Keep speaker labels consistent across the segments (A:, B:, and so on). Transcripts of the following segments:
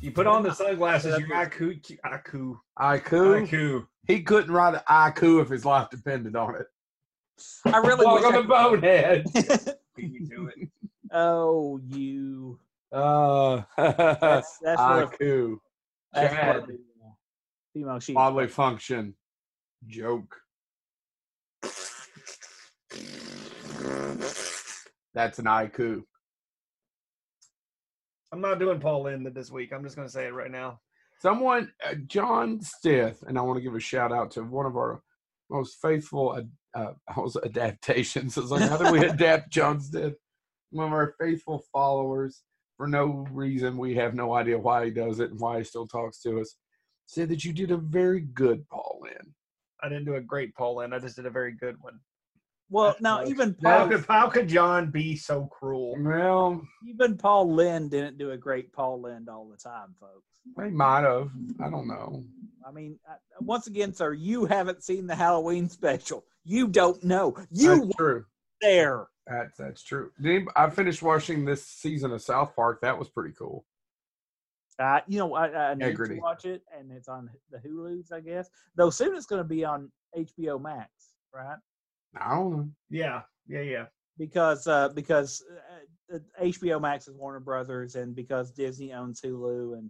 A: You put on the sunglasses, you're Aku. Aku.
B: Iku.
A: Aku.
B: He couldn't ride an Iku if his life depended on it.
C: I really wish.
A: Welcome
C: I
A: to Bonehead.
C: could-
A: Beat me to it.
C: oh, you.
B: Uh,
C: That's that's one of-
B: Iku.
C: that's one of
A: Chad.
C: the, uh, female sheep.
B: Bodily function. Joke. That's an Iku.
A: I'm not doing Paul Linda this week. I'm just going to say it right now.
B: Someone, uh, John Stith, and I want to give a shout out to one of our most faithful ad- uh, I was adaptations. It's like, how do we adapt John Stith? One of our faithful followers. For no reason, we have no idea why he does it and why he still talks to us. Said that you did a very good Paul in.
A: I didn't do a great Paul Lynn. I just did a very good one.
C: Well,
A: That's
C: now
A: gross.
C: even
A: How
C: Paul, Mm.
A: could, how could John be so cruel?
B: Well,
C: even Paul Lynn didn't do a great Paul Lynn all the time, folks.
B: they might have. I don't know.
C: I mean, I, once again, sir, you haven't seen the Halloween special. You don't know. You were
B: That's true.
C: there.
B: That's that's true. Did any- I finished watching this season of South Park. That was pretty cool.
C: Uh, you know, I, I need to
B: Integrity.
C: watch it, and it's on the Hulu's, I guess. Though soon it's going to be on HBO Max, right?
B: I don't know.
A: Yeah, yeah, yeah.
C: Because uh, because uh, uh, HBO Max is Warner Brothers, and because Disney owns Hulu, and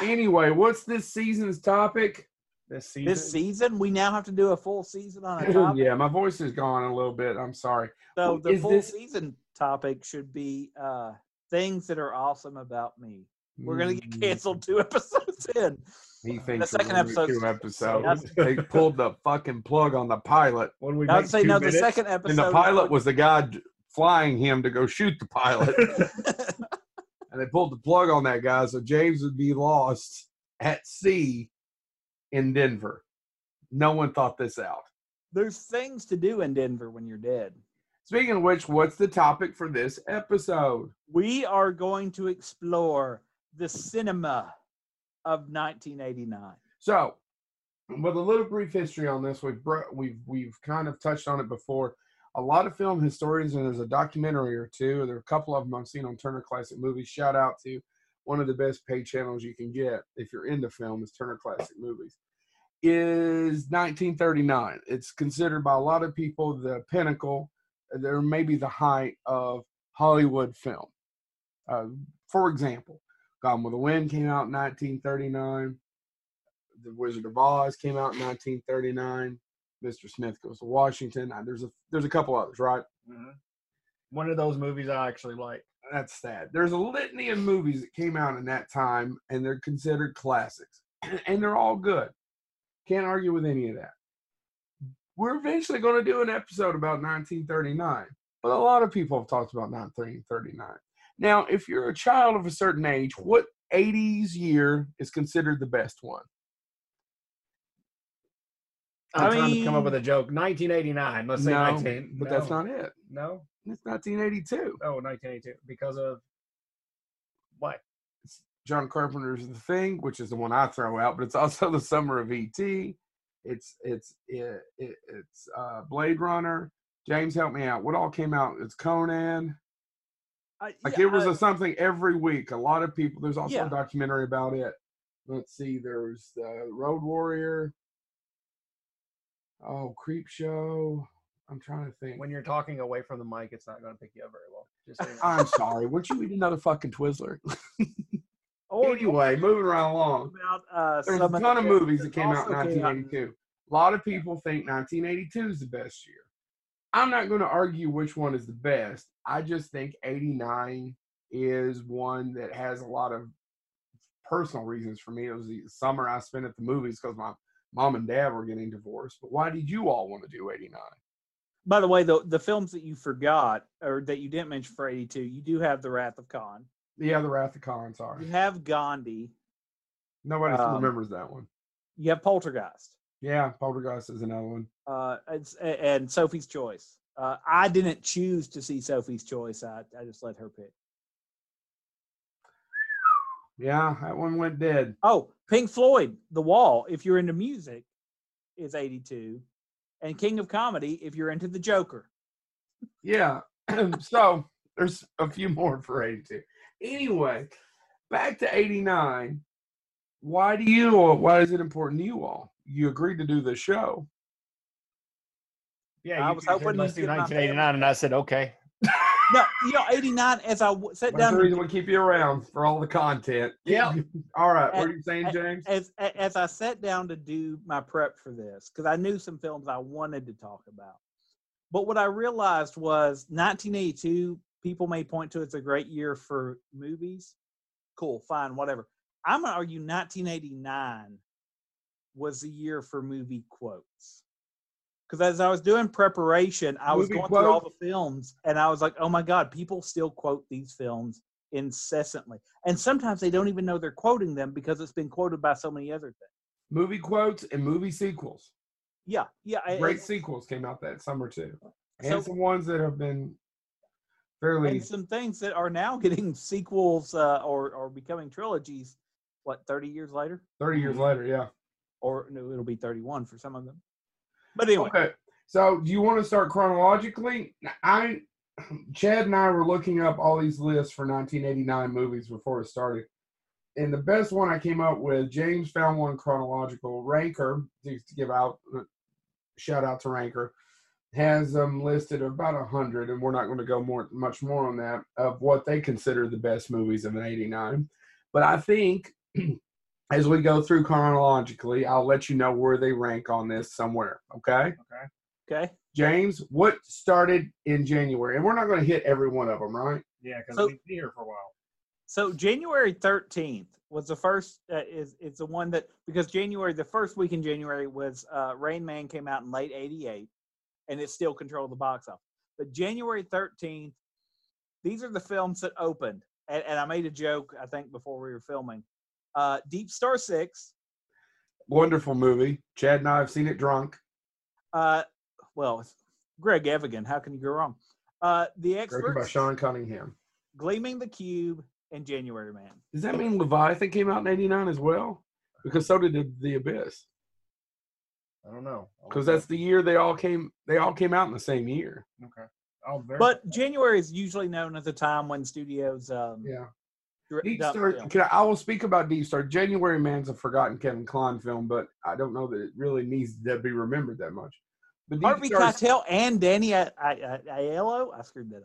B: Anyway, what's this season's topic?
A: This season.
C: this season we now have to do a full season on a topic.
B: yeah, my voice is gone a little bit. I'm sorry.
C: So the
B: Is
C: full
B: this-
C: season topic should be uh, things that are awesome about me. We're gonna get
B: Mm,
C: canceled two episodes in.
B: He thinks
C: second
B: second episode.
C: episode's-
B: Two episodes.
C: That's-
B: they pulled the fucking plug on the pilot,
A: what do we
C: I
A: make,
C: would say
A: two
C: no.
A: minutes?
C: The second episode.
B: and the pilot was the guy d- flying him to go shoot the pilot, and they pulled the plug on that guy, so James would be lost at sea in Denver. No one thought this out.
C: There's things to do in Denver when you're dead.
B: Speaking of which, what's the topic for this episode?
C: We are going to explore the cinema of 1989.
B: So, with a little brief history on this, we've bro- we've we've kind of touched on it before. A lot of film historians, and there's a documentary or two. There are a couple of them I've seen on Turner Classic Movies. Shout out to one of the best paid channels you can get if you're into film is Turner Classic Movies. Is 1939. It's considered by a lot of people the pinnacle, there may be the height of Hollywood film. Uh, for example, Gone with the Wind came out in 1939. The Wizard of Oz came out in 1939. Mr. Smith Goes to Washington. Uh, There's a there's a couple others, right?
A: Mhm. One of those movies I actually like.
B: That's sad. There's a litany of movies that came out in that time, and they're considered classics, and they're all good. Can't argue with any of that. We're eventually going to do an episode about 1939, but a lot of people have talked about 1939. Now, if you're a child of a certain age, what 80s year is considered the best one?
A: I'm
C: I
A: trying to come up
C: mean-
A: with a joke. 1989. Let's say
B: no,
A: 19. No.
B: but that's not it.
A: No.
B: It's 1982.
A: Oh, 1982. Because of what?
B: John Carpenter's The Thing, which is the one I throw out, but it's also the Summer of ET. It's it's it, it, it's uh, Blade Runner. James, help me out. What all came out? It's Conan.
C: I,
B: Like
C: yeah,
B: it was
C: I-
B: a something every week. A lot of people. There's also
C: Yeah.
B: a documentary about it. Let's see. There was the Road Warrior. Oh, Creep Show. I'm trying to think.
A: When you're talking away from the mic, it's not going to pick you up very well. Just so you know.
B: I'm sorry. Won't you eat another fucking Twizzler?
C: or
B: anyway, moving right along.
C: about uh,
B: There's
C: some
B: a ton of
C: the-
B: movies that came out in
C: also came
B: 1982. A lot of people think 1982 is the best year. I'm not going to argue which one is the best. I just think 89 is one that has a lot of personal reasons for me. It was the summer I spent at the movies because my mom and dad were getting divorced. But why did you all want to do 89?
C: By the way, the the films that you forgot or that you didn't mention for 82, you do have The Wrath of Khan.
B: The other Wrath of Khan,
C: You
B: sorry.
C: have Gandhi.
B: Nobody
C: Um,
B: remembers that one.
C: You have Poltergeist.
B: Yeah, Poltergeist is another one.
C: uh, it's, a- and Sophie's Choice. Uh, I didn't choose to see Sophie's Choice. I, I just let her pick.
B: Yeah, that one went dead.
C: Oh, Pink Floyd, The Wall. If you're into music, is 82, and King of Comedy. If you're into the Joker,
B: Yeah. so there's a few more for 82. Anyway, back to 89 why do you all why is it important to you all you agreed to do this show
A: Yeah,
C: I
A: you
C: was
A: guys are
C: hoping
A: let's do
C: you'd get my
A: 1989, and I said okay.
C: No, you know, 89, as I w- sat
B: that's the
C: down,
B: reason we keep you around for all the content
A: Yeah.
B: all right what are you saying
C: Uh, uh,
B: james
C: as, a- as I sat down to do my prep for this, because I knew some films I wanted to talk about. But what I realized was 1982, people may point to it's a great year for movies. Cool, fine, whatever. I'm going to argue 1989 was the year for movie quotes. Because as I was doing preparation, I was
B: Movie
C: going through all
B: quotes?
C: the films and I was like, oh my God, people still quote these films incessantly. And sometimes they don't even know they're quoting them because it's been quoted by so many other things.
B: movie quotes and movie sequels
C: Yeah, yeah. I-
B: great
C: it's-
B: sequels came out that summer too and
C: So-
B: some ones that have been fairly
C: and some things that are now getting sequels uh, or or becoming trilogies. What thirty years later,
B: 30 years later yeah
C: or no, it'll be thirty-one for some of them. But anyway,
B: Okay. So do you want to start chronologically? I Chad and I were looking up all these lists for 1989 movies before it started. And the best one I came up with, James found one chronological. Ranker, just to give out uh, shout out to Ranker, has them listed about a hundred, and we're not going to go more much more on that of what they consider the best movies of an '89. But I think as we go through chronologically, I'll let you know where they rank on this somewhere. Okay.
C: okay.
B: James, what started in January? And we're not going to hit every one of them, right?
A: Yeah, because
C: So-
A: we've been here for a while.
C: So January thirteenth was the first. Uh, is is the one that because January the first week in January was uh, Rain Man came out in late '88, and it still controlled the box office. But January thirteenth, these are the films that opened. And, and I made a joke I think before we were filming. Uh, Deep Star Six,
B: Wonderful movie. Chad and I have seen it drunk.
C: Uh, well, it's Greg Evigan. How can you go wrong? Uh, the
B: Directed by
C: experts,
B: Sean Cunningham.
C: gleaming the cube, and January Man.
B: Does that mean Leviathan came out in 89 as well? Because so did The, the Abyss.
A: I don't know. I'll
B: Because
A: look
B: that's the year they all came they all came out in the same year.
A: it up. okay. I'll verify.
C: But January is usually known as the time when studios um,
B: Yeah.
C: dr-
B: Deep
C: dump
B: Star,
C: films.
B: can I, I will speak about Deep Star. January Man's a forgotten Kevin Klein film, but I don't know that it really needs to be remembered that much. But Deep
C: Harvey
B: Star's-
C: Keitel and Danny A- A- A- Aiello. I screwed that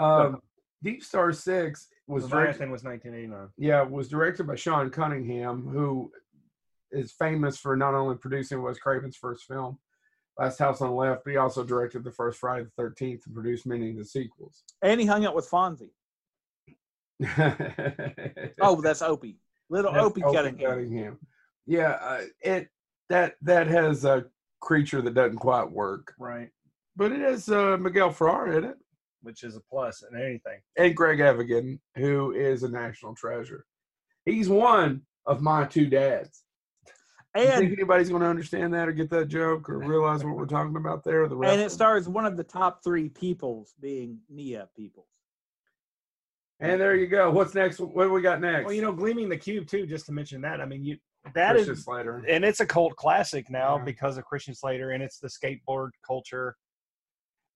C: up.
B: um, Deep Star Six was directed
A: Leviathan was 1989.
B: Yeah, it was directed by Sean Cunningham, who is famous for not only producing Wes Craven's first film, Last House on the Left, but he also directed the first Friday the Thirteenth and produced many of the sequels.
C: And he hung out with Fonzie.
B: oh,
C: Oh, that's Opie. Little Opie Cunningham.
B: Yeah, uh, it that that has a creature that doesn't quite work,
A: Right.
B: but it has uh, Miguel Ferrara in it
A: Which is a plus in anything.
B: and Greg Evigan, who is a national treasure. He's one of my two dads. You think
C: And
B: anybody's going to understand that or get that joke or realize what we're talking about there? The
C: and it
B: reference?
C: stars one of the top three peoples being Nia people.
B: And there you go. What's next? What do we got next?
A: Well, you know, gleaming the cube too. Just to mention that. I mean, you that is
B: Christian Slater.
A: and it's a cult classic now
B: Yeah.
A: because of Christian Slater, and it's the skateboard culture.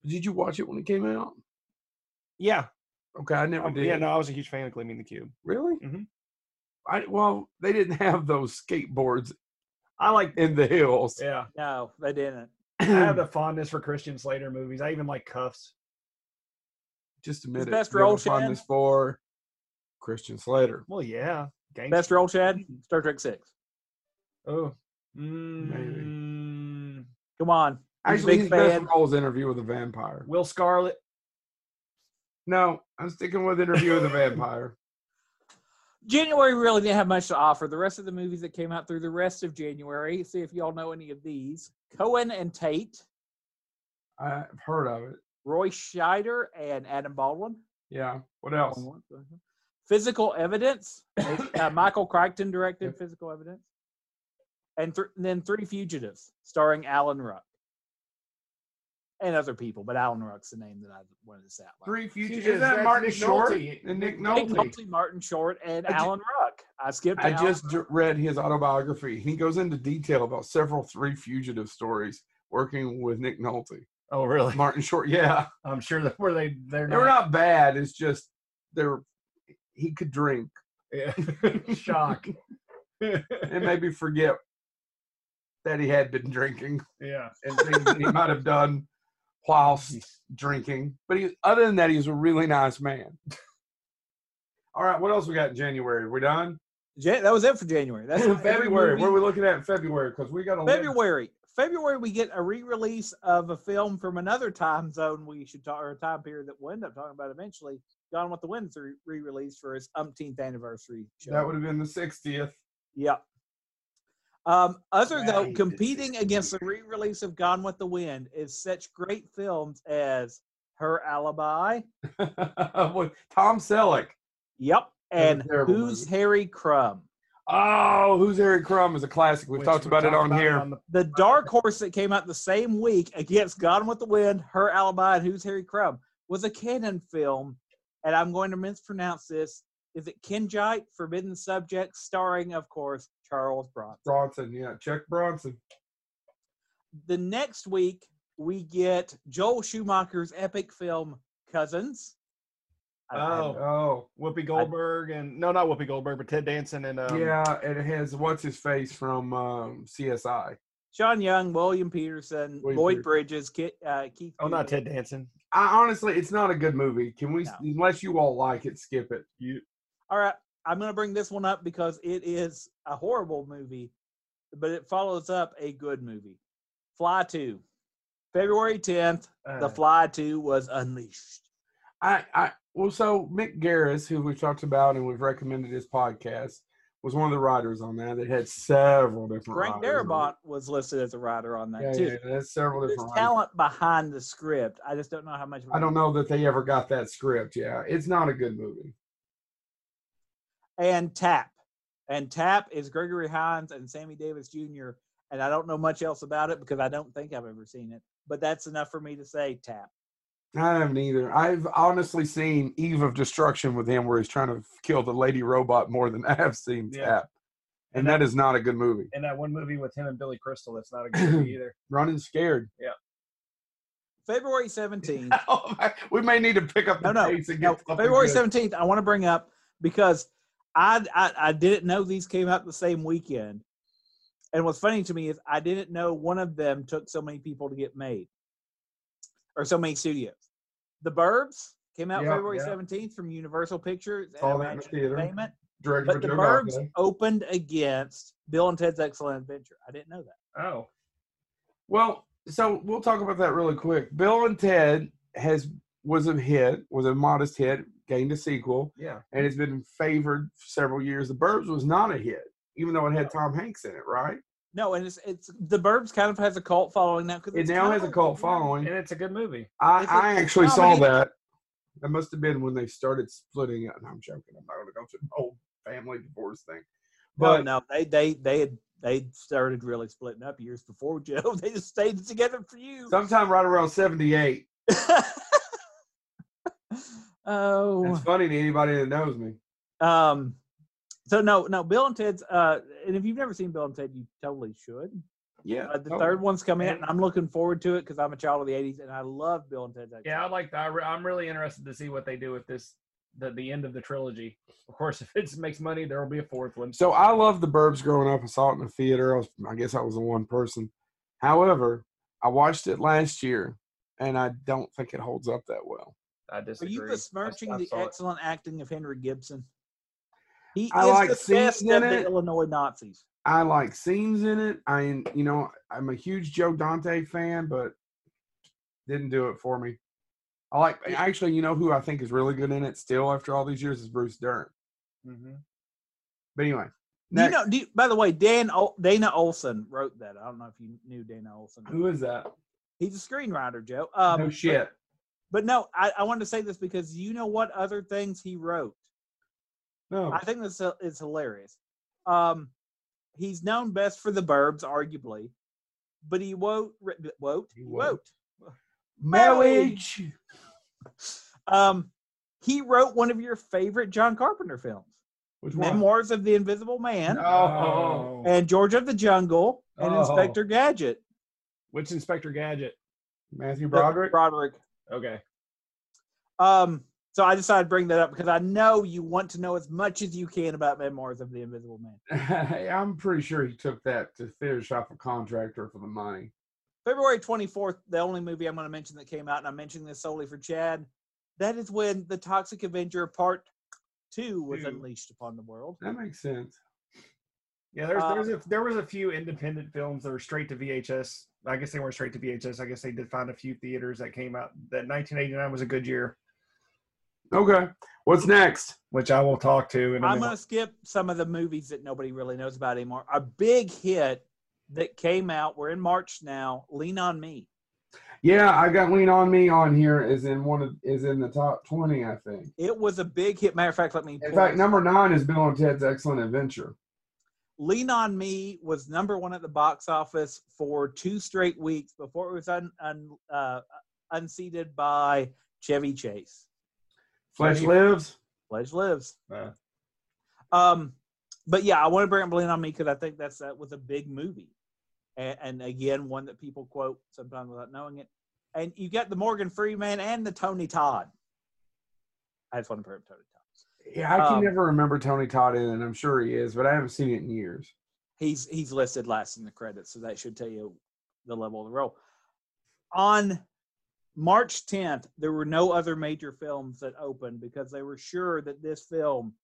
B: Did you watch it when it came out?
A: Yeah,
B: Okay, I never
A: um,
B: did.
A: yeah. No, I was a huge fan of Gleaming the Cube.
B: Really?
A: Mhm.
B: I well, they didn't have those skateboards
A: I like.
B: in the hills.
A: Yeah,
C: No, they didn't.
A: I have a fondness for Christian Slater movies. I even like Cuffs.
B: Just admit it.
C: best
B: You have a
C: role, Chad?
B: fondness for Christian Slater.
A: Well, yeah, Gangsta.
C: Best role, Chad. Star Trek Six.
A: Oh,
B: Maybe.
A: mm,
C: Come on. He's a
B: Actually,
C: big
B: his best
C: fan.
B: role is Interview with a Vampire.
A: Will Scarlet.
B: No, I'm sticking with Interview with a Vampire.
C: January really didn't have much to offer. The rest of the movies that came out through the rest of January, see if y'all know any of these. Cohen and Tate,
B: I've heard of it.
C: Roy Scheider and Adam Baldwin. uh-huh.
B: Yeah. What else?
A: Oh,
C: Physical Evidence, uh, Michael Crichton directed Physical Evidence. And, th- then Three Fugitives, starring Alan Ruck. And other people, but Alan Ruck's the name that I wanted to say out loud.
B: Three Fugitives.
A: Is that Martin Short?
B: and Nick
C: Nick
B: Nolte?
C: Nolte, Martin Short, and
B: I ju-
C: Alan Ruck. I skipped.
B: I
C: Alan
B: just d- read his autobiography. He goes into detail about several three fugitive stories working with Nick Nolte.
A: Oh, really?
B: Martin Short, yeah,
A: I'm sure that where they they're
B: they were
A: not-
B: not bad. It's just they're he could drink
A: Yeah. Shock.
B: and maybe forget that he had been drinking
A: yeah.
B: and things that he might have done whilst drinking. But he, other than that, he's a really nice man. All right, what else we got in January? We done?
C: Ja- that was it for January. That's every
B: February.
C: movie-
B: What are we looking at in February? Because we got a list.
C: February. February, we get a re-release of a film from another time zone. We should talk or a time period that we'll end up talking about eventually. Gone with the Wind's re- re-release for its umpteenth anniversary. Show.
B: That would have been the 60th.
C: yeah. Um, other though,
A: Right, the
C: competing
A: 60th.
C: against the re-release of Gone with the Wind is such great films as Her Alibi.
B: With Tom Selleck.
C: Yep.
B: That was
C: And
B: a terrible
C: Who's
B: movie.
C: Harry Crumb?
B: Oh, Who's Harry Crumb is a classic. We've
A: Which
B: talked
A: we
B: about it
A: talked
B: on here.
A: the-
C: The dark horse that came out the same week against Gone with the Wind, Her Alibi, and Who's Harry Crumb was a canon film, and I'm going to mispronounce this. Is it Kenjite, Forbidden Subject, starring, of course, Charles Bronson?
B: Bronson, yeah. Chuck Bronson.
C: The next week, we get Joel Schumacher's epic film, Cousins. I- I-
A: Oh.
B: Oh.
A: Whoopi Goldberg and no, not Whoopi Goldberg, but Ted Danson and um,
B: yeah, and it has what's his face from um, CSI.
C: Sean Young, William Peterson,
B: William
C: Lloyd
B: Peterson.
C: Bridges, Ki uh, Keith.
A: Oh, not
C: Cooper.
A: Ted Danson.
B: I honestly, it's not a good movie. Can we,
C: No.
B: unless you all like it, skip it.
A: You
C: All right, I'm going to bring this one up because it is a horrible movie, but it follows up a good movie. Fly 2. February 10th,
A: uh,
C: The Fly 2 was unleashed.
B: I, I, well, so Mick Garris, who we've talked about and we've recommended his podcast, was one of the writers on that. It had several different.
C: Frank
B: writers on
C: Darabont was listed as a writer on
B: it.
C: that
B: Yeah,
C: too.
B: yeah, it has several
C: There's
B: different. writers.
C: talent behind the script. I just don't know how much. of it-
B: I don't know that they ever got that script. Yeah, it's not a good movie.
C: And Tap. And Tap is Gregory Hines and Sammy Davis Jr. And I don't know much else about it because I don't think I've ever seen it. But that's enough for me to say Tap.
B: I haven't either. I've honestly seen Eve of Destruction with him, where he's trying to kill the lady robot more than I have seen
A: Yeah.
B: Tap, and that is not a good movie.
A: and that one movie with him and Billy Crystal. That's not a good movie either.
B: Running scared.
C: February 17th.
B: Oh my- we may need to pick up
C: No,
B: the
C: no,
B: pace and get
C: no,
B: something
C: February
B: good.
C: seventeenth. I want to bring up because I, I I didn't know these came out the same weekend, and what's funny to me is I didn't know one of them took so many people to get made, or so many studios. The Burbs came out
B: Yeah,
C: February
B: yeah.
C: seventeenth from Universal Pictures and
B: Saw that in the
C: Imagine
B: theater.
C: Entertainment,
B: Directed by
C: but the
B: Joe
C: Burbs
B: Dante.
C: opened against Bill and Ted's Excellent Adventure. I didn't know that.
A: Oh,
B: Well, so we'll talk about that really quick. Bill and Ted has was a hit, was a modest hit, gained a sequel,
A: yeah.
B: and it's been favored for several years. The Burbs was not a hit, even though it had Tom Hanks in it, right?
C: No, and it's it's The Burbs kind of has a cult following now because
B: It now has a cult
A: And
B: following.
A: it's a good movie.
B: I,
C: it's a
B: I actually saw
C: comedy.
B: that. Oh, That must have been when they started splitting it. No, I'm joking. I'm not going to go through the whole family divorce thing.
C: But
B: But
C: no, they they they had they started really splitting up years before Joe. They just stayed together for you.
B: sometime right around 78,
C: oh,
B: it's funny to anybody that knows me.
C: um, so no, no, Bill and Ted's. Uh, and if you've never seen Bill and Ted, you totally should.
B: Yeah.
C: Uh, the
A: Oh.
B: totally.
C: third one's coming out,
A: And-
C: and I'm looking forward to it because I'm a child of the '80s and I love Bill and Ted's. Excellent
A: Yeah, I like that. I re- I'm really interested to see what they do with this, the the end of the trilogy. Of course, if it makes money, there will be a fourth one.
B: So I love the Burbs growing up. I saw it in the theater. I, was, I guess I was the one person. However, I watched it last year, and I don't think it holds up that well.
A: I
C: Are
A: disagree.
C: you besmirching
A: I- I
C: the
A: saw it.
C: excellent acting of Henry Gibson? He
B: I
C: is
B: like
C: the
B: scenes
C: best
B: in
C: of the
B: it.
C: Illinois Nazis.
B: I like scenes in it. I, you know, I'm a huge Joe Dante fan, but didn't do it for me. I like actually, you know, who I think is really good in it still after all these years is Bruce Dern.
A: Mhm.
D: Mm-hmm.
B: But anyway,
C: Do You
B: next,
C: know, do you- by the way, Dan Ol- Dana Olson wrote that. I don't know if you knew Dana Olson.
B: who is that?
C: He's a screenwriter, Joe. Um,
B: no
C: but-
B: shit.
C: But, no, I, I wanted to say this because you know what other things he wrote.
B: No.
C: I think this is hilarious. Um, he's known best for The Burbs, arguably, but he wrote, writ- wrote,
B: He
C: he
B: wrote.
C: wrote.
B: Marriage.
C: Um, he wrote one of your favorite John Carpenter films,
B: Which one?
C: Memoirs of the Invisible Man,
B: Oh.
C: and George of the Jungle, and
B: Oh.
C: Inspector Gadget.
A: Which Inspector Gadget?
B: Matthew
C: The-
B: Broderick.
C: Broderick.
A: Okay.
C: Um, So I decided to bring that up because I know you want to know as much as you can about Memoirs of the Invisible Man.
B: I'm pretty sure he took that to finish off a contractor for the money.
C: February 24th, the only movie I'm going to mention that came out, and I'm mentioning this solely for Chad, that is when The Toxic Avenger Part 2 was
D: Two.
C: unleashed upon the world.
B: That makes sense.
D: Yeah, there's, there's a, there was a few independent films that were straight to VHS. I guess they weren't straight to VHS. I guess they did find a few theaters that came out. That 1989 was a good year,
B: Okay. What's next?
D: which I will talk to. And
C: I'm going to skip some of the movies that nobody really knows about anymore. A big hit that came out, we're in March now, Lean on Me.
B: Yeah, I got Lean on Me on here is in one of is in the top twenty, I think.
C: It was a big hit. Matter of fact, let me.
B: In
C: pull
B: fact,
C: it.
B: number nine is Bill and Ted's Excellent Adventure.
C: Lean on Me was number one at the box office for two straight weeks before it was un, un, uh, unseated by Chevy Chase.
B: Flesh
D: Right.
B: Lives.
C: Pledge lives.
D: Yeah.
C: Um, but yeah, I want to bring up Lean on Me because I think that's that was a big movie, and, and again, one that people quote sometimes without knowing it. And you got the Morgan Freeman and the Tony Todd. I just want to bring up Tony Todd.
B: Yeah, I can
C: Um,
B: never remember Tony Todd in it. I'm sure he is, but I haven't seen it in years.
C: he's he's listed last in the credits, so that should tell you the level of the role. On March 10th, there were no other major films that opened because they were sure that this film,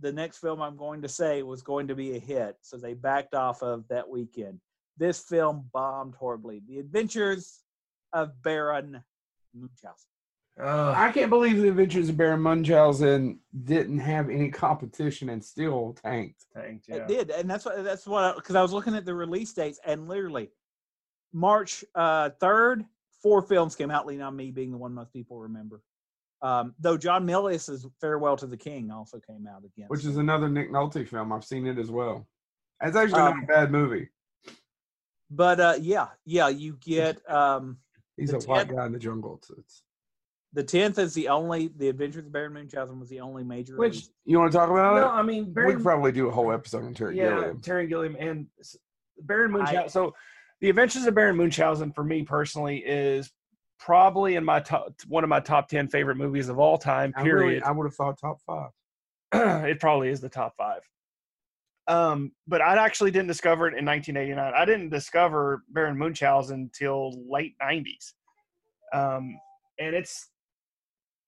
C: the next film I'm going to say, was going to be a hit, so they backed off of that weekend. This film bombed horribly. The Adventures of Baron Munchausen.
D: uh,
B: I can't believe the Adventures of Baron Munchausen didn't have any competition and still tanked.
D: tanked,
C: It
D: yeah.
C: did, and that's what that's what because I was looking at the release dates, and literally March uh, third, four films came out. Lean on Me being the one most people remember. Um, though John Millis's Farewell to the King also came out again,
B: Which is another Nick Nolte film. I've seen it as well. It's actually
C: Um,
B: not a bad movie.
C: but uh, yeah, yeah, you get um,
B: He's
C: the
B: a white
C: Ted-
B: guy in the jungle. It's- it's-
C: the tenth is the only The Adventures of Baron Munchausen was the only major.
B: Which
C: release.
B: you want to talk about?
D: No,
B: it?
D: I mean,
B: we could
D: Baron,
B: probably do a whole episode on Terry
D: Uh, yeah,
B: Gilliam.
D: Terry Gilliam and s- Baron
C: I-
D: Munchausen. so, The Adventures of Baron Munchausen for me personally is probably in my top one of my top ten favorite movies of all time.
B: I,
D: Period.
B: really, I would have thought top five.
D: it probably is the top five. Um, but I actually didn't discover it in 1989. I didn't discover Baron Munchausen until late 90s, um, and it's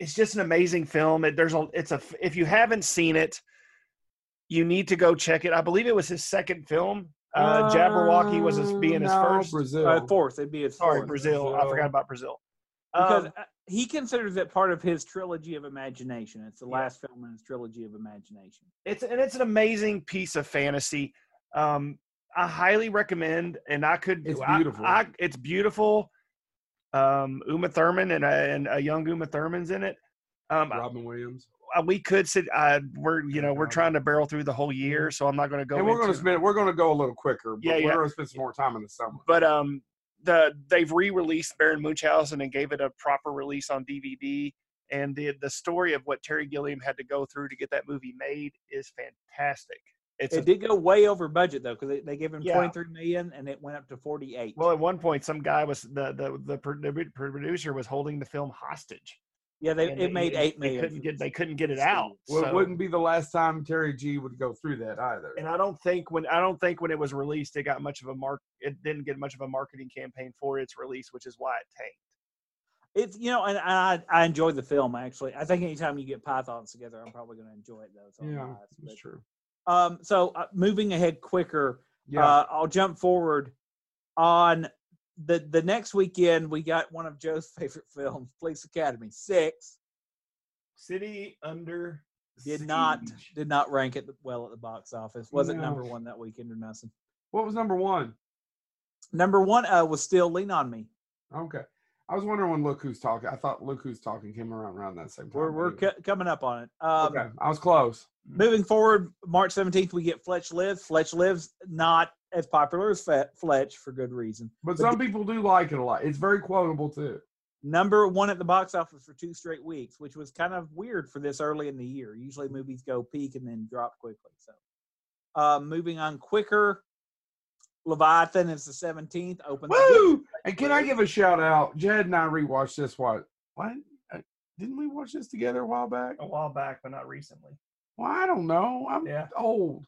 D: it's just an amazing film. It, there's a it's a if you haven't seen it, you need to go check it. I believe it was his second film. Uh, Jabberwocky was his, being his
B: Oh, no,
D: first.
B: Brazil.
C: uh, fourth, it'd be a
D: Sorry,
C: fourth.
D: Brazil. I
B: Brazil.
D: forgot about Brazil.
C: because
D: Um,
C: uh, he considers it part of his trilogy of imagination. It's the
D: Yeah.
C: last film in his trilogy of imagination.
D: it's and it's an amazing piece of fantasy. Um, I highly recommend, and I could.
B: It's
D: I-
B: beautiful.
D: I, it's beautiful. Um, Uma Thurman and a, and a young Uma Thurman's in it. Um,
B: Robin Williams.
D: I- we could sit. I, we're you know we're
B: God.
D: trying to barrel through the whole year, so I'm not going to go.
B: Mm-hmm. and we're going to
D: into-
B: spend. We're going to go a little quicker. But
D: Yeah,
B: we're
D: yeah.
B: going to spend some more time in the summer.
D: but um the they've re-released Baron Munchausen and gave it a proper release on DVD and the the story of what Terry Gilliam had to go through to get that movie made is fantastic. It's a
C: It did go way over budget though, because they, they gave him
D: Yeah.
C: 23 million and it went up to 48.
D: Well, at one point, some guy was the the the, pro- the producer was holding the film hostage.
C: yeah, they,
D: and
C: it made
D: they,
C: eight million.
D: They couldn't get they couldn't get it
C: Stupid.
D: out.
B: Well, it
D: so-
B: wouldn't be the last time Terry G would go through that either.
D: and I don't think when I don't think when it was released, it got much of a mark. It didn't get much of a marketing campaign for its release, which is why it tanked.
C: It's you know, and I I enjoyed the film actually. I think anytime you get pythons together, I'm probably going to enjoy it though. It's all
B: Yeah,
C: nice,
B: That's true.
C: but- um, so uh, moving ahead quicker,
B: Yeah.
C: uh, I'll jump forward on the the next weekend. We got one of Joe's favorite films, Police Academy Six.
D: City under
C: Did not
B: Siege.
C: did not rank it well at the box office. Wasn't
B: No.
C: number one that weekend or nothing.
B: What was number one?
C: Number one uh, was still Lean on Me.
B: Okay. I was wondering when Look Who's Talking. I thought Look Who's Talking came around around that same time.
C: We're we're
B: too.
C: cu- coming up on it. Um,
B: okay. I was close.
C: Moving forward, March 17th, we get Fletch Lives. Fletch Lives not as popular as Fe- Fletch for good reason.
B: But some people do like it a lot. It's very quotable too.
C: Number one at the box office for two straight weeks, which was kind of weird for this early in the year. Usually movies go peak and then drop quickly. So, uh, moving on quicker, Leviathan is the 17th. Opens.
B: And can I give a shout out? Jed and I rewatched this what? What? Didn't we watch this together a while back?
D: a while back, but not recently.
B: Well, I don't know. I'm
D: Yeah.
B: old.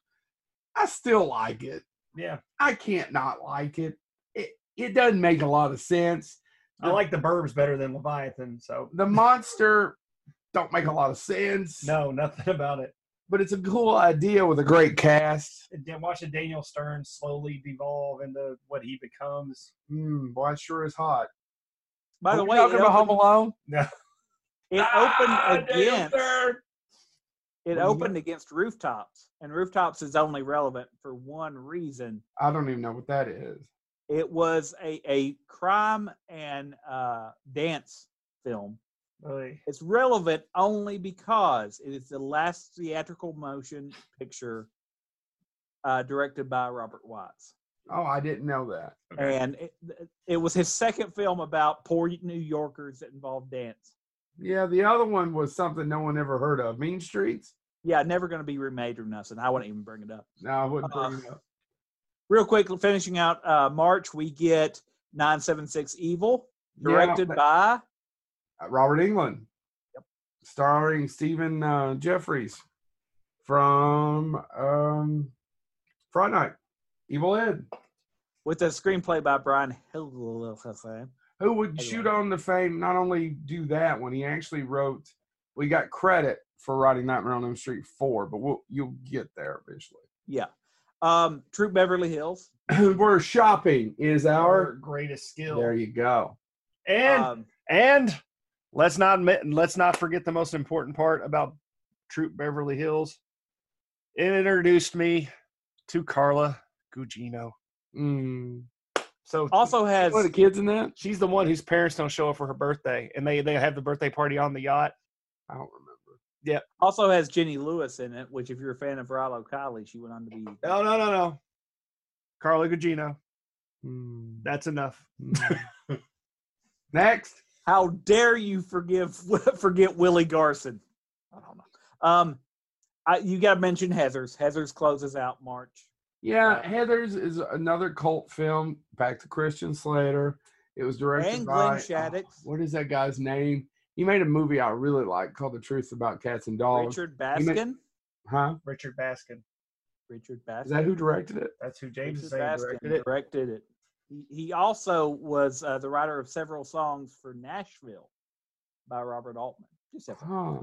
B: I still like it.
D: Yeah,
B: I can't not like it. It it doesn't make a lot of sense.
D: I
C: Oh.
D: like the Burbs better than Leviathan. So
B: The monster don't make a lot of sense.
D: no, nothing about it.
B: But it's a cool idea with a great cast.
D: And then Watching Daniel Stern slowly devolve into what he becomes.
B: Mm, boy, it sure is hot.
C: By
B: Are
C: the
B: we
C: way,
B: talking
C: it
B: about Home
C: opened,
B: Alone.
C: it
B: Ah,
C: opened
B: Daniel
C: against
B: Stern.
C: it
B: What do you
C: opened against rooftops, and rooftops is only relevant for one reason.
B: I don't even know what that is.
C: It was a a crime and uh, dance film.
D: Really.
C: It's relevant only because it is the last theatrical motion picture uh, directed by Robert Watts.
B: Oh, I didn't know that.
D: Okay.
C: And it, it was his second film about poor New Yorkers that involved dance.
B: Yeah, the other one was something no one ever heard of. Mean Streets.
C: Yeah, never going to be remade or nothing. I wouldn't even bring it up.
B: No, I wouldn't
C: Uh,
B: bring it up.
C: Real quick, finishing out uh, March, we get 976 Evil,
B: Yeah,
C: directed
B: but-
C: by
B: Uh, Robert England. Starring Stephen uh, Jeffries from um, Friday Night, Evil Ed,
C: with a screenplay by Brian Hill.
B: who would shoot on the fame. Not only do that when he actually wrote, we got credit for writing Nightmare on Elm Street four, but we'll, you'll get there eventually.
C: Yeah. Um, True Beverly Hills.
B: Where shopping is
D: Our
B: our.
D: greatest skill.
B: There you go.
D: and
C: um,
D: and let's not admit- let's not forget the most important part about Troop Beverly Hills. It introduced me to Carla Gugino.
B: Mm.
D: So
C: also has
B: What the kids in that?
D: she's the one whose parents don't show up for her birthday, and they they have the birthday party on the yacht.
B: I don't remember.
C: also has Jenny Lewis in it, which if you're a fan of Rilo Kiley, she went on to be
D: No, no, no, no. Carla Gugino.
B: Mm.
D: That's enough.
B: Mm. Next.
C: How dare you forgive forget Willie Garson? I don't know. Um, I, you got to mention Heather's. Heather's closes out March.
B: Yeah,
D: Uh,
B: Heather's is another cult film. Back to Christian Slater. It was directed
C: And Glenn
B: by
C: Shaddix.
B: oh, what is that guy's name? He made a movie I really like called The Truth About Cats and Dogs.
C: Richard
B: you may-
C: Baskin.
B: Huh?
D: Richard Baskin.
C: Richard Baskin.
B: Is that who directed it?
D: That's who James
C: Richard
D: is saying
C: Baskin
D: directed it.
C: directed it. He, he also was uh, the writer of several songs for Nashville by Robert Altman. Just have a-
B: Huh.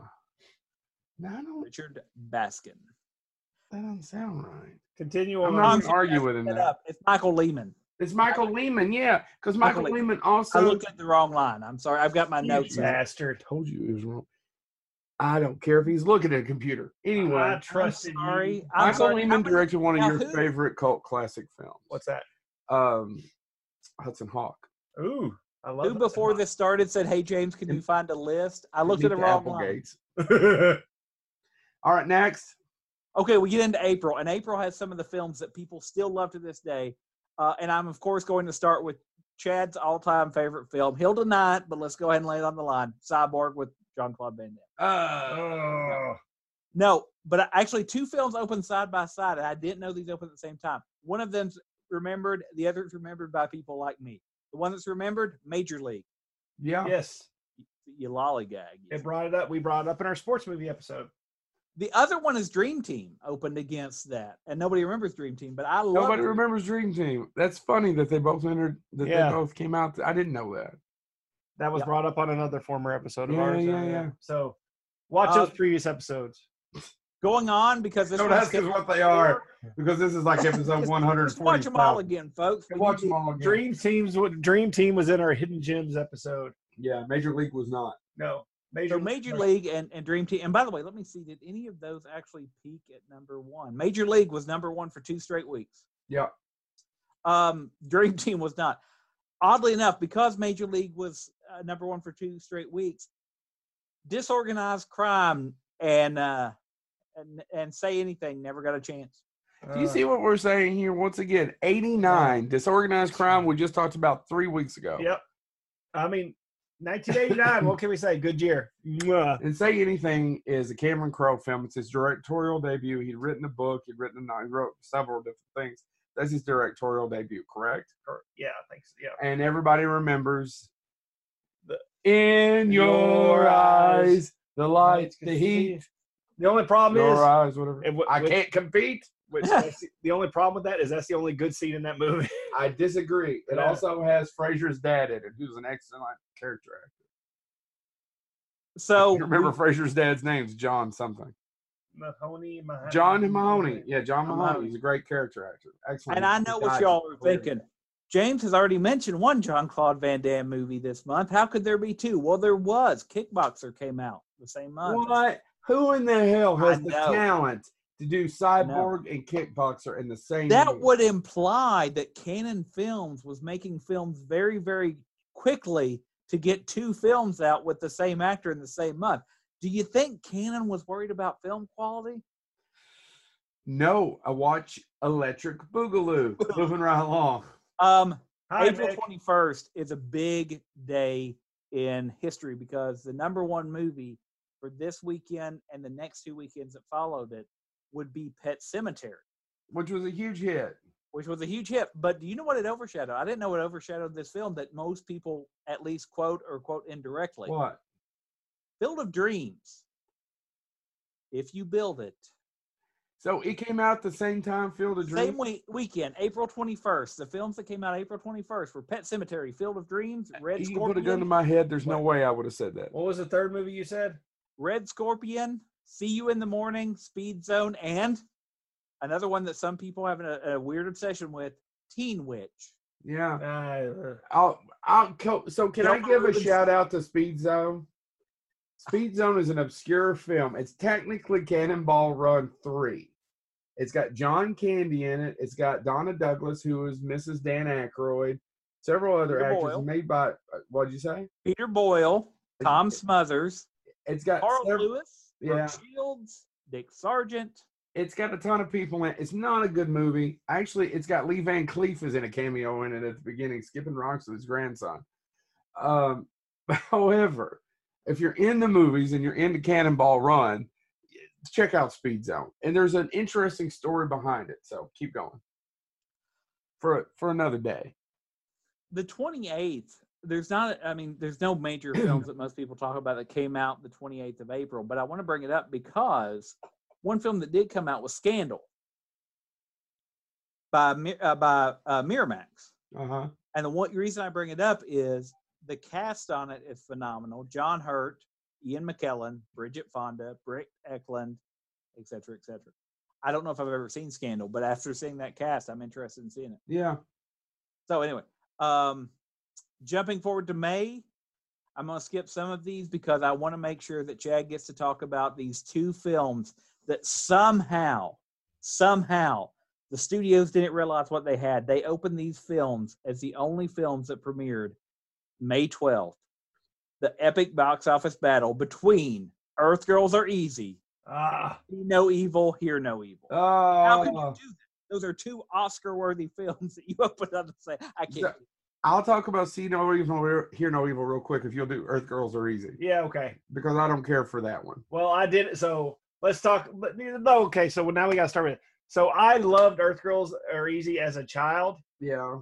B: No, I don't.
C: Richard Baskin.
B: That doesn't sound right.
D: Continue
B: I'm
D: on.
B: not
C: Oh, I'm
B: going to argue with him.
C: Set
B: There.
C: up. It's Michael Lehman.
B: It's Michael Lehman, yeah, because
C: Michael
B: Michael
C: Lehman.
B: Lehman
C: I
B: also
C: looked at the wrong line. I'm sorry. I've got my
D: You
C: notes. up.
D: bastard.
B: told you he was wrong. I don't care if he's looking at a computer.
D: I
B: Anyway,
D: trusted
C: I'm sorry.
D: you.
C: I'm
B: Michael
C: sorry. How
B: Lehman
C: many-
B: directed one of
C: now
B: your
C: who-
B: favorite cult classic films.
D: What's that?
B: um Hudson Hawk.
D: Ooh, I love
C: Who
D: that
C: before
D: song.
C: this started said, "Hey James, can you find a list?" I looked at the
B: Meet
C: wrong line.
B: Applegates. All right, next.
C: Okay, we get into April, and April has some of the films that people still love to this day. Uh, and I'm of course going to start with Chad's all-time favorite film. He'll deny it, but let's go ahead and lay it on the line. Cyborg with John Claude Van Damme.
B: Uh,
D: Oh,
C: No, but I- actually, two films open side by side, and I didn't know these opened at the same time. One of them's remembered, the other's remembered by people like me. The one that's remembered, Major League.
B: yeah.
D: yes.
C: You lollygag.
D: It brought it up. We brought it up in our sports movie episode.
C: The other one is Dream Team opened against that, and nobody remembers Dream Team, but I love.
B: Nobody
C: Dream-
B: remembers Dream Team. That's funny that they both entered. That
D: Yeah.
B: they both came out. I didn't know that.
D: That was
C: Yeah.
D: brought up on another former episode of
B: Yeah,
D: ours. uh,
B: yeah, yeah.
D: So watch
C: Uh,
D: those previous episodes.
C: Going on because this
B: Don't
C: one's
B: ask us
C: got-
B: what they are because this is like episode
C: Just-
B: one hundred
C: Just watch them all
B: forty-five.
C: again, folks. We
B: Watch
C: need
B: them all again.
D: Dream teams. what- Dream team was in our hidden gems episode.
B: Yeah, Major League was not.
D: No,
C: to-
D: major.
C: So Major League and, and Dream Team. And by the way, let me see. Did any of those actually peak at number one? Major League was number one for two straight weeks.
B: Yeah.
C: Um, Dream Team was not. Oddly enough, because Major League was uh, number one for two straight weeks, disorganized crime and uh, and and say anything never got a chance.
B: Do you
C: Uh.
B: see what we're saying here? Once again, eighty-nine disorganized crime we just talked about three weeks ago.
D: Yep. I mean, 1989. what can we say? Good year. Mwah.
B: And Say Anything is a Cameron Crowe film. It's his directorial debut. He'd written a book. He'd written a no- he wrote several different things. That's his directorial debut, correct?
D: Or- Yeah, thanks. Yeah.
B: And everybody remembers In your eyes, the light,
A: Lights can
B: the
A: see.
B: heat,
D: The only problem
B: your
D: is
B: eyes, whatever.
D: And what-
B: I
D: what-
B: can't compete.
D: which, that's the- the only problem with that is that's the only good scene in that movie.
B: I disagree. It
D: Yeah.
B: also has Frasier's dad in it, who's an excellent character actor.
C: So
B: You remember Frasier's dad's name's John something.
D: Mahoney, Mahoney.
B: John Mahoney. Yeah, John Mahoney.
C: Mahoney.
B: He's a great character actor. Excellent.
C: And I know
B: He
C: what
B: died
C: y'all are
B: later.
C: thinking. James has already mentioned one John Claude Van Damme movie this month. How could there be two? Well, there was. Kickboxer came out the same month.
B: What? Who in the hell has
C: I
B: the
C: know.
B: talent to do Cyborg and Kickboxer in the same?
C: That
B: movie?
C: would imply that Canon Films was making films very, very quickly to get two films out with the same actor in the same month. Do you think Canon was worried about film quality?
B: No, I watch Electric Boogaloo. Moving right along.
C: Um,
D: Hi,
C: April
D: Vic.
C: twenty first is a big day in history because the number one movie for this weekend and the next two weekends that followed it would be Pet Cemetery,
B: Which was a huge hit.
C: which was a huge hit. But do you know what it overshadowed? I didn't know it overshadowed this film that most people at least quote or quote indirectly.
B: What?
C: Field of Dreams. If you build it,
B: So it came out the same time Field of Dreams.
C: same week weekend, April twenty first. The films that came out April twenty first were Pet Cemetery, Field of Dreams, Red
B: you can put a gun to
C: Scorpion,
B: my head. There's no way I would have said that.
D: What was the third movie you said?
C: Red Scorpion, See You in the Morning, Speed Zone, and another one that some people have a, a weird obsession with, Teen Witch.
B: Yeah.
D: Uh,
B: I'll, I'll co- so can I
C: Gilbert
B: give a
C: Rubin's-
B: shout out to Speed Zone? Speed Zone is an obscure film. It's technically Cannonball Run 3. It's got John Candy in it. It's got Donna Douglas, who is Mrs. Dan Aykroyd, several other
C: Peter
B: actors
C: Boyle.
B: made by, uh, what'd you say?
C: Peter Boyle, Tom Smothers,
B: It's got
C: Carl
B: sev-
C: Lewis, Brooke
B: yeah.
C: Shields, Dick Sargent.
B: it's got a ton of people in it. It's not a good movie. Actually, it's got Lee Van Cleef is in a cameo in it at the beginning, skipping rocks with his grandson. Um, however, if you're in the movies and you're into Cannonball Run, check out Speed Zone. And there's an interesting story behind it. So keep going for for another day.
C: The 28th, there's not, I mean, there's no major films that most people talk about that came out the 28th of April, but I want to bring it up because one film that did come out was Scandal by, Mi- uh, by uh, Miramax.
B: Uh huh.
C: And the one reason I bring it up is the cast on it is phenomenal. John Hurt, Ian McKellen, Bridget Fonda, Britt Eklund, et cetera, et cetera. I don't know if I've ever seen Scandal, but after seeing that cast, I'm interested in seeing it.
B: Yeah.
C: So anyway, um, jumping forward to May, I'm going to skip some of these because I want to make sure that Chad gets to talk about these two films that somehow, somehow, the studios didn't realize what they had. They opened these films as the only films that premiered May 12th. The epic box office battle between Earth Girls Are Easy,
D: ah,
C: See No Evil, Hear No Evil. How can
B: Uh,
C: you do that? Those are two Oscar-worthy films that you open up and say, "I can't."
B: Yeah. I'll talk about See No Evil, Hear No Evil real quick if you'll do Earth Girls Are Easy
D: yeah, okay.
B: because I don't care for that one.
D: Well, I did it. So let's talk. But no, okay. So now we got to start with it. So I loved Earth Girls Are Easy as a child.
B: Yeah.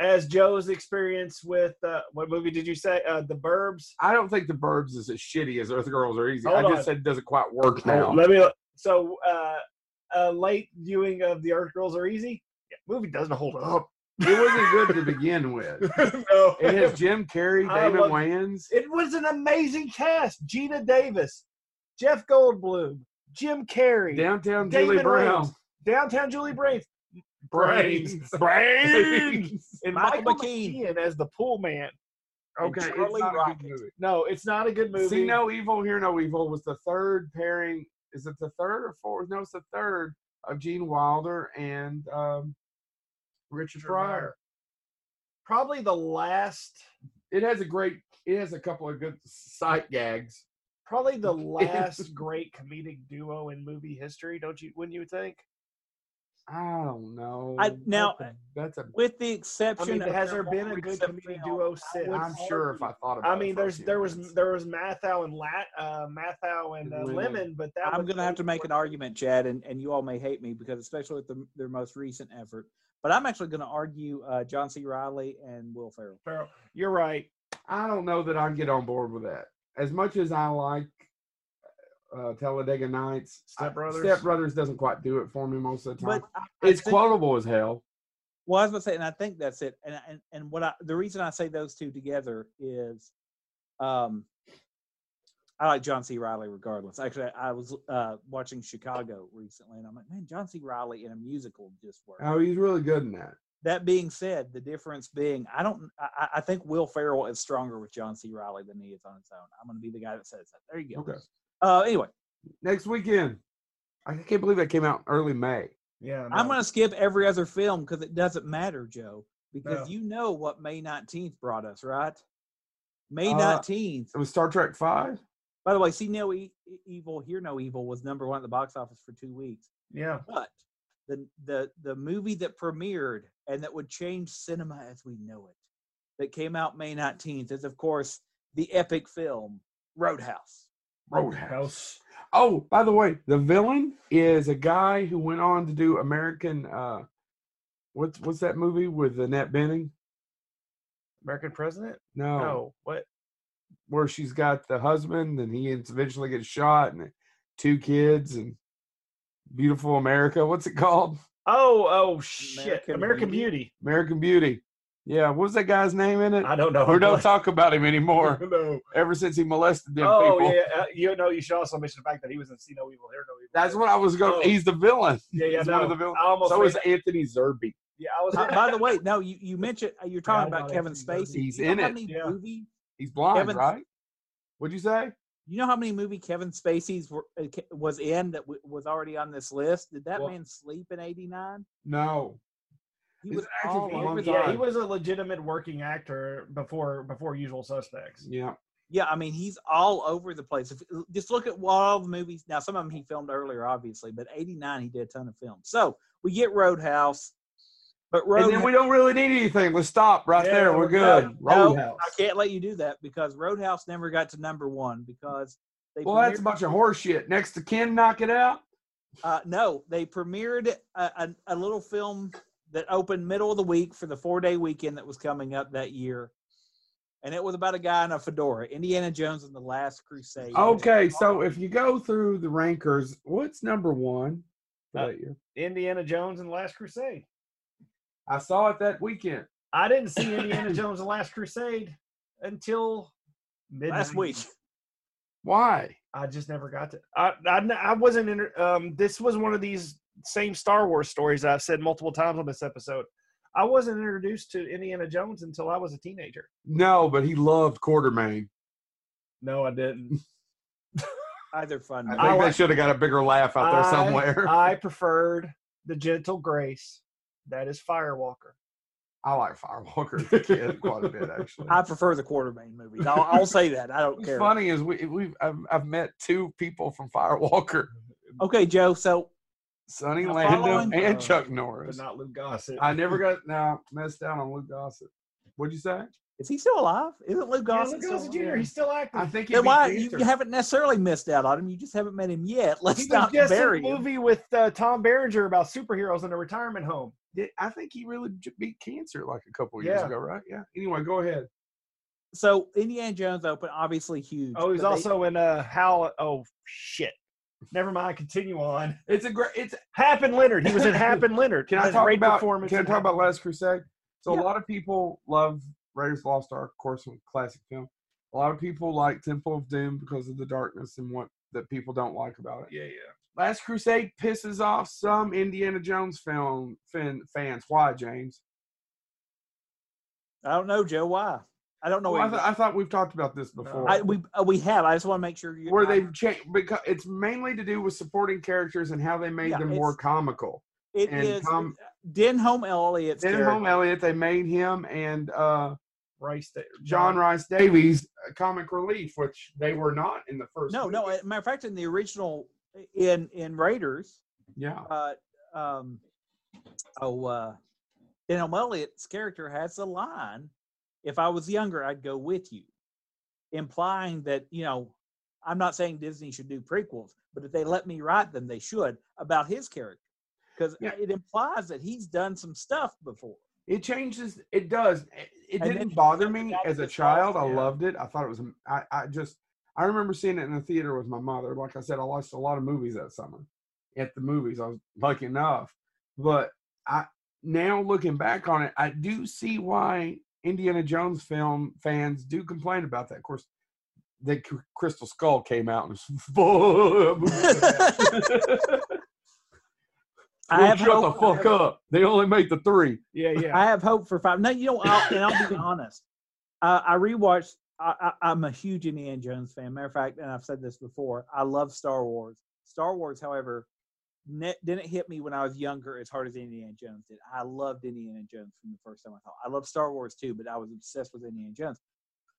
D: As Joe's experience with uh, what movie did you say? Uh, the Burbs.
B: I don't think the Burbs is as shitty as Earth Girls Are Easy.
D: Hold
B: I just
D: on.
B: said it doesn't quite work now.
D: Oh, let me. So uh, a late viewing of the Earth Girls Are Easy. Yeah, movie doesn't hold up.
B: it wasn't good to begin with.
D: no.
B: It has Jim Carrey,
D: I
B: Damon
D: love-
B: Wayans.
D: It was an amazing cast. Gina Davis, Jeff Goldblum, Jim Carrey,
B: Downtown Julie
D: Damon
B: Brown.
D: Wayans, Downtown Julie Brains,
B: Brains.
D: Brains! and
C: Michael
D: Michael,
C: McKean.
D: McKean. as the pool man.
B: Okay, it's
C: Charlie
B: not a
C: Rocket.
B: good movie.
D: No, it's not a good movie.
B: See No Evil, Hear No Evil was the third pairing. Is it the third or fourth? No, it's the third of Gene Wilder and um, Richard Pryor.
D: Probably the last.
B: It has a great. It has a couple of good sight gags.
D: Probably the last great comedic duo in movie history, don't you? Wouldn't you think?
B: I don't know.
C: I-
B: That's
C: now-
B: a- that's a
C: With the exception,
D: I mean,
C: of
D: has
C: their
D: there been a
C: more
D: good
C: recent
D: comedic
C: film,
D: duo
C: I
D: since?
C: would
B: I'm sure if I
C: argue-
B: thought about it.
D: I mean,
B: for a
D: there's
B: few
D: there was
B: minutes.
D: there was Mathau and Lat uh, Mathau and
B: And
D: uh,
B: Lemon.
D: Lemon, but that
C: I'm
D: was
C: going to have to
D: those
C: make
D: were-
C: an argument, Chad, and, and you all may hate me because especially with the, their most recent effort. But I'm actually going to argue uh, John C. Riley and Will Ferrell.
D: Farrell. You're right.
B: I don't know that I can get on board with that. As much as I like uh, Talladega Nights,
A: Step
B: I-
A: Brothers?
B: Step Brothers doesn't quite do it for me most of the time.
C: But I- I
B: it's
C: think-
B: quotable as hell.
C: Well, I was gonna say, and I think that's it. And and and what I the reason I say those two together is, um, I like John C. Riley regardless. Actually, I was uh watching Chicago recently, and I'm like, man, John C. Riley in a musical just works.
B: Oh, he's really good in that.
C: That being said, the difference being, I don't, I, I- I think Will Ferrell is stronger with John C. Riley than he is on his own. I'm gonna be the guy that says that. There you go.
B: Okay.
C: Uh, anyway,
B: Next weekend. I can't believe that came out early May.
D: Yeah,
C: I'm gonna skip every other film because it doesn't matter, Joe.
D: No.
C: Because you know what May 19th brought us, right? May
B: Uh,
C: 19th.
B: It was Star Trek Five.
C: By the way, See No e- E- Evil, Hear No Evil was number one at the box office for two weeks.
D: yeah.
C: But the the the movie that premiered and that would change cinema as we know it, that came out May 19th, is of course the epic film Roadhouse.
B: Roadhouse. Oh, by the way, the villain is a guy who went on to do American. uh What's what's that movie with Annette Benning?
A: American president?
B: No,
A: No. What?
B: where she's got the husband and he eventually gets shot and two kids and beautiful America. What's it called?
A: Oh, oh shit!
C: American
A: American,
C: Beauty?
A: Beauty.
B: American Beauty. Yeah, what was that guy's name in it?
D: I don't know.
B: We don't talk about him anymore.
D: no.
B: Ever since he molested them
D: Oh
B: people.
D: yeah, uh, you know you should also mention the fact that he was in See No Evil, Hear No Evil.
B: That's what I was going.
D: Oh.
B: to He's the villain.
D: Yeah, yeah,
B: He's
D: no.
B: one of the villain.
D: I almost.
B: So
D: made-
B: is Anthony Zerbe.
D: yeah, I was.
C: Uh, by the way, no, you, you mentioned uh, you're talking
D: I
C: about
D: know
C: Kevin
D: that movie.
C: Spacey.
B: He's
C: you know
B: in
C: how
B: it.
C: many
D: Yeah.
C: movie-
B: He's blind,
C: Kevin's-
B: right? What'd you say?
C: you know how many movie Kevin Spacey's were, uh, ca- was in that w- was already on this list? Did that
B: Well-
C: man sleep in '89?
B: No.
C: He
B: He's
C: was
B: active
C: all
B: for a
C: over
B: long
C: the
D: yeah, he
B: time.
D: was a legitimate working actor before before Usual Suspects.
B: Yeah.
C: Yeah, I mean he's all over the place. If, just look at all the movies. Now some of them he filmed earlier, obviously, but '89 he did a ton of films. So we get Roadhouse, but
B: And then
C: Roadhouse.
B: we don't really need anything. Let's stop right
D: Yeah,
B: there. We're
D: we're
B: good.
C: good. No,
B: Roadhouse.
C: I can't let you do that because Roadhouse never got to number one because they.
B: Well, that's a
C: premiered-
B: bunch of horse shit. Next to Ken, knock it out.
C: Uh, no, they premiered a, a, a little film that opened middle of the week for the four day weekend that was coming up that year. And it was about a guy in a fedora, Indiana Jones and the Last Crusade.
B: Okay, so if you go through the rankers, what's number one for
D: Uh,
B: that year?
D: Indiana Jones and the Last Crusade.
B: I saw it that weekend.
D: I didn't see Indiana Jones and the Last Crusade until mid
C: last week.
B: Why?
D: I just never got to.
A: I, I, kn- I wasn't. Inter- um, this was one of these same Star Wars stories that I've said multiple times on this episode. I wasn't introduced to Indiana Jones until I was a teenager.
B: No, but he loved Quartermain.
D: No, I didn't.
C: Either fun.
B: I
C: night.
B: think
D: I-
B: they should have got a bigger laugh out there
D: I-
B: somewhere. I,
D: I preferred the Gentle Grace. That is Firewalker.
B: like Firewalker as a kid quite a bit, actually.
C: I prefer the Quartermain movies. I'll, I'll say that. I don't
B: What's
C: care.
B: funny is we we've I've, I've met two people from Firewalker,
C: Okay, Joe. So
B: Sonny
C: Now,
B: Landham
C: following-
B: and
D: Uh,
B: Chuck
D: But
B: Norris.
D: not Luke Gossett.
B: I never got now messed down on Luke Gossett. What'd you say?
C: is he still alive? Isn't Luke
D: Yeah,
C: Gossett
D: Luke
C: still
D: Gossett
C: alive?
D: Jr. He's still active.
B: I think he
C: Then
B: beat
C: why you,
B: Cancer.
C: you haven't necessarily missed out on him? You just haven't met him yet. Let's
D: He
C: not
D: was just
C: bury
D: in a
C: him.
D: movie with uh, Tom Berenger about superheroes in a retirement home.
B: Did- I think he really j- beat cancer like a couple years
D: Yeah.
B: ago, right? Yeah. Anyway, go ahead.
C: So Indiana Jones Open, obviously huge.
D: Oh, he's
C: but they-
D: also in uh, How. Oh shit. Never mind. Continue on.
B: It's a great. It's
A: Happen Leonard. He was in Happen Leonard.
B: can I
A: His
B: talk
A: great
B: about?
A: performance
B: Can I
A: in
B: talk about
A: Happen-
B: Last Crusade? So
C: Yeah.
B: a lot of people love Raiders of the Lost Ark, of course, a classic film. A lot of people like Temple of Doom because of the darkness and what that people don't like about it.
D: Yeah, yeah.
B: Last Crusade pisses off some Indiana Jones film fan, fans. Why, James?
C: I don't know, Joe. Why? I don't know.
B: Well, Oh, I,
C: why.
B: th- I thought we've talked about this before.
C: I, we uh, we have. I just want to make sure you.
B: where
C: I-
B: they've changed because it's mainly to do with supporting characters and how they made
C: Yeah,
B: them more
C: it's-
B: comical.
C: It
B: and
C: is uh,
B: Tom-
C: Denholm Elliott's
B: Denholm
C: character.
B: Elliott, they made him and uh,
D: Rice. Da-
B: John Rice Davies uh, comic relief, which they were not in the first.
C: No, no.
B: movie.
C: uh, Matter of fact, in the original, in in Raiders,
B: yeah,
C: uh, um, oh, uh, Denholm Elliott's character has a line. If I was younger, I'd go with you, implying that you know. I'm not saying Disney should do prequels, but if they let me write them, they should about his character because
B: Yeah.
C: it implies that he's done some stuff before.
B: It changes. It does. It, it
C: And then
B: didn't
C: she
B: bother
C: comes
B: me
C: out
B: as
C: the
B: a child. I
C: closet.
B: loved it. I thought it was. am- I, I just. I remember seeing it in the theater with my mother. Like I said, I watched a lot of movies that summer. At the movies, I was lucky enough. But I now looking back on it, I do see why Indiana Jones film fans do complain about that. Of course, the C- Crystal Skull came out and it's
C: I have
B: shut the
C: hope-
B: fuck up. They only make the three.
D: Yeah, yeah.
C: I have hope for five. No, you know, I'll, and I'll be honest. Uh, I rewatched. I, I, I'm a huge Indiana Jones fan. Matter of fact, and I've said this before. I love Star Wars. Star Wars, however, ne- didn't hit me when I was younger as hard as Indiana Jones did. I loved Indiana Jones from the first time I saw. it. I love Star Wars too, but I was obsessed with Indiana Jones.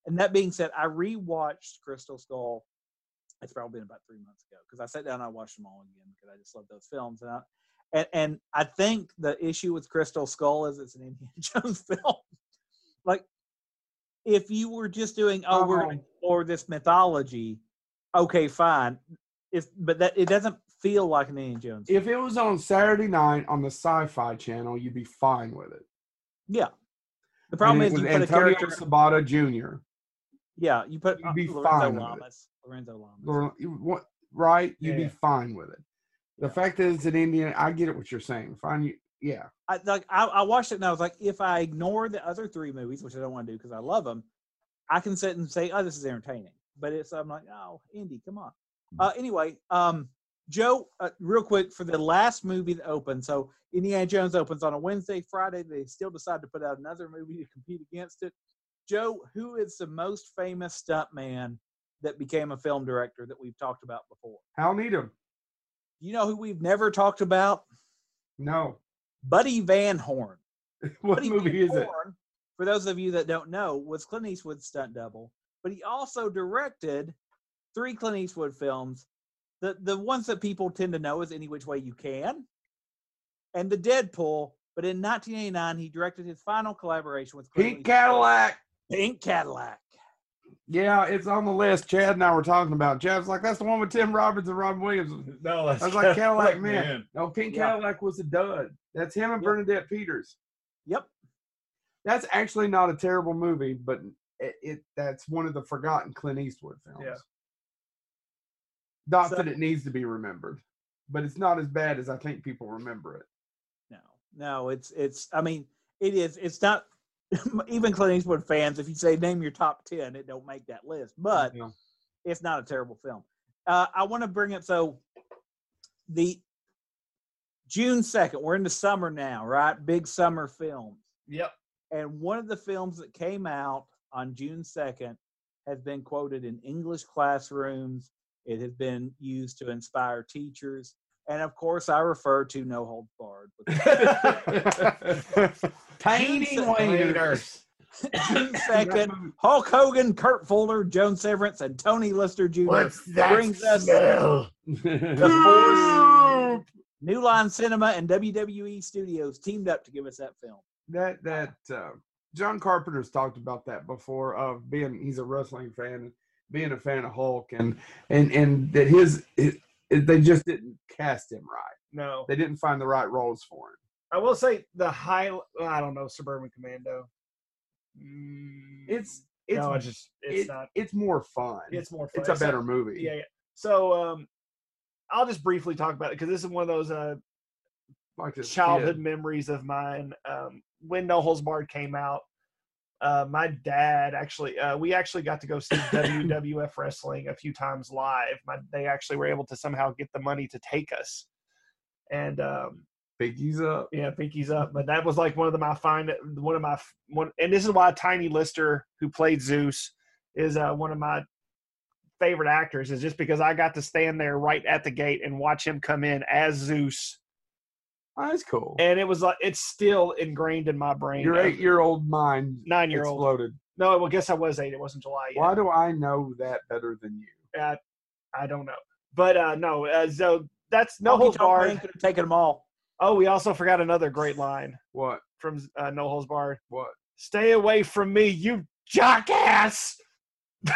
C: And that being said, I rewatched Crystal Skull. It's probably been about three months ago because I sat down and I watched them all again because I just love those films. And I, and and I think the issue with Crystal Skull is it's an Indiana Jones film. like, if you were just doing oh we're
B: Uh-huh.
C: gonna explore this mythology, okay, fine. It's but that it doesn't feel like an Indiana Jones.
B: If it was on Saturday night on the Sci-Fi Channel, you'd be fine with it.
C: yeah, the problem
B: And
C: is
B: it
C: you
B: was
C: put a
B: Antonio
C: character.
B: Sabata Jr.
C: Yeah, you put
B: you'd be
C: uh,
B: fine
C: Lorenzo
B: with it.
C: Lamas. Lorenzo Lamas.
B: Or- you want- Right? You'd
D: Yeah.
B: be fine with it. The
D: Yeah.
B: fact that it's an Indian, I get it. What you're saying, fine. You, yeah,
C: I like I, I watched it and I was like, if I ignore the other three movies, which I don't want to do because I love them, I can sit and say, oh, this is entertaining. But it's I'm like, oh, Indy, come on. Uh, anyway, um, Joe, uh, real quick for the last movie that opened. So Indiana Jones opens on a Wednesday, Friday. They still decide to put out another movie to compete against it. Joe, who is the most famous stuntman that became a film director that we've talked about before?
B: Hal Needham.
C: You know who we've never talked about?
B: No,
C: Buddy Van Horn.
B: what
C: Buddy
B: movie is it?
C: Horn, for those of you that don't know, was Clint Eastwood's stunt double, but he also directed three Clint Eastwood films. The the ones that people tend to know is Any Which Way You Can, and the Deadpool. But in 1989, he directed his final collaboration with Clint
B: Pink
C: Eastwood,
B: Cadillac.
C: Pink Cadillac.
B: Yeah, it's on the list. Chad and I were talking about. it. Chad's like, that's the one with Tim Robbins and Robin Williams.
D: No, that's
B: I was like, Cadillac
D: Cadillac
B: Man. No, Pink
C: Yeah.
B: Cadillac was a dud. That's him and
C: Yeah.
B: Bernadette Peters.
C: Yep.
B: that's actually not a terrible movie, but it, it that's one of the forgotten Clint Eastwood films.
D: Yeah.
B: Not
C: So-
B: that it needs to be remembered, but it's not as bad as I think people remember it.
C: No, no, it's it's. I mean, it is. It's not. Even Clint Eastwood fans, if you say name your top ten, it don't make that list. But
B: You know,
C: it's not a terrible film. Uh, I want to bring up so the June second. We're into summer now, right? Big summer films,
D: Yep.
C: and one of the films that came out on June second has been quoted in English classrooms. It has been used to inspire teachers, and of course, I refer to No Holds Barred. because
B: Painting waiters.
C: June
B: That
C: second,
B: movie-
C: Hulk Hogan, Kurt Fuller, Joan Severance, and Tony Lister Jr. brings us the Force, New Line Cinema, and WWE Studios teamed up to give us that film.
B: that that uh, John Carpenter's talked about that before of being he's a wrestling fan and being a fan of Hulk and and and that his, his they just didn't cast him right.
D: No.
B: They didn't find the right roles for him.
D: I will say the high. I don't know Suburban Commando. Mm,
B: It's it's
D: no, I just it's
B: it-
D: not.
B: it's more fun. It's,
D: It's more. Fun.
B: it's a
D: So-
B: better movie.
D: Yeah, yeah. So um, I'll just briefly talk about it because this is one of those uh,
B: Like this
D: childhood
B: kid.
D: memories of mine. Um, when No Holds Barred came out, uh, my dad actually, uh, we actually got to go see WWF wrestling a few times live. My, they actually were able to somehow get the money to take us. And um,
B: Biggie's up.
D: yeah, pinkies up. But that was like one of the, my fine, one of my one, and this is why Tiny Lister, who played Zeus, is uh, one of my favorite actors. Is just because I got to stand there right at the gate and watch him come in as Zeus,
B: Oh, that's cool.
D: and it was like it's still ingrained in my brain.
B: Your eight year old mind
D: nine year old.
B: exploded.
D: No, well, guess I was eight. It wasn't July yet.
B: Why do I know that better than you?
D: Uh, I don't know, but uh, no. Uh, so that's no
C: Honky
D: holds
C: Tonk Man
D: barred.
C: could have taken them all.
D: Oh, we also forgot another great line
B: What?
D: from uh, No Holds Barred.
B: What?
D: Stay away from me, you jockass.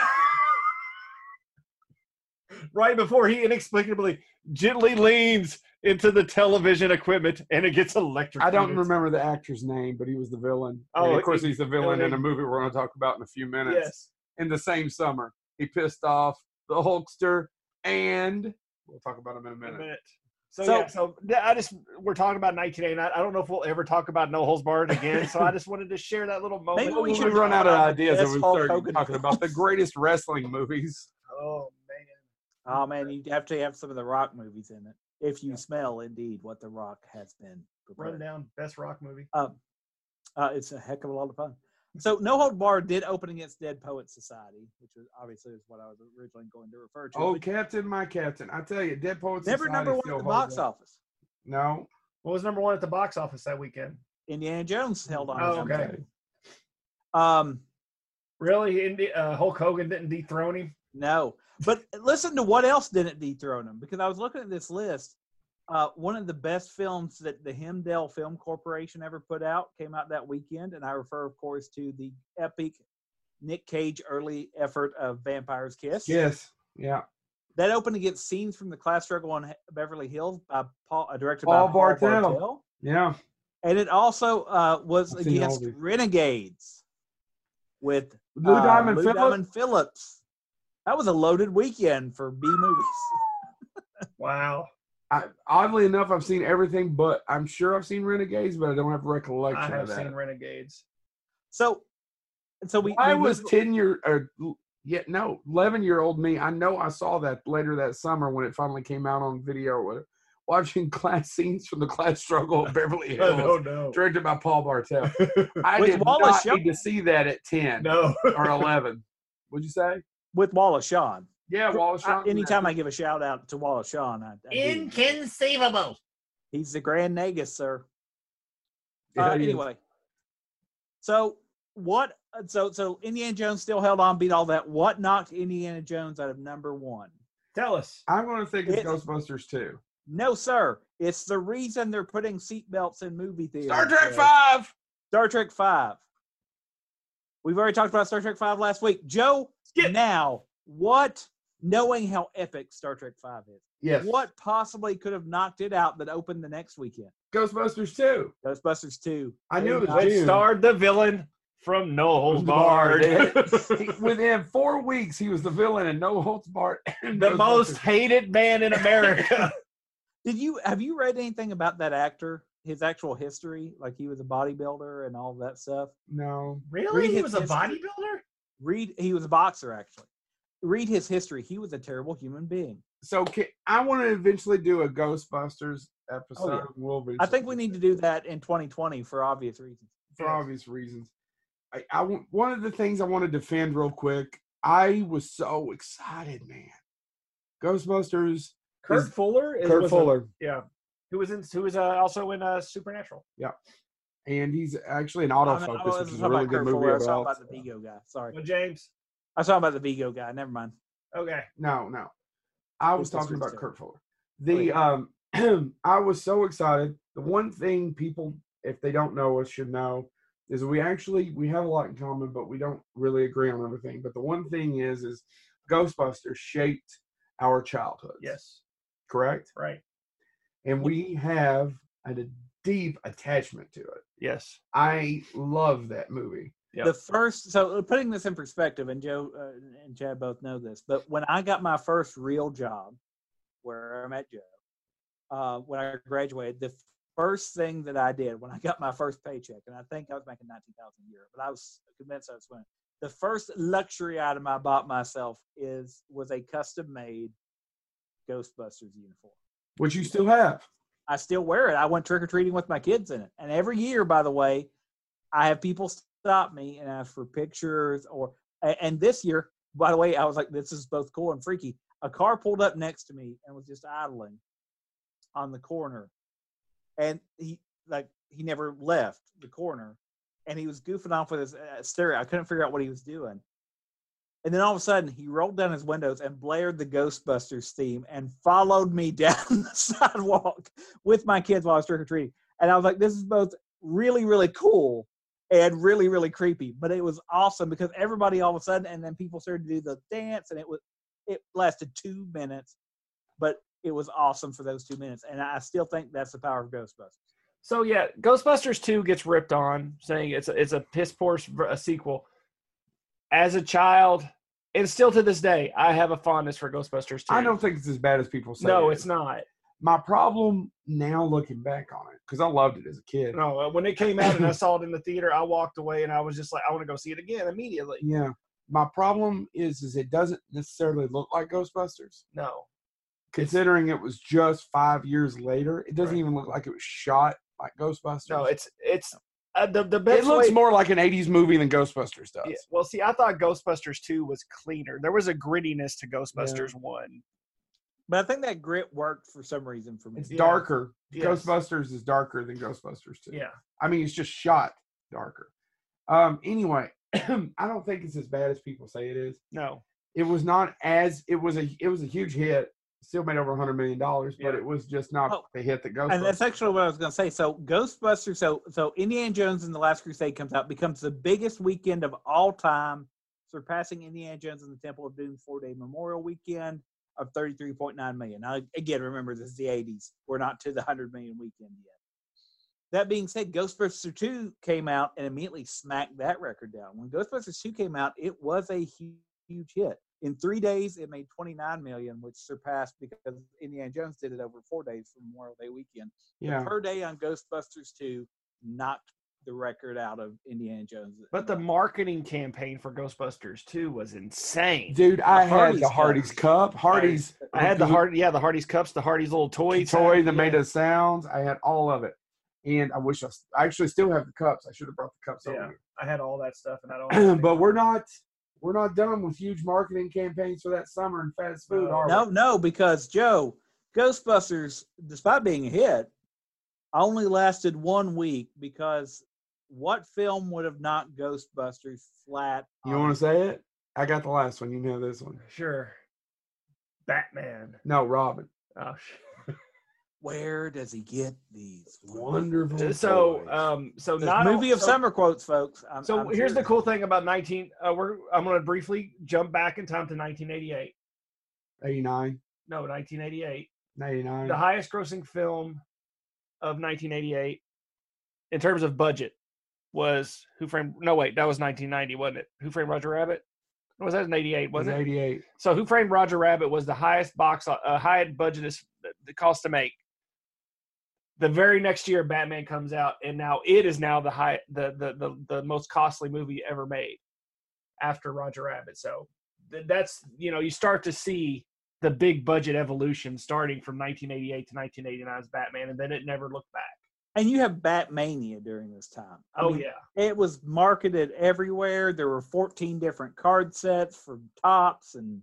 D: right before he inexplicably gently leans into the television equipment and it gets electric.
B: I don't remember the actor's name, but he was the villain.
D: Oh,
B: Oh, of course,
D: he-
B: he's the villain
D: he-
B: in a movie we're going to talk about in a few minutes.
D: Yes.
B: In the same summer, he pissed off the Hulkster, and we'll talk about him in a
D: a
B: minute.
D: minute. So,
C: So-
D: yeah, so th- I just we're talking about 1989. I don't know if we'll ever talk about No Holes Barred again. So I just wanted to share that little moment.
C: Maybe
B: Well,
C: we
B: we
C: should
B: should run out of
C: talk about
B: ideas
C: the
B: if we
C: best Hulk
B: start
C: Hogan
B: talking about the greatest wrestling movies.
D: Oh man.
C: Oh man, you have to have some of the Rock movies in it if you smell indeed what the Rock has been. prepared.
D: Run down best rock movie.
C: Um, uh, it's a heck of a lot of fun. So No Hold Bar did open against Dead Poets Society, which was obviously is what I was originally going to refer to.
B: Oh,
C: but
B: Captain, my Captain! I tell you, Dead Poets
C: never
B: Society
C: number one
B: still
C: at the
B: holds
C: box
B: up.
C: office.
B: No,
D: What was number one at the box office that weekend?
C: Indiana Jones held on.
D: Oh,
C: to number
D: okay.
C: two. Um,
D: Really? Indi- uh, Hulk Hogan didn't dethrone him.
C: no, but listen to what else didn't dethrone him because I was looking at this list. Uh, one of the best films that the Hemdale Film Corporation ever put out came out that weekend, and I refer, of course, to the epic Nick Cage early effort of Vampire's Kiss.
B: Yes. Yeah.
C: That opened against scenes from the class struggle on H- Beverly Hills by Paul, uh, directed
B: Paul
C: by Paul
B: Bartel.
C: Bartel.
B: Yeah.
C: and it also uh, was
B: I've seen all
C: against
B: these.
C: Renegades with
B: Blue
C: uh,
B: Diamond
C: Lou
B: Phillips.
C: Diamond Phillips. That was a loaded weekend for B movies.
D: Wow.
B: I, oddly enough, I've seen everything, but I'm sure I've seen Renegades, but I don't have recollection
D: I have
B: of that.
D: seen Renegades.
C: So, so we.
B: I
C: we
B: was
C: moved-
B: ten year, or yeah, no, eleven year old me. I know I saw that later that summer when it finally came out on video. or whatever, Watching class scenes from the class struggle at Beverly Hills,
D: Oh, no.
B: directed by Paul Bartel. I
C: With
B: did
C: Wallace
B: not need to see that at ten
D: No.
B: or eleven. Would you say?
C: with Wallace Shawn.
B: Yeah, Wallace.
C: I,
B: Shawn-
C: anytime I give a shout out to Wallace Shawn, I, I do.
D: Inconceivable.
C: he's the Grand Negus, sir.
B: Yeah,
C: uh,
B: he is.
C: anyway, so what? So so Indiana Jones still held on, beat all that. What knocked Indiana Jones out of number one?
D: Tell us.
B: I'm going to think it's
C: It-
B: Ghostbusters too.
C: No, sir. It's the reason they're putting seatbelts in movie theaters.
B: Star Trek
C: sir.
B: Five.
C: Star Trek Five. We've already talked about Star Trek Five last week. Joe,
D: Skip.
C: now what? Knowing how epic Star Trek Five is,
B: Yes.
C: what possibly could have knocked it out that opened the next weekend?
B: Ghostbusters two?
C: Ghostbusters Two.
B: I knew it was
D: Which
B: June.
D: starred the villain from No Holds Barred.
B: He- within four weeks, he was the villain in No Holds Barred. and
D: the
B: Ghostbusters.
D: most hated man in America.
C: Did you have you read anything about that actor? His actual history, like he was a bodybuilder and all that stuff.
B: No.
D: really?
C: Read
D: He
C: his
D: was a
C: history.
D: bodybuilder?
C: Read he was a boxer actually. Read his history. He was a terrible human being.
B: So can, I want to eventually do a Ghostbusters episode. We'll
C: Oh, I think we need to do that in 2020 for obvious reasons.
B: for obvious reasons. I, I want- one of the things I want to defend real quick. I was so excited, man. Ghostbusters.
D: Kurt
B: Is-
D: Fuller? is-
B: Kurt
D: was a-
B: Fuller.
D: yeah. Who was in? Who was uh, also in uh, Supernatural?
B: and he's actually an
C: I mean, I
B: autofocus,
C: wasn't
B: which is
C: talking
B: a really
C: about
B: good
C: Kurt
B: movie
C: Fuller, I was
B: about.
C: talking about the Vigo guy. Sorry,
D: Well, James.
C: I was talking about the Vigo guy. Never mind.
D: Okay.
B: No, no, I was
C: Ghostbusters
B: talking about
C: too. Oh,
B: Kurt Fuller. The um, I was so excited. The one thing people, if they don't know us, should know is we actually we have a lot in common, but we don't really agree on everything. But the one thing is, is Ghostbusters shaped our childhood.
D: Yes.
B: correct,
D: Right.
B: and we have a d- deep attachment to it.
D: Yes.
B: I love that movie.
D: Yep.
C: The first, so uh, putting this in perspective, and Joe uh, and Chad both know this, but when I got my first real job, where I met Joe, uh, when I graduated, the first thing that I did when I got my first paycheck, and I think I was making nineteen thousand a year, but I was convinced I was winning. The first luxury item I bought myself is was a custom made Ghostbusters uniform.
B: Which you still have.
C: I still wear it. I went trick or treating with my kids in it. And every year, by the way, I have people stop me and ask for pictures or a- and this year, by the way, I was like, this is both cool and freaky. A car pulled up next to me and was just idling on the corner. And he like he never left the corner and he was goofing off with his uh, stereo. I couldn't figure out what he was doing. And then all of a sudden, he rolled down his windows and blared the Ghostbusters theme and followed me down the sidewalk with my kids while I was trick or treating. And I was like, this is both really, really cool and really, really creepy. But it was awesome because everybody all of a sudden, and then people started to do the dance, and it was it lasted two minutes, but it was awesome for those two minutes. And I still think that's the power of Ghostbusters.
D: So yeah, Ghostbusters Two gets ripped on, saying it's a, it's a piss poor s- a sequel. As a child, and still to this day, I have a fondness for Ghostbusters Two.
B: I don't think it's as bad as people say.
D: No,
B: it
D: it's
B: is.
D: not.
B: My problem now, looking back on it, because I loved it as a kid.
D: No, uh, when it came out and I saw it in the theater, I walked away and I was just like, I want to go see it again immediately.
B: Yeah, my problem is, is it doesn't necessarily look like Ghostbusters.
D: No,
B: Considering it was just five years later, it doesn't
D: Right.
B: even look like it was shot like Ghostbusters.
D: no, it's it's uh, the the best.
B: it looks
D: way-
B: more like an '80s movie than Ghostbusters does.
D: Yeah, Well, see, I thought Ghostbusters Two was cleaner. There was a grittiness to Ghostbusters One.
C: But I think that grit worked for some reason for me.
B: It's
D: Yeah.
B: darker.
D: Yes.
B: Ghostbusters is darker than Ghostbusters too.
D: Yeah.
B: I mean, it's just shot darker. Um, anyway, I don't think it's as bad as people say it is.
D: No.
B: It was not as it was a it was a huge hit. Still made over 100 million dollars, but
D: Yeah.
B: it was just not
C: Oh,
B: the hit that Ghostbusters.
C: And that's actually what I was going to say. So Ghostbusters, so so Indiana Jones and the Last Crusade comes out, becomes the biggest weekend of all time, surpassing Indiana Jones and the Temple of Doom four day Memorial Weekend of thirty three point nine million. Now again, remember this is the eighties. We're not to the hundred million weekend yet. That being said, Ghostbusters two came out and immediately smacked that record down. When Ghostbusters two came out, it was a huge, huge hit. In three days, it made 29 million, which surpassed because Indiana Jones did it over four days from Memorial Day weekend.
B: yeah.
C: Per day on Ghostbusters 2 knocked the record out of Indiana Jones.
D: But the marketing campaign for Ghostbusters Two was insane.
B: Dude, I had
C: Hardee's
B: the
C: cup.
B: Hardy's cup. Hardy's
D: I had the hard, yeah, the Hardy's cups, the Hardy's little toy
B: toy that
D: sound.
B: made us sounds. I had all of it, and I wish I, s- I actually still have the cups. I should have brought the cups.
D: Yeah.
B: over
D: I had all that stuff, and I don't.
B: here.
D: understand
B: but we're not we're not done with huge marketing campaigns for that summer and fast food.
D: No.
B: Are we?
C: No, no, because Joe, Ghostbusters, despite being a hit, only lasted one week because what film would have knocked Ghostbusters flat?
B: You want to say it? I got the last one. You know this one.
D: sure. Batman.
B: No, Robin.
D: Oh, sh-
C: Where does he get these?
B: Wonderful.
D: so,
B: toys.
D: um, so
C: This
D: not
C: movie of
D: so-
C: summer quotes, folks. I'm,
D: So
C: I'm
D: here's the
C: serious.
D: cool thing about 19. Uh, we're I'm going to briefly jump back in time to 1988.
B: 89,
D: No, 1988.
B: 99.
D: the highest grossing film of 1988 in terms of budget was Who Framed No wait, that was 1990, wasn't it? Who Framed Roger Rabbit? Or was that in 88,
B: It was
D: wasn't it?
B: 88.
D: So Who Framed Roger Rabbit was the highest box uh, highest budget is the cost to make. The very next year Batman comes out and now it is now the high the the the, the most costly movie ever made after Roger Rabbit. So th- that's you know you start to see the big budget evolution starting from 1988 to 1989's Batman, and then it never looked back.
C: And you have Batmania during this time. I
D: oh
C: mean,
D: yeah,
C: It was marketed everywhere. There were 14 different card sets for tops and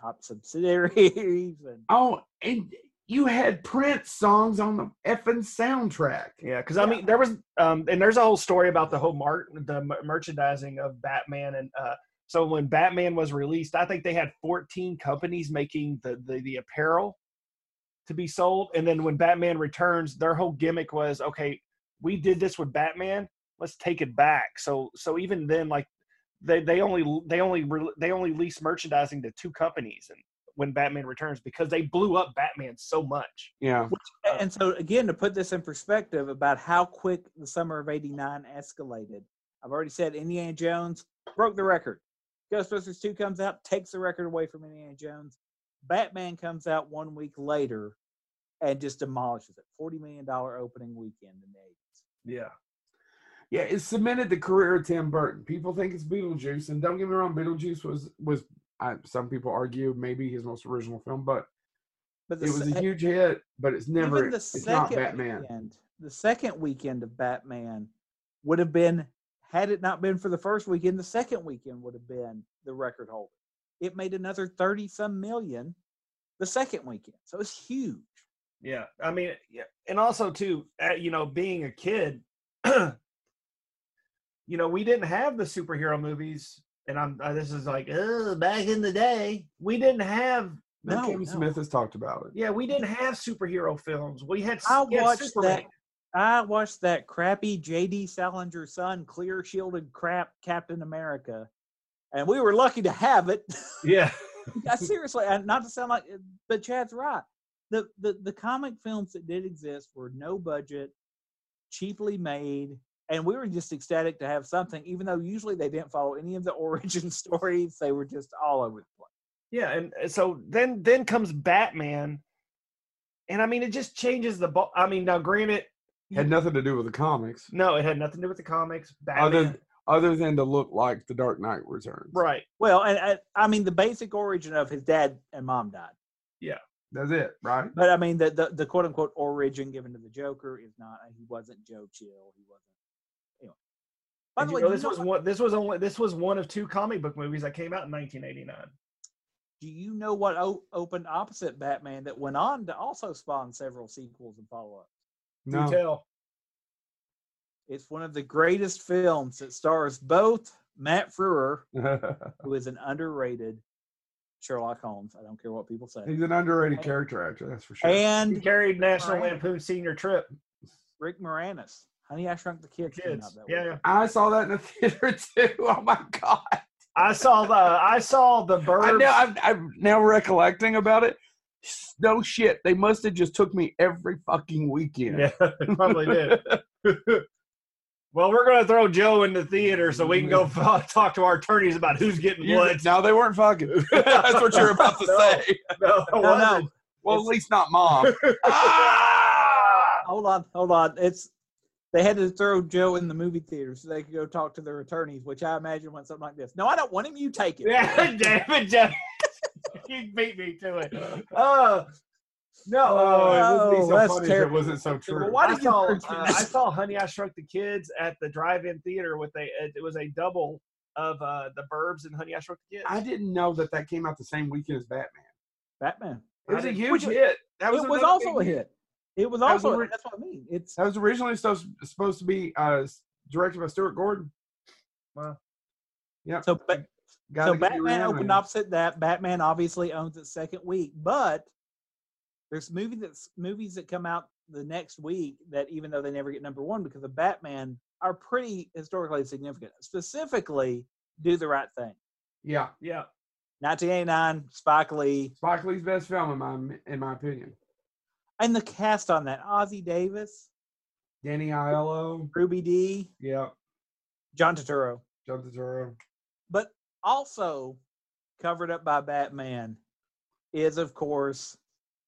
C: top subsidiaries. And
B: Oh, and you had Prince songs on the effing soundtrack.
D: yeah. Because I mean, there was um, and there's a whole story about the whole mar- the m- merchandising of Batman, and uh, so when Batman was released, I think they had 14 companies making the the, the apparel to be sold, and then when Batman returns, their whole gimmick was okay, we did this with Batman, let's take it back. So so even then, like they they only they only re- they only lease merchandising to two companies, and when Batman returns because they blew up Batman so much.
B: Yeah.
D: Uh,
C: and so, again, to put this in perspective about how quick the summer of 89 escalated, I've already said Indiana Jones broke the record. Ghostbusters 2 comes out, takes the record away from Indiana Jones. Batman comes out one week later and just demolishes it. $40 million opening weekend in the 80s.
D: Yeah.
B: Yeah, it cemented the career of Tim Burton. People think it's Beetlejuice, and don't get me wrong, Beetlejuice was was I, some people argue maybe his most original film, but
C: But
B: it was
C: se-
B: a huge hit. But it's never
C: even the
B: it's
C: second
B: not Batman.
C: Weekend, the second weekend of Batman would have been, had it not been for the first weekend, the second weekend would have been the record holder. It made another thirty some million the second weekend, so it's huge.
D: Yeah, I mean, yeah, and also too, uh, you know, being a kid, you know, we didn't have the superhero movies, and I'm uh, this is like "Ugh, back in the day, we didn't have.
B: Now
C: No,
B: Kevin
C: no.
B: Smith has talked about it.
D: Yeah, we didn't have superhero films. We had. s-
C: I
D: we had
C: watched
D: Superman.
C: that. I watched that crappy J.D. Salinger son clear shielded crap Captain America, and we were lucky to have it.
D: Yeah,
C: I seriously, I- not to sound like, uh, but Chad's right. The, the the comic films that did exist were no budget, cheaply made, and we were just ecstatic to have something. Even though usually they didn't follow any of the origin stories, they were just all over the place.
A: Yeah, and
D: eh,
A: and so then then comes Batman, and I mean it just changes the. Bo- I mean now, granted,
B: Had nothing to do with the comics,
A: no, it had nothing to do with the comics.
B: other
A: Batman,
B: other than to look like the Dark Knight Returns.
A: right?
C: Well, and, and I mean the basic origin of his dad and mom died,
B: That's it. Right.
C: but I mean the the, the quote unquote origin given to the Joker is not. He wasn't Joe Chill. He wasn't. Anyway, by
A: Did
C: the
A: you
C: way,
A: know
C: you
A: this
C: know
A: was
C: what-
A: one. This was only this was one of two comic book movies that came out in 1989.
C: Do you know what o- opened opposite Batman that went on to also spawn several sequels and follow ups?
A: Do
B: No.
A: tell.
C: It's one of the greatest films that stars both Matt Frewer, who is an underrated Sherlock Holmes. I don't care what people say.
B: He's an underrated character actor. That's for sure.
A: He
C: And
A: carried National
C: Right.
A: Lampoon Senior Trip.
C: Rick Moranis. Honey, I Shrunk the Kids. came out
A: Kids,
C: that
A: yeah,
C: week.
A: yeah.
B: I saw that in the theater too. Oh my god!
A: I saw the I saw the bird.
B: I know, I'm, I'm now recollecting about it. S- No shit. They must have just took me every fucking weekend.
A: Yeah, they probably did. well, we're gonna throw Joe in the theater so we can go f- talk to our attorneys about who's getting
B: You-
A: what.
B: No, they weren't fucking. That's what you're about to
A: No.
B: say.
A: No, I
C: No,
A: wasn't.
C: no.
B: Well, at least not mom. Ah!
C: Hold on, hold on. It's they had to throw Joe in the movie theater so they could go talk to their attorneys, which I imagine went something like this. No, I don't want him. You take it.
A: Yeah, damn it, Jeff. you beat me to it. Uh, no, uh,
B: Oh, it would be
C: Oh,
B: so
C: that's
B: funny if it
C: terrible.
B: wasn't so true.
A: why
C: do
A: I
C: you
A: saw, uh,
C: bring
A: I
C: this?
A: saw Honey, I Shrunk the Kids at the drive-in theater with a. It was a double of uh, the Burbs and Honey, I Shrunk the Kids.
B: I didn't know that that came out the same weekend as Batman.
C: Batman.
B: It was
A: I
B: a
A: didn't-
B: huge
C: Which-
B: hit. That was
C: it was
B: another
C: also a
B: big
C: hit. It was
B: That was
C: also
B: ori-
C: that's what I mean. It's
B: That was originally supposed supposed to be uh, directed by Stuart Gordon. Wow. Yep.
C: so ba-
B: Guy that can
C: so
B: do
C: Batman
B: anime.
C: opened opposite that. Batman obviously owns its second week, but there's movie that's movies that come out the next week that even though they never get number one because of Batman are pretty historically significant. Specifically, do the right thing.
B: Yeah,
A: yeah,
C: 1989, Spike Lee,
B: Spike Lee's best film in my in my opinion.
C: and the cast on that: Ozzy Davis,
B: Danny Aiello.
C: Ruby D,
B: Yeah,
C: John Turturro.
B: Joe Turturro.
C: But also covered up by Batman is, of course,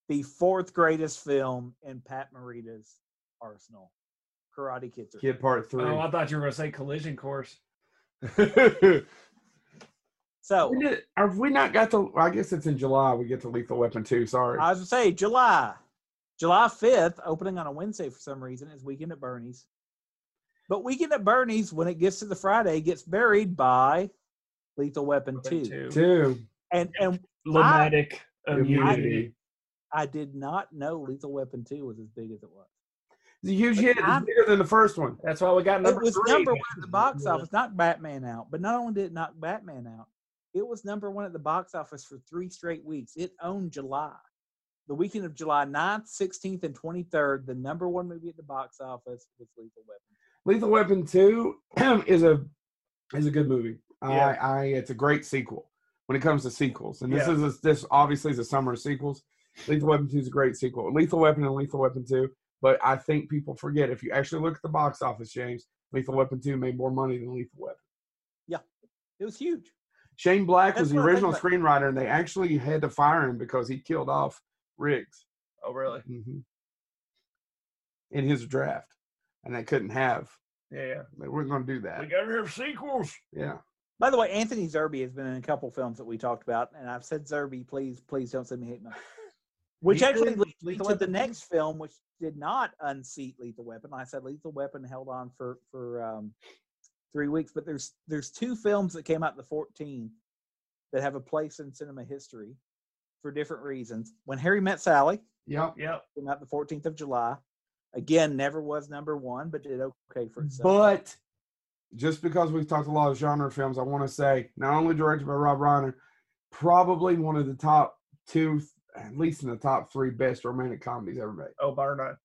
C: the fourth greatest film in Pat Morita's arsenal, Karate Kid 3.
B: Kid Part Three.
A: Oh, I thought you were gonna say Collision Course.
C: So
B: We did- have we not got to? I guess it's in July. We get to Lethal Weapon Two. Sorry.
C: I was gonna say July, July 5th, opening on a Wednesday for some reason is Weekend at Bernie's. But Weekend at Bernie's, when it gets to the Friday, gets buried by Lethal Weapon 2.
B: Two.
C: And and
A: Lunatic
B: Immunity.
A: immunity.
C: I did not know Lethal Weapon 2 was as big as it was.
B: It's a huge hit. It's
C: I'm-
B: bigger than the first one.
A: That's why we got number
C: it was
A: three.
C: number one at the box
A: Yeah.
C: office, knocked Batman out. But not only did it knock Batman out, it was number one at the box office for three straight weeks. It owned July. The weekend of July 9th, 16th, and 23rd, the number one movie at the box office was Lethal Weapon.
B: Lethal Weapon Two is a is a good movie.
A: Yeah.
B: I, I it's a great sequel when it comes to sequels, and this
A: Yeah.
B: is a, this obviously is a summer of sequels. Lethal Weapon Two is a great sequel. Lethal Weapon and Lethal Weapon Two, but I think people forget if you actually look at the box office, James. Lethal Weapon Two made more money than Lethal Weapon.
C: It was huge.
B: Shane Black was
C: That's
B: the
C: what I think
B: original
C: about-
B: screenwriter, and they actually had to fire him because he killed off Riggs
A: Oh, really?
B: hmm in his draft, and they couldn't have.
A: Yeah, yeah.
B: They weren't going to do that.
A: gotta have sequels.
B: Yeah.
C: By the way, Anthony Zerbe has been in a couple films that we talked about, and I've said Zerbe, please, please don't send me hate mail. Which
A: He
C: actually
A: did
C: leads me
A: Lethal
C: to the
A: Weapon.
C: next film, which did not unseat Lethal Weapon. Like I said Lethal Weapon held on for for um, three weeks, but there's there's two films that came out the 14th that have a place in cinema history for different reasons. When Harry Met Sally
B: Yep.
A: Yep.
C: came out the 14th of July. Again, never was number one, but did okay for itself.
B: But just because we've talked a lot of genre films, I want to say not only directed by Rob Reiner, probably one of the top two, at least in the top three best romantic comedies ever made.
A: Oh, bar none.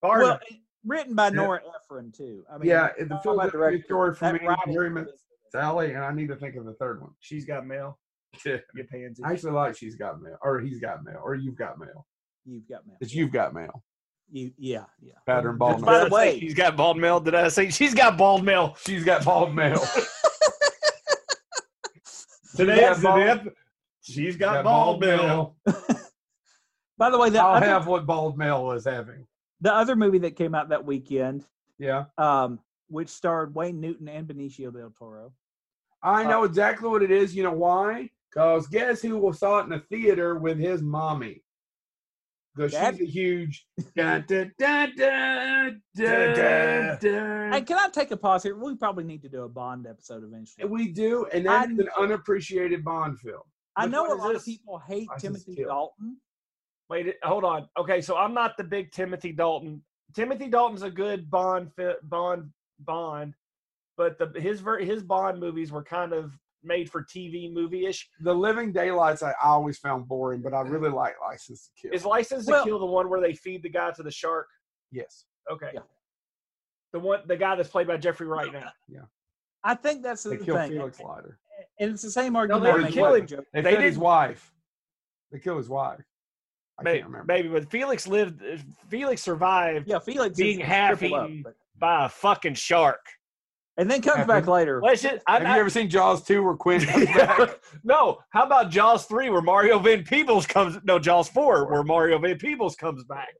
A: Bar
C: well,
A: none.
C: and written by
B: Yeah.
C: Nora Ephron too. I mean,
B: yeah, it- the
C: talk
B: film
C: about
B: that directed
C: director,
B: story for
C: that
B: me,
C: rival
B: Harry
C: is-
B: Met Sally, and I need to think of the third one.
A: She's got mail.
D: you pansy.
B: I actually like she's got mail, or he's got mail, or you've got mail.
C: You've got mail.
B: It's you've got mail.
C: You, yeah, yeah.
B: Pattern
D: Did
B: bald.
D: I
C: By
B: Mail.
C: the
D: say
C: way-
D: she's got bald mail. Did I say she's got bald mail?
B: She's got bald mail.
D: Today
B: got
D: is the
B: bald-
D: dip. She's got, bald, mail.
C: By the way, the
B: I'll
C: other,
B: have what bald mail is having.
C: the other movie that came out that weekend,
B: Yeah,
C: um, which starred Wayne Newton and Benicio del Toro.
B: I
C: Uh,
B: know exactly what it is. You know why? Cause guess who saw it in the theater with his mommy? Because
C: Dad?
B: she's a huge. dun, dun, dun, dun, dun,
D: Dun,
B: dun.
C: Hey, can I take a pause here? We probably need to do a Bond episode eventually.
B: We do, and
C: I-
B: that's an unappreciated Bond film.
C: I
D: Which
C: know
D: one
C: a
D: is
C: lot
D: this?
C: of people hate
B: License to
C: Timothy
B: Kill.
C: Dalton.
D: Wait, hold on. Okay, so I'm not the big Timothy Dalton. Timothy Dalton's a good Bond, fi- Bond, Bond, but the his ver- his Bond movies were kind of made for TV movie ish.
B: The Living Daylights I always found boring, but I really like License to Kill.
D: Is License
C: Well-
D: to Kill the one where they feed the guy to the shark?
B: yes.
D: Okay.
C: Yeah.
D: The one, the guy that's played by Jeffrey Wright now.
C: I think that's the
B: They kill
C: thing,
B: Felix Leiter.
C: and it's the same
D: No,
C: argument.
D: they
C: I
B: were
C: make
B: killing-
C: about Joe-
B: They,
D: They
B: killed his
D: didn't-
B: wife. They killed his wife. I
D: Maybe,
B: can't remember.
D: maybe, but Felix lived. Felix survived
C: Yeah, Felix
D: Being
C: is
D: half
C: triple up,
D: eaten.
C: but-
D: by a fucking shark.
C: and then comes
B: Half
C: back
B: eaten.
C: later.
D: Let's just, I,
B: Have you ever seen Jaws 2 where Quinn comes back?
D: no, how about Jaws three where Mario Van Peebles comes? No, Jaws four where Mario Van Peebles comes back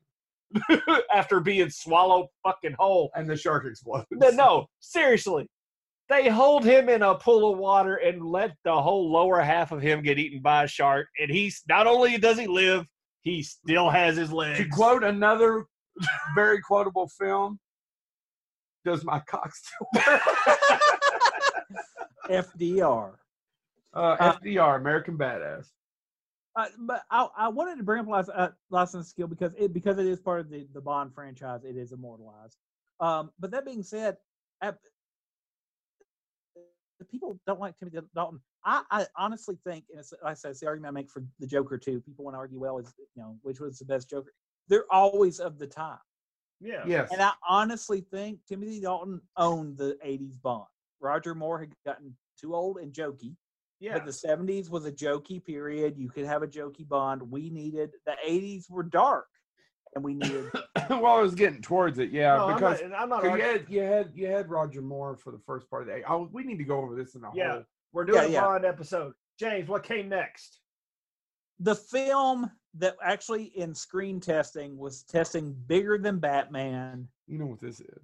D: after being swallowed fucking whole.
B: and the shark explodes?
D: No, no, seriously, they hold him in a pool of water and let the whole lower half of him get eaten by a shark, and he's not only does he live, he still has his legs.
B: To quote another very quotable film, does my cock still work?
C: FDR.
B: Uh, FDR, American Badass.
C: Uh, but I, I wanted to bring up license, uh, license skill because it because it is part of the, the Bond franchise. It is immortalized. Um, but that being said, at, the people don't like Timothy Dalton. I, I honestly think, and it's, like I said, it's the argument I make for the Joker too. People want to argue, well, is you know which was the best Joker? They're always of the time,
D: yeah.
B: Yes.
C: and I honestly think Timothy Dalton owned the '80s Bond. Roger Moore had gotten too old and jokey.
D: yeah.
C: But the seventies was a jokey period. You could have a jokey bond. We needed the eighties were dark, and we needed
B: well, I was getting towards it, yeah,
D: No, I'm
B: because
D: not- I'm not
B: So you
D: arguing.
B: had you had you had Roger Moore for the first part of the. Oh, we need to go over this in a
D: Yeah.
B: whole.
D: We're doing
C: Yeah,
D: a
C: yeah.
D: Bond episode. James, what came next?
C: the film that actually in screen testing was testing bigger than Batman,
B: You know what this is?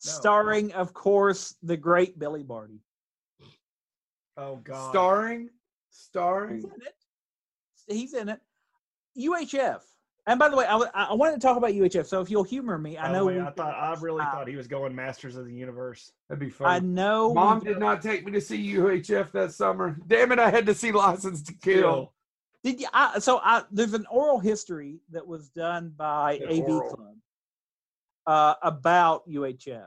C: starring, of course, the great Billy Barty.
D: Oh God.
B: Starring,
C: He's
B: starring.
C: in it. He's in it. UHF. And by the way, I, wa- I I wanted to talk about UHF. So if you'll humor me,
D: By
C: I
D: the
C: know
D: way,
C: we-
D: Oh, I thought I really
C: Uh,
D: thought he was going Masters of the Universe.
B: That'd be
C: I
B: fun.
C: know we
B: Mom
C: did,
B: did not take me to see UHF that summer. Damn it! I had to see License to Kill.
C: did you, I, so I there's an oral history that was done by
B: An
C: AV
B: oral.
C: Club uh, about UHF,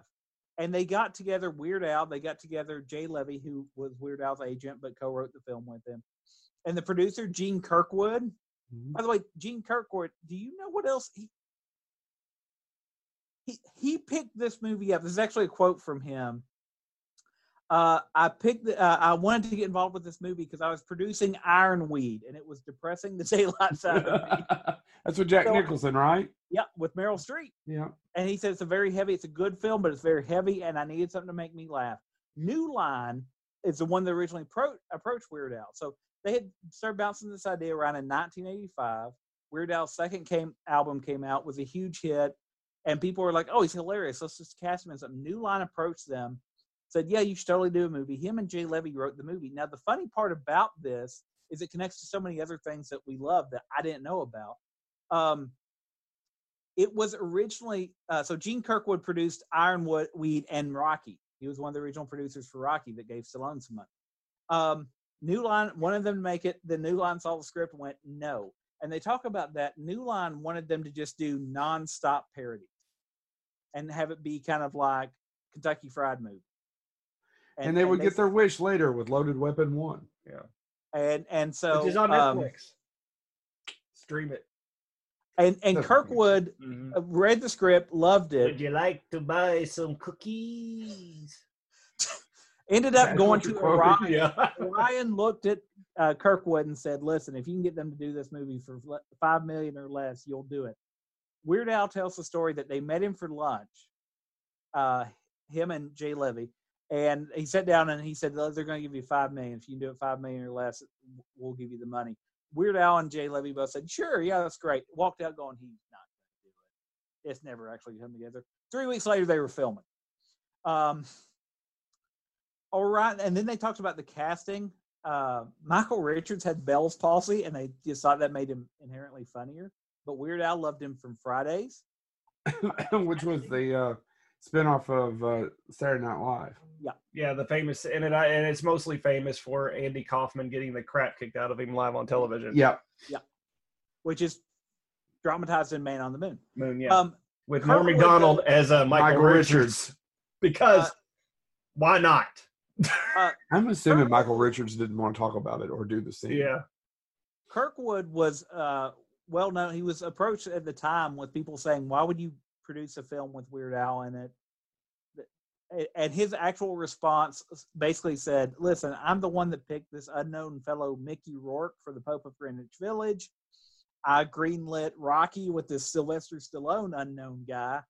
C: and they got together Weird Al. They got together Jay Levy, who was Weird Al's agent but co-wrote the film with him, and the producer Gene Kirkwood. By the way, Gene Kirkwood, do you know what else he he he picked this movie up? This is actually a quote from him. Uh, I picked. The, uh, I wanted to get involved with this movie because I was producing Ironweed, and it was depressing the daylights out of me.
B: That's with Jack
C: So-
B: Nicholson, right?
C: yeah, with Meryl Streep,
B: Yeah.
C: and he said it's a very heavy. It's a good film, but it's very heavy, and I needed something to make me laugh. New Line is the one that originally pro- approached Weird Al. So they had started bouncing this idea around in 1985. Weird Al's second came album came out was a huge hit, and people were like, "Oh, he's hilarious. Let's just cast him in something." New Line approached them, said, "Yeah, you should totally do a movie." Him and Jay Levy wrote the movie. Now the funny part about this is it connects to so many other things that we love that I didn't know about. Um, it was originally uh, so Gene Kirkwood produced Ironwood Weed and Rocky. He was one of the original producers for Rocky that gave Stallone some money. Um, New Line wanted them to make it. The New Line saw the script and went no. And they talk about that. New Line wanted them to just do nonstop parodies and have it be kind of like Kentucky Fried Movie.
B: And, they would get their wish later with Loaded Weapon One.
C: and and so
D: Which is on
C: um,
D: Netflix. Stream it.
C: and and
B: Doesn't make sense.
C: Kirkwood uh, read the script, loved it,
D: Would you like to buy some cookies?
C: Ended up
B: That's
C: going
B: what
C: to
B: you quoted,
C: Orion.
B: Yeah.
C: Ryan looked at uh, Kirkwood and said, "Listen, if you can get them to do this movie for le- five million or less, you'll do it." Weird Al tells the story that they met him for lunch, uh, him and Jay Levy, and he sat down and he said, "Look, "They're going to give you five million. If you can do it five million or less, we'll give you the money." Weird Al and Jay Levy both said, "Sure, yeah, that's great." Walked out going, "He's not going to do it. It's never actually come together." Three weeks later, they were filming. Um, all right, and then they talked about the casting uh, Michael Richards had Bell's palsy, and they just thought that made him inherently funnier. But Weird Al loved him from Fridays.
B: Which was the uh, spinoff of uh, Saturday Night Live.
D: Yeah, the famous and it and it's mostly famous for Andy Kaufman getting the crap kicked out of him live on television.
B: Yeah.
C: which is dramatized in Man on the Moon.
D: Moon, yeah.
C: Um,
D: With
C: Kurt
D: Norm
C: was
D: Macdonald
C: the-
D: as uh, Michael,
B: Michael
D: Richards.
B: Richards.
D: because
C: Uh,
D: why not?
B: I'm assuming Michael Richards didn't want to talk about it or do the scene.
D: Yeah,
C: Kirkwood was uh, well known. He was approached at the time with people saying, "Why would you produce a film with Weird Al in it?" A- And his actual response basically said, "Listen, I'm the one that picked this unknown fellow Mickey Rourke for the Pope of Greenwich Village. I greenlit Rocky with this Sylvester Stallone unknown guy.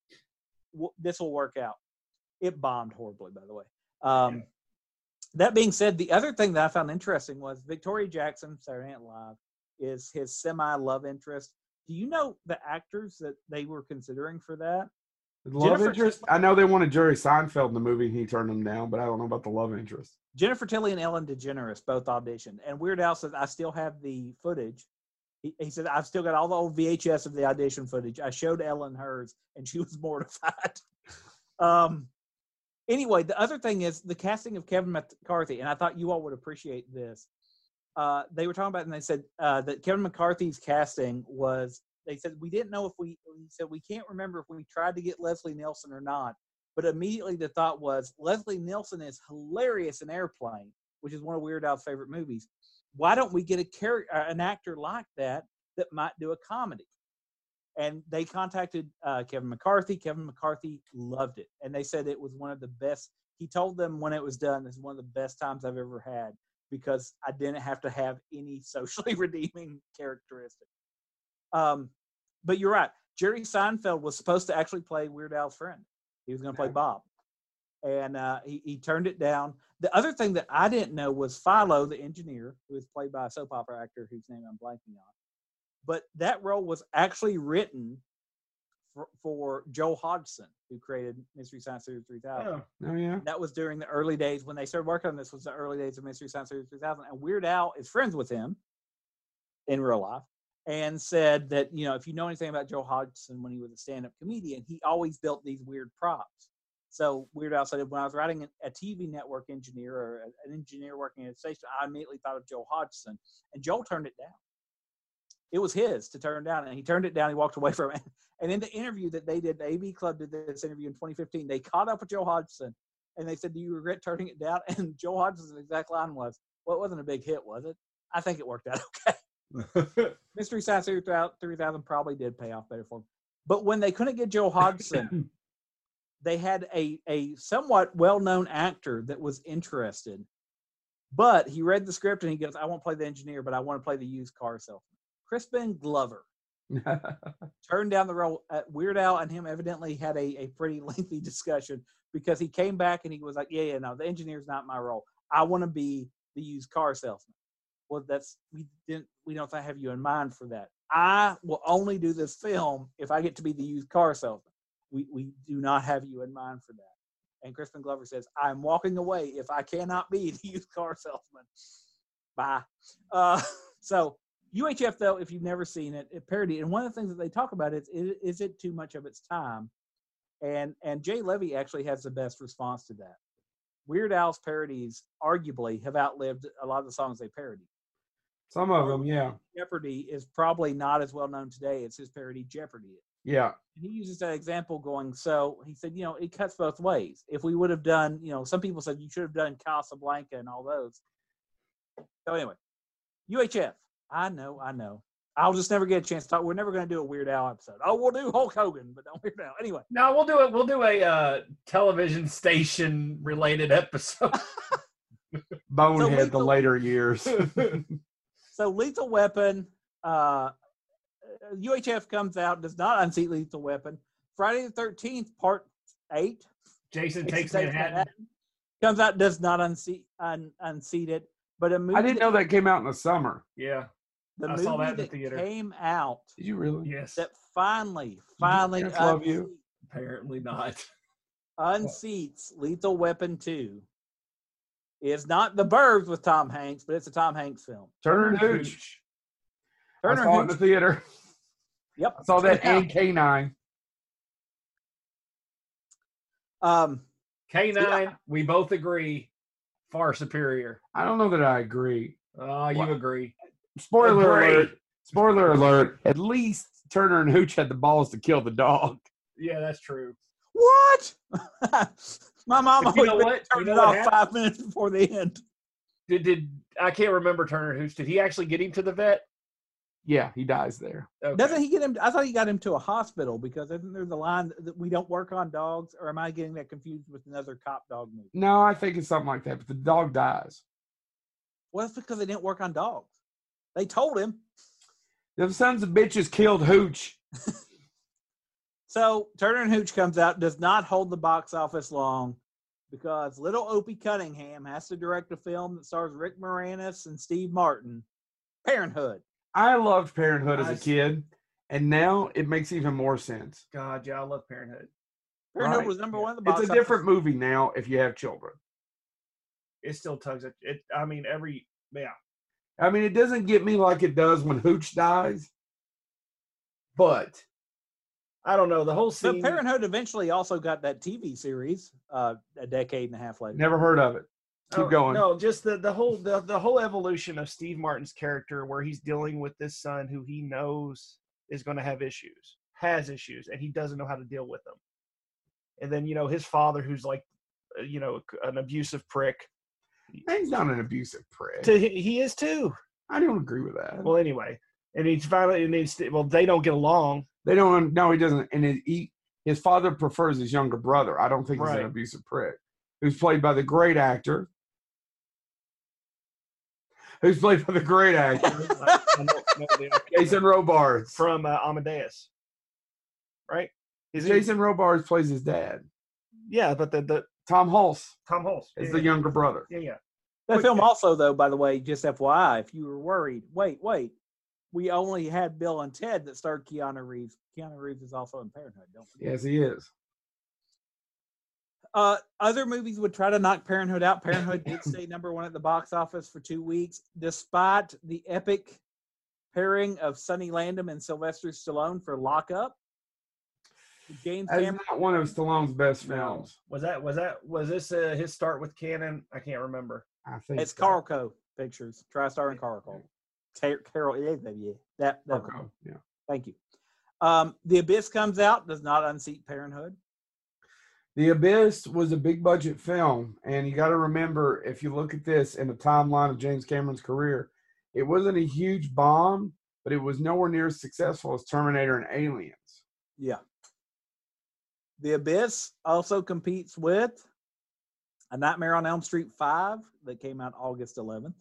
C: W- This will work out." It bombed horribly, by the way. Um, that being said, the other thing that I found interesting was Victoria Jackson, Saturday Night Live, is his semi love interest. Do you know the actors that they were considering for that?
B: Love
C: Jennifer-
B: interest. I know they wanted Jerry Seinfeld in the movie. and He turned them down, but I don't know about the love interest.
C: Jennifer Tilly and Ellen DeGeneres both auditioned, and Weird Al says, "I still have the footage." He, he said, "I've still got all the old VHS of the audition footage. I showed Ellen hers, and she was mortified." um, anyway, the other thing is the casting of Kevin McCarthy, and I thought you all would appreciate this. Uh, they were talking about, it and they said uh, that Kevin McCarthy's casting was. They said we didn't know if we. He said we can't remember if we tried to get Leslie Nielsen or not. But immediately the thought was Leslie Nielsen is hilarious in Airplane, which is one of Weird Al's favorite movies. Why don't we get a character, an actor like that that might do a comedy? And they contacted uh, Kevin McCarthy. Kevin McCarthy loved it, and they said it was one of the best. He told them when it was done, "This is one of the best times I've ever had because I didn't have to have any socially redeeming characteristic." Um, but you're right. Jerry Seinfeld was supposed to actually play Weird Al's friend. He was going to play Bob, and uh, he he turned it down. The other thing that I didn't know was Philo, the engineer, who was played by a soap opera actor whose name I'm blanking on, but that role was actually written for, for Joe Hodgson, who created Mystery Science Theater 3000.
D: Yeah.
B: Oh yeah.
C: That was during the early days when they started working on this. Was the early days of Mystery Science Theater 3000, and Weird Al is friends with him in real life, and said that you know if you know anything about Joe Hodgson when he was a stand-up comedian, he always built these weird props. So Weird Al said when I was writing an- a TV network engineer or a- an engineer working at a station, I immediately thought of Joe Hodgson, and Joe turned it down. It was his to turn down, and he turned it down. He walked away from it. And in the interview that they did, the AV Club did this interview in 2015. They caught up with Joe Hodgson and they said, "Do you regret turning it down?" And Joe Hodgson's exact line was, "Well, it wasn't a big hit, was it? I think it worked out okay." Mystery Science Theater thou- 3000 probably did pay off better for them. But when they couldn't get Joe Hodgson, they had a a somewhat well known actor that was interested, but he read the script and he goes, "I won't play the engineer, but I want to play the used car salesman." Crispin Glover turned down the role. Uh, Weird Al and him evidently had a, a pretty lengthy discussion because he came back and he was like, "Yeah, yeah, no, the engineer's not my role. I want to be the used car salesman." Well, that's we didn't we don't have you in mind for that. I will only do this film if I get to be the used car salesman. We we do not have you in mind for that. And Crispin Glover says, "I'm walking away if I cannot be the used car salesman." Bye. Uh, so UHF though, if you've never seen it, it parody, and one of the things that they talk about is, is is it too much of its time? And and Jay Levy actually has the best response to that. Weird Al's parodies arguably have outlived a lot of the songs they parody.
B: Some of them, yeah,
C: Jeopardy is probably not as well known today as his parody Jeopardy is.
B: yeah.
C: And he uses that example going, so he said, you know, it cuts both ways. If we would have done, you know, some people said you should have done Casablanca and all those. So anyway, UHF. I know, I know. I'll just never get a chance to talk. We're never going to do a Weird Al episode. Oh, we'll do Hulk Hogan, but not Weird Al. Anyway,
E: No, we'll do it. We'll do a uh, television station related episode.
B: Bonehead the
C: lethal-
B: later years.
C: so Lethal Weapon, uh, UHF comes out, does not unseat Lethal Weapon. Friday the 13th, part eight,
E: Jason
C: Jason
E: takes Manhattan.
C: comes out, does not unseat, un, unseat it. But a movie
B: I didn't know that came out in the summer.
E: Yeah.
C: the
E: I
C: movie
E: saw that in the
C: that
E: theater.
C: came out
B: Did you really?
E: Yes.
C: that finally, finally
B: Yes, love you.
E: Apparently not.
C: unseats Lethal Weapon 2 is not The Burbs with Tom Hanks, but it's a Tom Hanks film.
B: Turner and Hooch. I
C: Turner
B: saw it in
C: Hooch,
B: the theater.
C: Yep.
B: I saw that
C: Yeah.
B: and K9.
C: um,
E: K nine. We both agree. Far superior.
B: I don't know that I agree.
E: Oh, you
B: What?
E: agree.
B: Spoiler
E: Agree.
B: alert. Spoiler alert. At least Turner and Hooch had the balls to kill the dog.
E: Yeah, that's true.
C: what? My mom
E: But you
C: always
E: know what? You
C: turned
E: know
C: it
E: what
C: off
E: happened?
C: five minutes before the end.
E: Did did I can't remember Turner Hooch. Did he actually get him to the vet?
B: Yeah, he dies there.
E: Okay.
C: Doesn't he get him? I thought he got him to a hospital because isn't there the line that we don't work on dogs? Or am I getting that confused with another cop dog movie?
B: No, I think it's something like that. But the dog dies.
C: Well, that's because they didn't work on dogs. They told him.
B: Them sons of bitches killed Hooch.
C: So Turner and Hooch comes out, does not hold the box office long because little Opie Cunningham has to direct a film that stars Rick Moranis and Steve Martin, Parenthood.
B: I loved Parenthood as a
E: Nice.
B: kid, and now it makes even more sense.
E: God, yeah, I love Parenthood.
C: Parenthood
B: Right.
C: was number one at the box
B: It's a
C: office.
B: different movie now if you have children.
E: It still tugs at it. I mean, every yeah.
B: I mean, it doesn't get me like it does when Hooch dies, but
E: I don't know the whole
C: But
E: scene.
C: Parenthood eventually also got that TV series uh, a decade and a half later.
B: never heard of it. Keep
A: Oh,
B: going.
A: No, just the the whole the, the whole evolution of Steve Martin's character, where he's dealing with this son who he knows is going to have issues, has issues, and he doesn't know how to deal with them. And then you know his father, who's like, uh, you know, an abusive prick.
B: He's not an abusive prick.
A: To he he is too.
B: I don't agree with that.
A: Well, anyway, and he's finally and he's well, they don't get along.
B: they don't. No, he doesn't. And it, he, his father prefers his younger brother. I don't think he's
A: Right.
B: an abusive prick. Who's played by the great actor? Who's played by the great actor
A: I don't know the actor
B: Jason Robards?
A: from uh, Amadeus, right? Is he-
B: Jason Robards plays his dad.
A: Yeah, but the the
B: Tom Hulse
A: Tom Hulse
B: is
A: yeah,
B: the younger brother.
A: yeah, yeah.
C: That film also, though, by the way, just FYI, if you were worried, wait, wait, we only had Bill and Ted that starred Keanu Reeves. Keanu Reeves is also in Parenthood. Don't forget.
B: Yes, he is.
C: uh, other movies would try to knock Parenthood out. Parenthood did stay number one at the box office for two weeks, despite the epic pairing of Sonny Landham and Sylvester Stallone for Lock Up. James
B: That's
C: Cameron.
B: not one of Stallone's best
E: No.
B: films.
E: Was that was that was this uh, his start with Cannon? I can't remember.
B: I think
C: It's
B: so.
C: Carlco Pictures, TriStar and Carlco. Tar- Carol, yeah, yeah, yeah, that, that one.
B: Carco, Yeah.
C: Thank you. Um, the Abyss comes out, does not unseat Parenthood.
B: The Abyss was a big budget film, and you got to remember if you look at this in the timeline of James Cameron's career, it wasn't a huge bomb, but it was nowhere near as successful as Terminator and Aliens.
C: Yeah. The Abyss also competes with A Nightmare on Elm Street 5 that came out August 11th.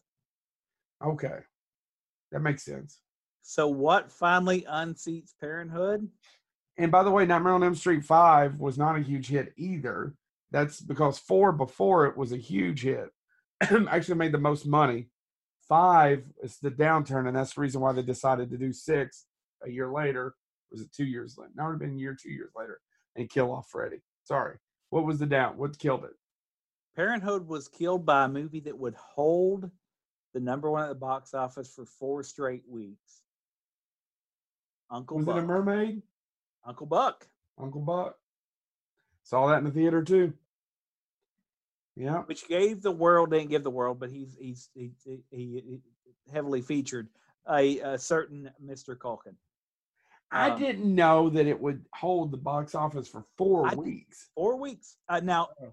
B: Okay, that makes sense.
C: So, what finally unseats Parenthood?
B: And by the way, Nightmare on Elm Street Five was not a huge hit either. That's because four before it was a huge hit, actually made the most money. Five is the downturn, and that's the reason why they decided to do six a year later. Was it two years later? Now it would have been a year, two years later, and kill off Freddy. Sorry, what was the down? What killed it?
C: Parenthood was killed by a movie that would hold the number one at the box office for four straight weeks. Uncle
B: Was it a
C: Buck.
B: mermaid?
C: Uncle Buck.
B: Uncle Buck. Saw that in the theater too. Yeah,
C: which gave the world didn't give the world, but he's he's he he, he heavily featured a, a certain Mr. Culkin.
B: I
C: Um,
B: didn't know that it would hold the box office for four
C: I-
B: weeks.
C: Four weeks uh, now.
E: Oh.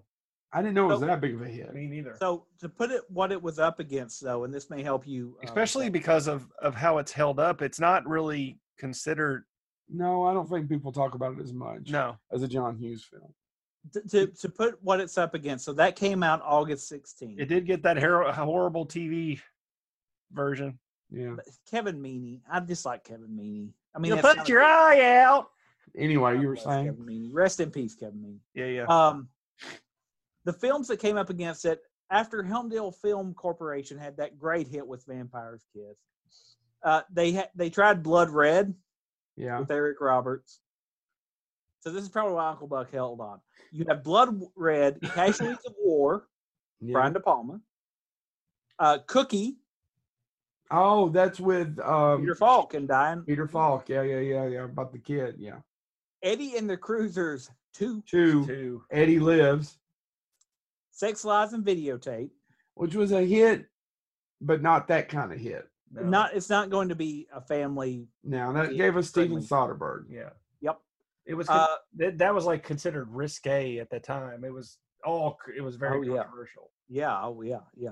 B: I didn't know it was
C: So-
B: that big of a hit.
D: Me neither.
C: So to put it what it was up against though, and this may help you, um,
A: especially because of of how it's held up. It's not really considered.
B: No, I don't think people talk about it as much
A: No,
B: as a John Hughes film.
C: to, to to put what it's up against. So that came out August 16th.
A: it did get that hor- horrible TV version.
B: Yeah.
C: But Kevin Meaney, I dislike Kevin Meaney. I mean,
A: You
C: that's
A: put
C: not-
A: your eye out.
B: Anyway, you were
C: God bless
B: saying
C: Kevin Meaney. Rest in peace, Kevin Meaney.
A: Yeah, yeah.
C: um, the films that came up against it after Helmdale Film Corporation had that great hit with Vampire's Kiss, uh, they ha- they tried Blood Red
B: yeah.
C: with Eric Roberts. So this is probably why Uncle Buck held on. You have Blood Red, Casualties of War,
B: yeah.
C: Brian De Palma, uh, Cookie,
B: Oh, that's with um,
C: Peter Falk, and Diane
B: Peter Falk. Yeah, yeah, yeah, yeah. About the kid. Yeah.
C: Eddie and the Cruisers Two,
B: Two.
E: Two.
B: Eddie Lives,
C: Sex Lies and Videotape.
B: which was a hit, but not that kind of hit.
E: No.
C: Not it's not going to be a family.
B: Now that
C: Yeah,
B: gave us Steven
C: friendly.
B: Soderbergh.
E: Yeah.
C: Yep.
E: It was.
C: Uh,
D: That, that was like considered risque at the time. It was all. It was very
C: Oh, yeah.
D: controversial.
C: Yeah, oh yeah, yeah.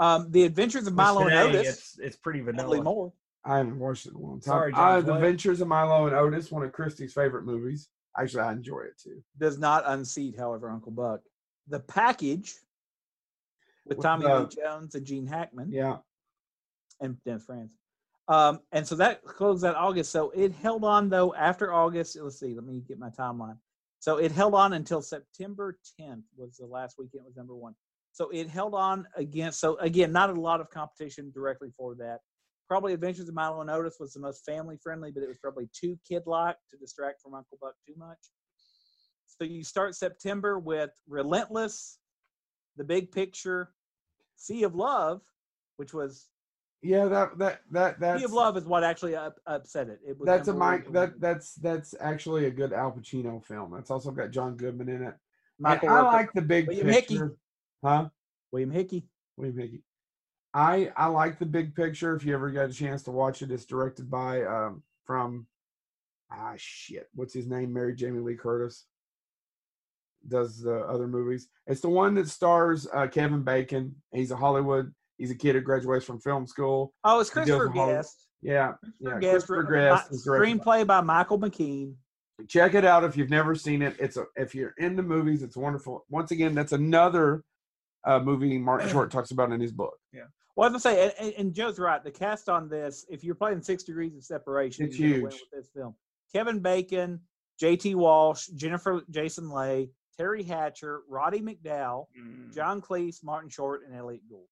C: Um, the Adventures of Milo and
D: Today,
C: Otis.
D: It's it's pretty
C: Natalie
D: vanilla.
C: Moore.
B: I haven't watched it in a long time.
E: Sorry,
B: uh,
E: James,
B: The
E: what?
B: Adventures of Milo and Otis, one of Christie's favorite movies. Actually, I enjoy it too.
C: Does not unseat, however, Uncle Buck. The package with
B: With,
C: Tommy
B: uh,
C: Lee Jones and Gene Hackman
B: Yeah.
C: and Dennis Franz. Um, and so that closed out August. So it held on though after August. Let's see, let me get my timeline. So it held on until September 10th was the last weekend was number one. So it held on again. So again, not a lot of competition directly for that. Probably Adventures of Milo and Otis was the most family friendly, but it was probably too kid like to distract from Uncle Buck too much. So you start September with Relentless, The Big Picture, Sea of Love, which was
B: Yeah, that that that that's
C: Sea of Love is what actually up, upset it. it was
B: that's a
C: number one
B: Mike
C: for me.
B: that that's that's actually a good Al Pacino film. That's also got John Goodman in it.
C: Michael
B: And I
C: Rooker,
B: like the big
C: William Hickey.
B: picture. Huh?
C: William Hickey.
B: William Hickey. I I like the big picture. If you ever got a chance to watch it, it's directed by um from ah shit. What's his name? Mary Jamie Lee Curtis. Does the other movies. It's the one that stars uh, Kevin Bacon. He's a Hollywood. He's a kid who graduates from film school.
C: Oh, it's
B: He deals
C: Christopher
B: with Hollywood.
C: Guest.
B: Yeah, yeah. Christopher
C: Christopher Guest, uh, written by-
B: Guest is directed by-
C: Screenplay by Michael McKean.
B: check it out if you've never seen it. It's a, if you're into movies, it's wonderful. Once again, that's another uh, movie Martin Short talks about in his book.
C: Well, I was gonna say, and- and, and Joe's right. The cast on this, if you're playing Six Degrees of Separation,
B: It's
C: you're gonna
B: huge.
C: Win with this film, Kevin Bacon, J.T. Walsh, Jennifer Jason Leigh, Terry Hatcher, Roddy McDowell,
B: Hmm.
D: Mm.
C: John Cleese, Martin Short, and Elliot Gould.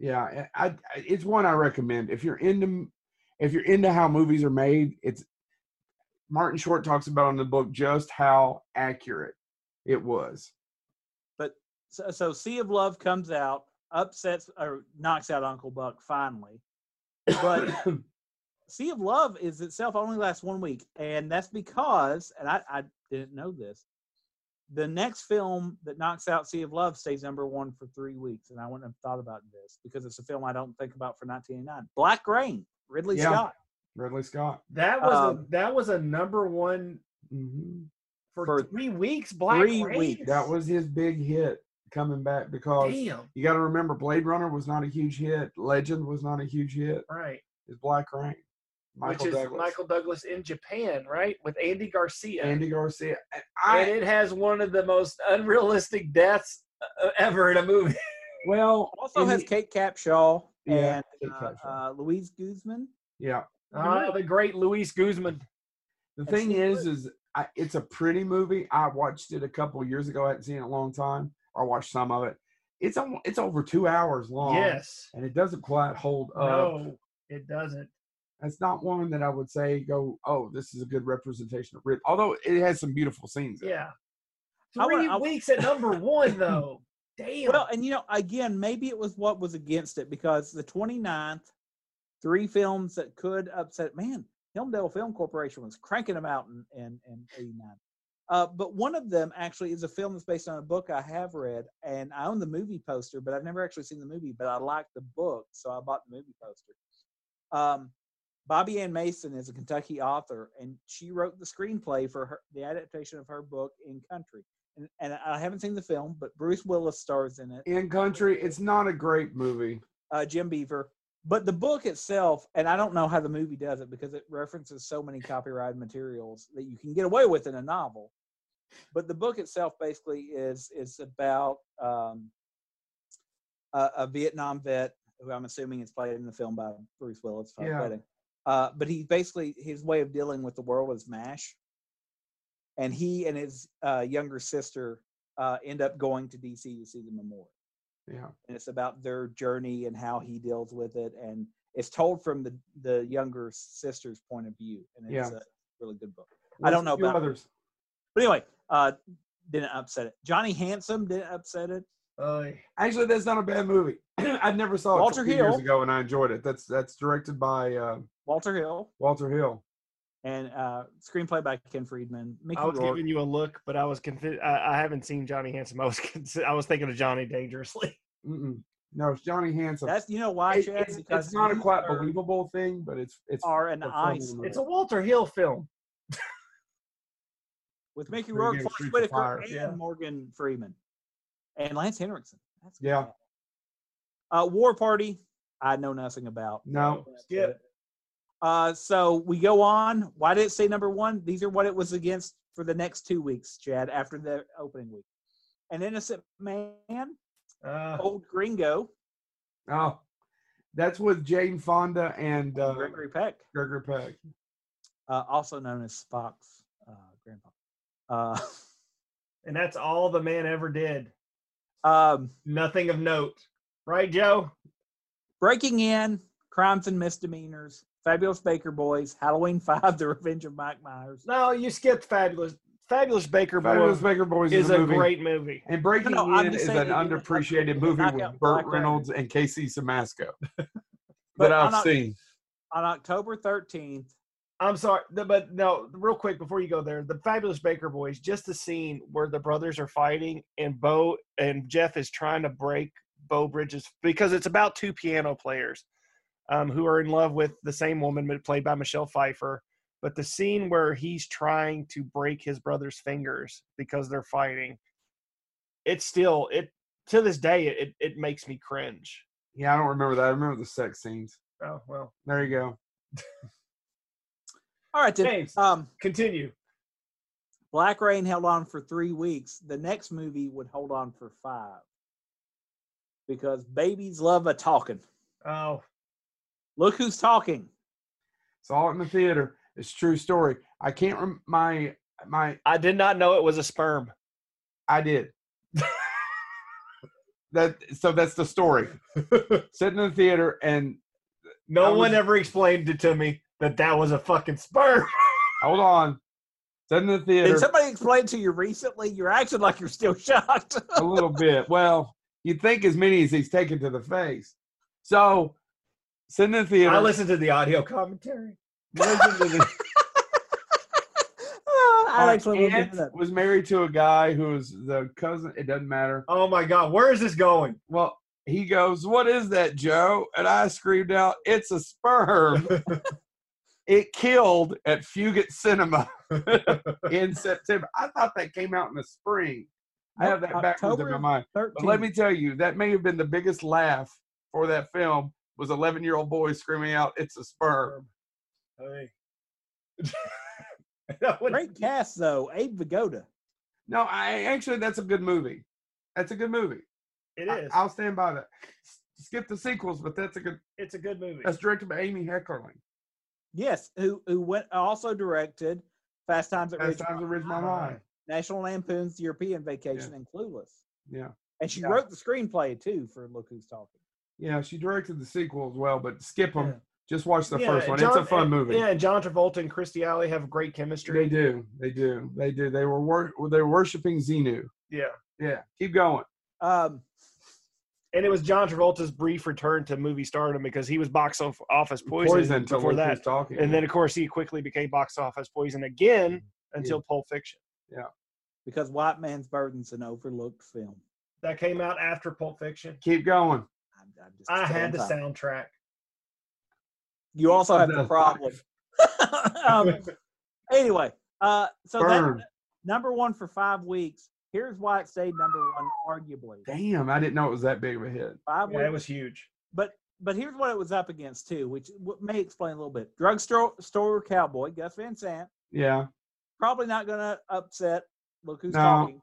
B: Yeah, I, I, it's one I recommend if you're into if you're into how movies are made. It's Martin Short talks about in the book just how accurate it was.
C: So, so Sea of Love comes out, upsets or knocks out Uncle Buck finally, but Sea of Love is itself only lasts one week, and that's because, and I, I didn't know this, the next film that knocks out Sea of Love stays number one for three weeks, and I wouldn't have thought about this because it's a film I don't think about for 1989. Black Rain, Ridley
B: Yeah.
C: Scott
B: Ridley Scott.
D: That was
C: Um,
D: a that was a number one
B: hmm
D: for,
C: for
D: three weeks. Black
C: three
D: Rain?
C: weeks.
B: That was his big hit coming back because
D: damn
B: you got to remember Blade Runner was not a huge hit. Legend was not a huge hit.
D: right.
B: is Black Rain. Michael
D: Which is
B: Douglas.
D: Michael Douglas in Japan, right, with Andy Garcia.
B: Andy Garcia. And
D: and
B: I
D: it has one of the most unrealistic deaths uh, ever in a movie.
B: well
C: also
B: and
C: has
B: he-
C: Kate Capshaw
B: Yeah,
C: and
B: Kate
C: uh,
B: Capshaw.
C: uh, Louise Guzman.
B: yeah.
D: Ah, the great Luis Guzman.
B: The
C: That's
B: thing
C: the
B: is, is I, it's a pretty movie. I watched it a couple years ago. I hadn't seen it in a long time. I watched some of it. It's almo- it's over two hours long.
D: Yes.
B: And it doesn't quite hold up.
D: no, it doesn't.
B: That's not one that I would say go. Oh, this is a good representation of Rid. Although it has some beautiful scenes. in it.
D: Yeah.
C: I wanna-
D: Three
C: I-
D: weeks at number one, though. Damn.
C: Well, and you know, again, maybe it was what was against it because the 29th, three films that could upset, man, Helmdale Film Corporation was cranking them out in, in, in 89. Uh, but one of them actually is a film that's based on a book I have read, and I own the movie poster, but I've never actually seen the movie, but I like the book, so I bought the movie poster. Um, Bobby Ann Mason is a Kentucky author, and she wrote the screenplay for her, the adaptation of her book in Country. and, and I haven't seen the film, but Bruce Willis stars in it.
B: In Country, it's not a great movie.
C: uh, Jim Beaver. But the book itself, and I don't know how the movie does it because it references so many copyrighted materials that you can get away with in a novel. But the book itself basically is is about um, a, a Vietnam vet who I'm assuming is played in the film by Bruce Willis. if I'm
B: Yeah.
C: correct. Uh, but he basically his way of dealing with the world is mash, and he and his uh, younger sister uh, end up going to DC to see the memorial
B: Yeah.
C: and it's about their journey and how he deals with it and it's told from the the younger sister's point of view and it's
B: Yeah.
C: a really good book I don't
B: There's a
C: know
B: few
C: about-
B: others.
C: but anyway uh didn't upset it johnny handsome didn't upset it
F: Uh,
B: Actually, that's not a bad movie. I never saw it a
C: Walter
B: couple years
C: Hill.
B: ago, and I enjoyed it. That's that's directed by uh,
C: walter hill
B: Walter Hill.
C: and uh screenplay by ken friedman mickey
D: I was
C: Rourke.
D: giving you a look, but I was confi- I, I haven't seen Johnny Handsome. I was consi- I was thinking of Johnny Dangerously.
B: Mm-mm. No, it's Johnny Handsome.
C: that's you know why
B: It-
C: Chad?
B: it's, it's
C: Because
B: not a
C: you
B: quite
C: are-
B: believable thing, but it's it's
C: are an
B: a fun
C: ice
B: little
F: it's
B: movie.
F: a Walter Hill film.
C: with Mickey
B: Pretty
C: Rourke,
B: good
C: Forrest
B: Streets of
C: Whitaker,
B: Fire,
C: and
F: yeah.
C: Morgan Freeman, and Lance Henriksen. That's
B: Yeah.
C: bad. Uh, War Party, I know nothing about.
B: no.
F: Yeah.
C: Uh, so we go on. Why did it say number one? These are what it was against for the next two weeks, Chad, after the opening week. An Innocent Man,
F: Uh,
C: Old Gringo,
B: Oh, that's with Jane Fonda and uh, Gregory.
C: Gregory Peck,
B: Peck.
C: uh, also known as Spock's uh, grandpa. Uh,
F: and that's all the man ever did.
C: um,
F: Nothing of note, right, Joe?
C: Breaking In, Crimes and Misdemeanors, Fabulous Baker Boys, Halloween 5, The Revenge of Mike Myers.
D: No, you skipped Fabulous. Fabulous Baker
B: Fabulous
D: Boys
B: Baker Boys
D: is a
B: movie.
D: great movie.
B: and Breaking
C: No, no, I'm
B: In
C: just
B: is
C: saying
B: an
C: if you were-
B: underappreciated
C: if you
B: movie
C: knock
B: with Burt
C: out Black Rabbit.
B: Reynolds and Casey Samasco
C: But
B: that I've
C: I'm not-
B: seen.
C: On October 13th,
D: I'm sorry, th- but no, real quick before you go there, the Fabulous Baker Boys, just the scene where the brothers are fighting and Bo and Jeff is trying to break Bo Bridges because it's about two piano players um, who are in love with the same woman but played by Michelle Pfeiffer. But the scene where he's trying to break his brother's fingers because they're fighting, it's still it to this day it it, it makes me cringe.
B: Yeah, I don't remember that. I remember the sex scenes.
F: Oh well.
B: There you go.
C: all right, then,
F: James,
C: um,
F: continue.
C: Black Rain held on for three weeks. The next movie would hold on for five because babies love a talking.
F: Oh,
C: Look who's talking.
B: Saw it in the theater. It's a true story. I can't rem- my my
D: I did not know it was a sperm.
B: I did. that so that's the story. Sitting in the theater and
F: no
B: I
F: one
B: was-
F: ever explained it to me that that was a fucking sperm.
B: hold on. Sitting in the
C: Did
B: theater
C: somebody explain to you recently? You're acting like you're still shocked.
B: a little bit. Well, you'd think as many as he's taken to the face. So sitting in the theater.
F: I listened to the audio commentary.
B: listened to the-
C: I
B: my
C: actually looked into that.
B: aunt was married to a guy who was the cousin. It doesn't matter.
F: Oh my god, where is this going?
B: Well, he goes, "What is that, Joe?" And I screamed out, "It's a sperm." it killed at Fugit Cinema in September. I thought that came out in the spring. I have
C: Nope,
B: that backwards in my
C: October
B: mind. But
C: 13th.
B: let me tell you, that may have been the biggest laugh for that film was 11 year old boy screaming out, "It's a sperm."
F: Hey. That was-
C: Great cast, though. Abe Vigoda.
B: No, I actually, that's a good movie. That's a good movie.
D: It
B: I,
D: is.
B: I'll stand by that. S- Skip the sequels, but that's a good.
D: it's a good movie.
B: That's directed by Amy Heckerling.
C: Yes, who who went also directed Fast Times at
B: That's
C: Ridgemont
B: Times of Ridgemont
C: High,
B: High.
C: National Lampoon's European Vacation, and Clueless.
B: Yeah.
C: And she
B: Yeah.
C: wrote the screenplay too for Look Who's Talking.
B: Yeah, she directed the sequel as well, but skip them.
F: Yeah.
B: Just watch the
D: Yeah,
B: first one.
D: John-
B: it's a fun
D: and-
B: movie.
D: Yeah, and John Travolta and Christy Alley have great
B: They
D: chemistry.
B: do. They do. They do. They were wor- they were worshiping Xenu.
D: Yeah.
B: Yeah. Keep going.
C: Um,
D: And it was John Travolta's brief return to movie stardom because he was box of- office poison,
B: till
D: before
B: Luke was
D: that.
B: talking.
D: And then, of course, he quickly became box office poison again until Pulp Fiction.
C: because White Man's Burden's an overlooked film.
D: That came out after Pulp Fiction.
B: keep going.
C: I'm, I'm just
F: I had
C: saying
F: the
C: that.
F: soundtrack.
C: You also have the
B: That's
C: problem. um, anyway, uh, so that
B: Burn.
C: number one for five weeks. Here's why it stayed number one, arguably.
B: Damn, I didn't know it was that big of a hit.
C: Five
D: Yeah, it was huge.
C: But but here's what it was up against too, which w- may explain a little bit. Drugstore store cowboy Gus Van Sant
B: Yeah,
C: probably not going to upset. Look who's
B: No.
C: talking.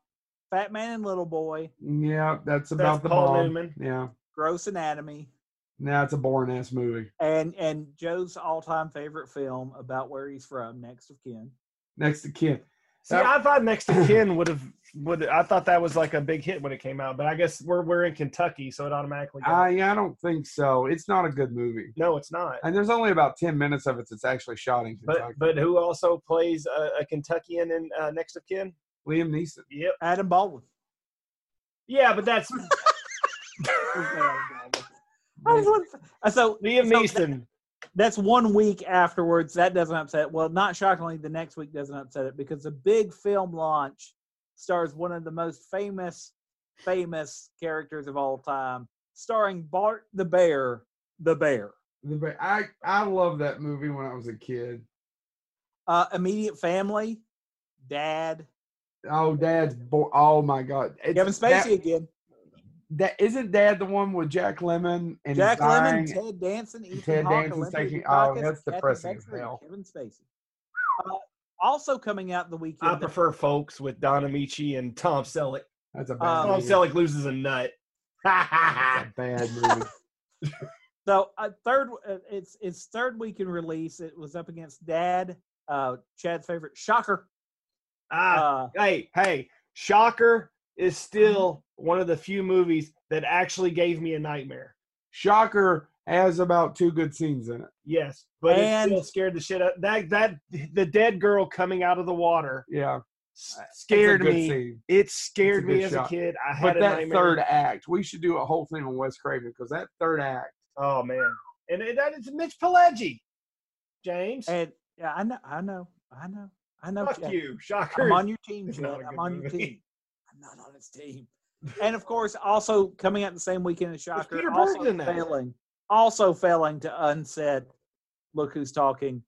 C: Fat man and little boy,
B: yeah, that's about
D: That's
B: the
D: Paul
B: bomb.
D: Newman.
B: Yeah,
C: gross anatomy,
B: now it's a boring ass movie.
C: and and Joe's all time favorite film about where he's from, Next of Kin.
B: Next to Ken.
D: See,
B: That-
D: I thought Next to Kin would have would I thought that was like a big hit when it came out, but I guess we're we're in Kentucky, so it automatically. got-
B: I I don't think so. It's not a good movie.
D: no, it's not.
B: And there's only about ten minutes of it that's actually shot in
D: But
B: Kentucky.
D: but who also plays a, a Kentuckian in uh, Next of Kin?
B: Liam Neeson.
D: Yep.
C: Adam Baldwin.
D: Yeah, but that's
C: Who's Adam Baldwin? I
D: Oh,
C: just want to- uh, so
D: Liam
C: So-
D: Neeson.
C: that's one week afterwards. That doesn't upset. Well, not shockingly, the next week doesn't upset it because the big film launch stars one of the most famous, famous characters of all time, starring Bart the Bear, the Bear.
B: The ba- I I love that movie when I was a kid.
C: Uh, immediate family, dad,
B: Oh, Dad's bo- Oh my God, it's,
C: Kevin
B: that-
C: Spacey again,
B: that isn't Dad the one with Jack Lemon and
C: Jack
B: dying?
C: Lemmon, Ted Danson, Ethan
B: Ted
C: Hawke,
B: Danson's
C: Olympia
B: taking- oh,
C: Dukakis,
B: that's
C: Kathy
B: depressing as
C: Baker, and
B: hell.
C: Kevin Spacey. Uh, also coming out the weekend.
D: I prefer folks with Don Amici and Tom Selleck.
B: That's a bad
C: Um,
D: Tom
B: movie.
D: Selleck loses a nut. Ah,
B: That's a bad movie.
C: So uh, third, uh, it's it's third week in release. It was up against Dad, uh, Chad's favorite Shocker.
D: ah,
C: Uh,
D: hey, hey, Shocker is still
C: Mm-hmm.
D: one of the few movies that actually gave me a nightmare.
B: Shocker has about two good scenes in it.
D: Yes, but
C: And-
D: it still scared the shit out. That that the dead girl coming out of the water
B: Yeah,
D: s-
B: That's It's a
D: scared
B: good
D: me.
B: scene.
D: It scared
B: It's a
D: me
B: good
D: as
B: shot.
D: a kid. I had
B: But
D: a
B: that
D: nightmare.
B: third act, we should do a whole thing on Wes Craven because that third act.
D: Oh man, and it, that is Mitch Pileggi, James.
C: and yeah, I know, I know, I know, I know.
D: Fuck
C: Chad.
D: you, Shocker.
C: I'm on your team,
D: It's
C: Chad.
D: not a
C: I'm
D: good
C: on your
D: movie.
C: team. I'm not on his team. And of course, also coming out the same weekend as Shocker,
D: Peter
C: also
D: Bergen in that?
C: failing, also failing to unset. Look who's talking.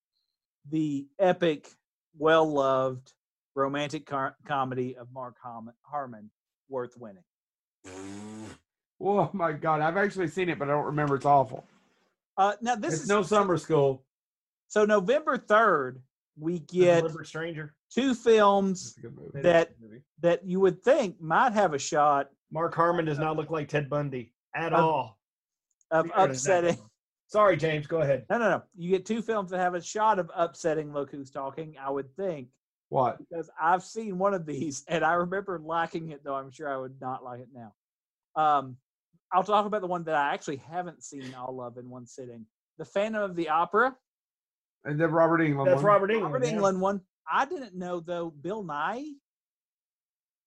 C: The epic, well-loved romantic car- comedy of Mark Harmon, Harmon worth winning.
B: Oh my God, I've actually seen it, but I don't remember. It's awful.
C: Uh, now this
B: it's
C: is
B: no summer school.
C: so November third, we
D: The
C: get
D: Deliberate Stranger.
C: two films
B: It's a good movie.
C: that that you would think might have a shot
D: Mark Harmon does not look like Ted Bundy at
C: Uh,
D: all.
C: of
D: Neither does that
C: upsetting.
D: one. Sorry, James. Go ahead.
C: No, no, no. You get two films that have a shot of upsetting. Look who's talking. I would think
B: What?
C: because I've seen one of these and I remember liking it, though I'm sure I would not like it now. Um, I'll talk about the one that I actually haven't seen all of in one sitting. The Phantom of the Opera,
B: And then Robert E. Englund.
D: That's
B: one?
D: Robert England.
C: Robert England one. I didn't know though. Bill Nye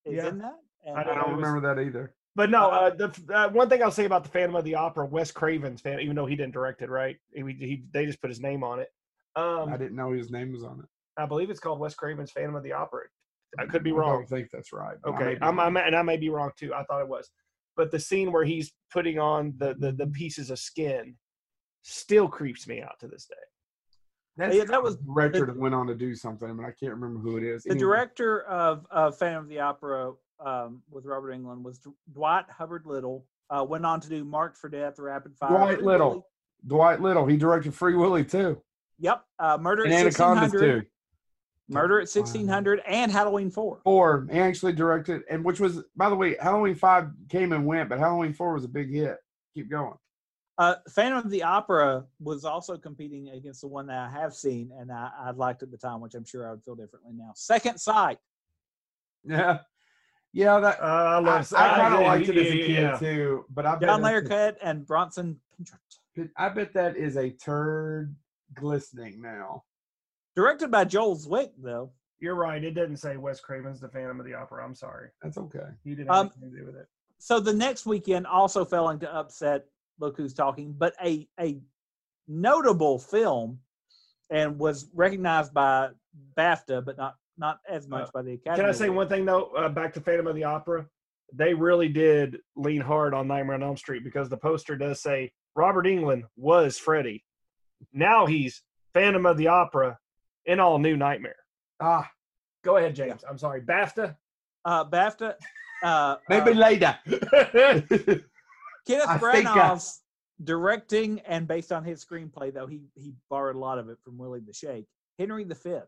C: is
D: Yeah.
C: in that. And
D: I
B: I
D: It
B: don't
D: E. was-
B: remember that either.
D: But no,
B: Uh-huh.
D: uh, the uh, one thing I'll say about the Phantom of the Opera, Wes Craven's fan, even though he didn't direct it, right? He, he they just put his name on it. Um,
B: I
D: I,
B: didn't know his name was on it.
D: believe it's called Wes Craven's Phantom of the Opera. I could be
B: I
D: wrong.
B: don't think that's right. but I may
D: Okay,
B: be
D: I'm,
B: wrong.
D: I'm and I may be wrong too. I thought it was, but the scene where he's putting on the the,
B: Mm-hmm.
D: the pieces of skin still creeps me out to this day.
B: That's
C: Yeah, that was-
B: Richard went on to do something, but I can't remember who it is.
C: the director of, of Phantom of the Opera um, with Robert Englund was D- Dwight Hubbard Little. Uh, went on to do Marked for Death, Rapid Fire.
B: Dwight
C: Free
B: Little.
C: Willy.
B: Dwight Little, he directed Free Willy too,
C: Yep. Uh, Murder
B: and
C: at
B: Anacondas
C: 1600.
B: too.
C: Murder at
B: Wow.
C: 1600 and Halloween 4.
B: Four, he actually directed, and which was, by the way, Halloween five came and went, but Halloween four was a big hit. Keep going.
C: Uh, Phantom of the Opera was also competing against the one that I have seen and I, I liked at the time, which I'm sure I would feel differently now. Second Sight.
B: Yeah, yeah.
D: Uh,
B: That
D: I
B: I,
D: love.
B: kind of
D: yeah,
B: liked it as a
D: yeah,
B: kid
D: yeah.
B: too, but I bet
C: John
B: that's
C: Larroquette and Bronson Pinchot.
B: a- I bet that is a turd glistening now.
C: Directed by Joel Zwick, though.
D: You're right. It didn't say Wes Craven's the Phantom of the Opera. I'm sorry,
B: That's okay.
D: he didn't
C: Um,
D: have anything to do with it.
C: so the next weekend also failing to upset look who's talking but a a notable film and was recognized by bafta but not not as much by the academy
D: Can I say
C: Award.
D: one thing though? Uh, back to Phantom of the Opera, they really did lean hard on Nightmare on Elm Street because the poster does say Robert England was Freddy. Now he's Phantom of the Opera in all new Nightmare.
B: Ah,
D: Go ahead, James. I'm sorry, BAFTA.
C: uh, BAFTA. Uh,
B: Maybe
C: uh,
B: later.
C: Kenneth
B: I think I-
C: Branagh's directing, and based on his screenplay, though he he borrowed a lot of it from Willie the Shake. Henry V. with-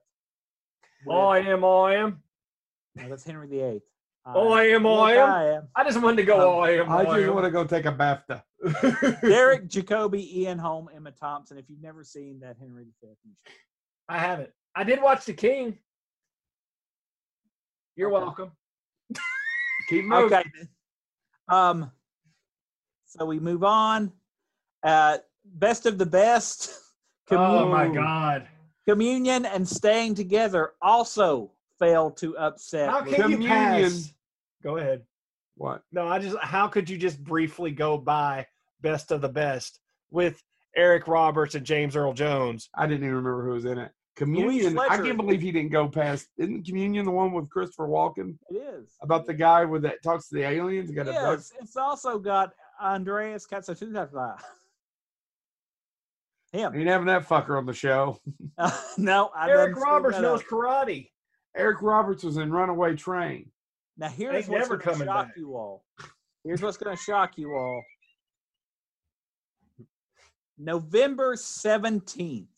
D: Oh,
E: I am, I am.
C: no, that's Henry VIII. Uh,
E: Oh, I am,
C: look,
E: I am.
C: I am.
E: I just wanted to go,
C: Um,
E: I am,
B: I
E: I
B: just
E: am.
B: want to go take a BAFTA.
C: Derek Jacobi, Ian Holm, Emma Thompson. If you've never seen that Henry V, you should.
E: I haven't. I did watch The King. You're
C: Okay.
E: welcome.
B: Keep moving.
C: Okay. then. Um, so we move on. Uh, best of the best.
E: Oh my
B: Ooh.
E: God.
C: communion and staying together also fail to upset.
E: How
C: Lu-
E: can you
B: Communion.
E: pass? Go ahead.
B: What?
D: No, I just how could you just briefly go by best of the best with Eric Roberts and James Earl Jones?
B: I didn't even remember who was in it. Communion. I
C: Fletcher.
B: can't believe he didn't go past. Isn't Communion the one with Christopher Walken
C: It is
B: about the guy with that talks to the aliens? Got a
C: Yeah,
B: dog?
C: it's, it's also got Andreas Katsatunatha. Him.
B: Ain't having that fucker on the show.
C: no, I done
E: Eric
C: screwed
E: Roberts
C: that
E: knows
C: up.
E: karate.
B: Eric Roberts was in Runaway Train.
C: Now here's
E: They
C: what's
E: never
C: going to
E: coming
C: shock
E: back.
C: you all. Here's what's going to shock you all. November seventeenth.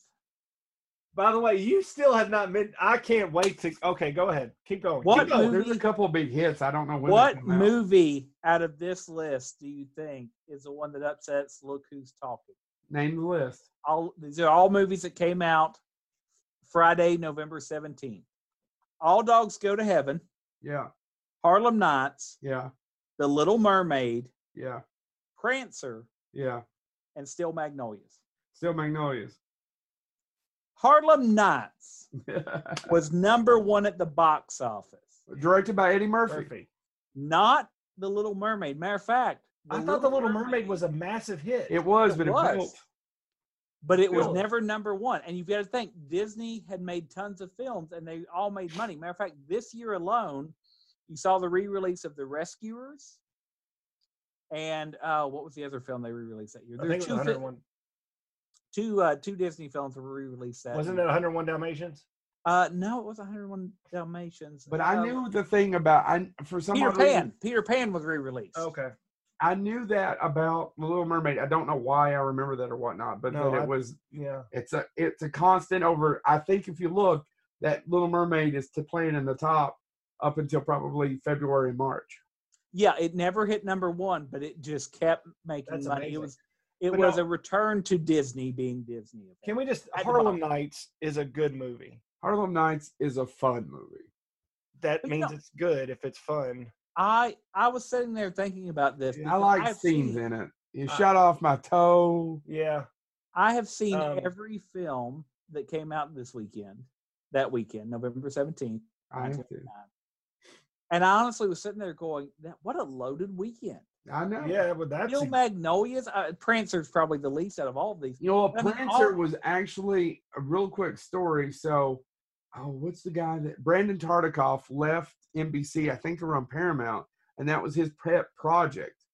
D: By the way, you still have not been. I can't wait to. Okay, go ahead. Keep going.
C: What
D: Keep going.
B: Oh, there's a
C: movie-
B: couple of big hits. I don't know when. they
C: What
B: come out.
C: movie out of this list do you think is the one that upsets? Look who's talking.
B: Name the list.
C: all these are all movies that came out Friday, November 17th. All Dogs Go to Heaven,
B: Yeah,
C: Harlem Nights,
B: yeah,
C: The Little Mermaid,
B: yeah,
C: Prancer,
B: yeah.
C: and Still Magnolias.
B: Still Magnolias.
C: Harlem Nights was number one at the box office,
B: Directed by Eddie Murphy.
D: Murphy.
C: not The Little Mermaid. Matter of fact,
E: I thought The Little Mermaid was a massive hit.
B: It was,
C: It
B: but it
C: was.
B: built.
C: but it was
E: Really?
C: never number one. And you've got to think Disney had made tons of films and they all made money. Matter of fact, this year alone, you saw the re-release of The Rescuers. And uh, what was the other film they re-released that year?
D: I
C: There were
D: think it was
C: two, fi-
D: 101.
C: two, uh, two Disney films were re-released that.
D: Wasn't it
C: year.
D: 101 Dalmatians?
C: Uh, no, it was 101 Dalmatians.
B: But I
C: Uh,
B: knew the thing about I for some
C: Peter
B: odd reason,
C: Pan. Peter Pan was re-released.
D: Okay.
B: I knew that about The Little Mermaid. I don't know why I remember that or whatnot, but
D: No,
B: that
D: I-
B: it was
D: Yeah.
B: it's a it's a constant over. I think if you look, that Little Mermaid is to playing in the top up until probably February and March.
C: Yeah, it never hit number one, but it just kept making
D: That's
C: money. It
D: amazing.
C: was it
D: But
C: was
D: no-
C: a return to Disney being Disney.
D: Can we just
C: At the
D: Harlem
C: bottom.
D: Nights is a good movie.
B: Harlem Nights is a fun movie.
D: That
C: But
D: means
C: no.
D: it's good if it's fun.
C: I I was sitting there thinking about this.
B: I
C: because
B: like
C: I've
B: scenes
C: seen-
B: in it. You
D: I-
B: shot off my toe.
D: Yeah.
C: I have seen
D: Um,
C: every film that came out this weekend, that weekend, November seventeenth,
B: I have to.
C: and I honestly was sitting there going, "That what a loaded weekend."
B: I know.
D: Yeah, but that's
C: Bill Magnolias, uh, Prancer's probably the least out of all of these.
B: You know,
C: I mean,
B: Prancer
C: all-
B: was actually a real quick story. So, oh, what's the guy that Brandon Tartikoff left NBC? I think they were on Paramount, and that was his pet project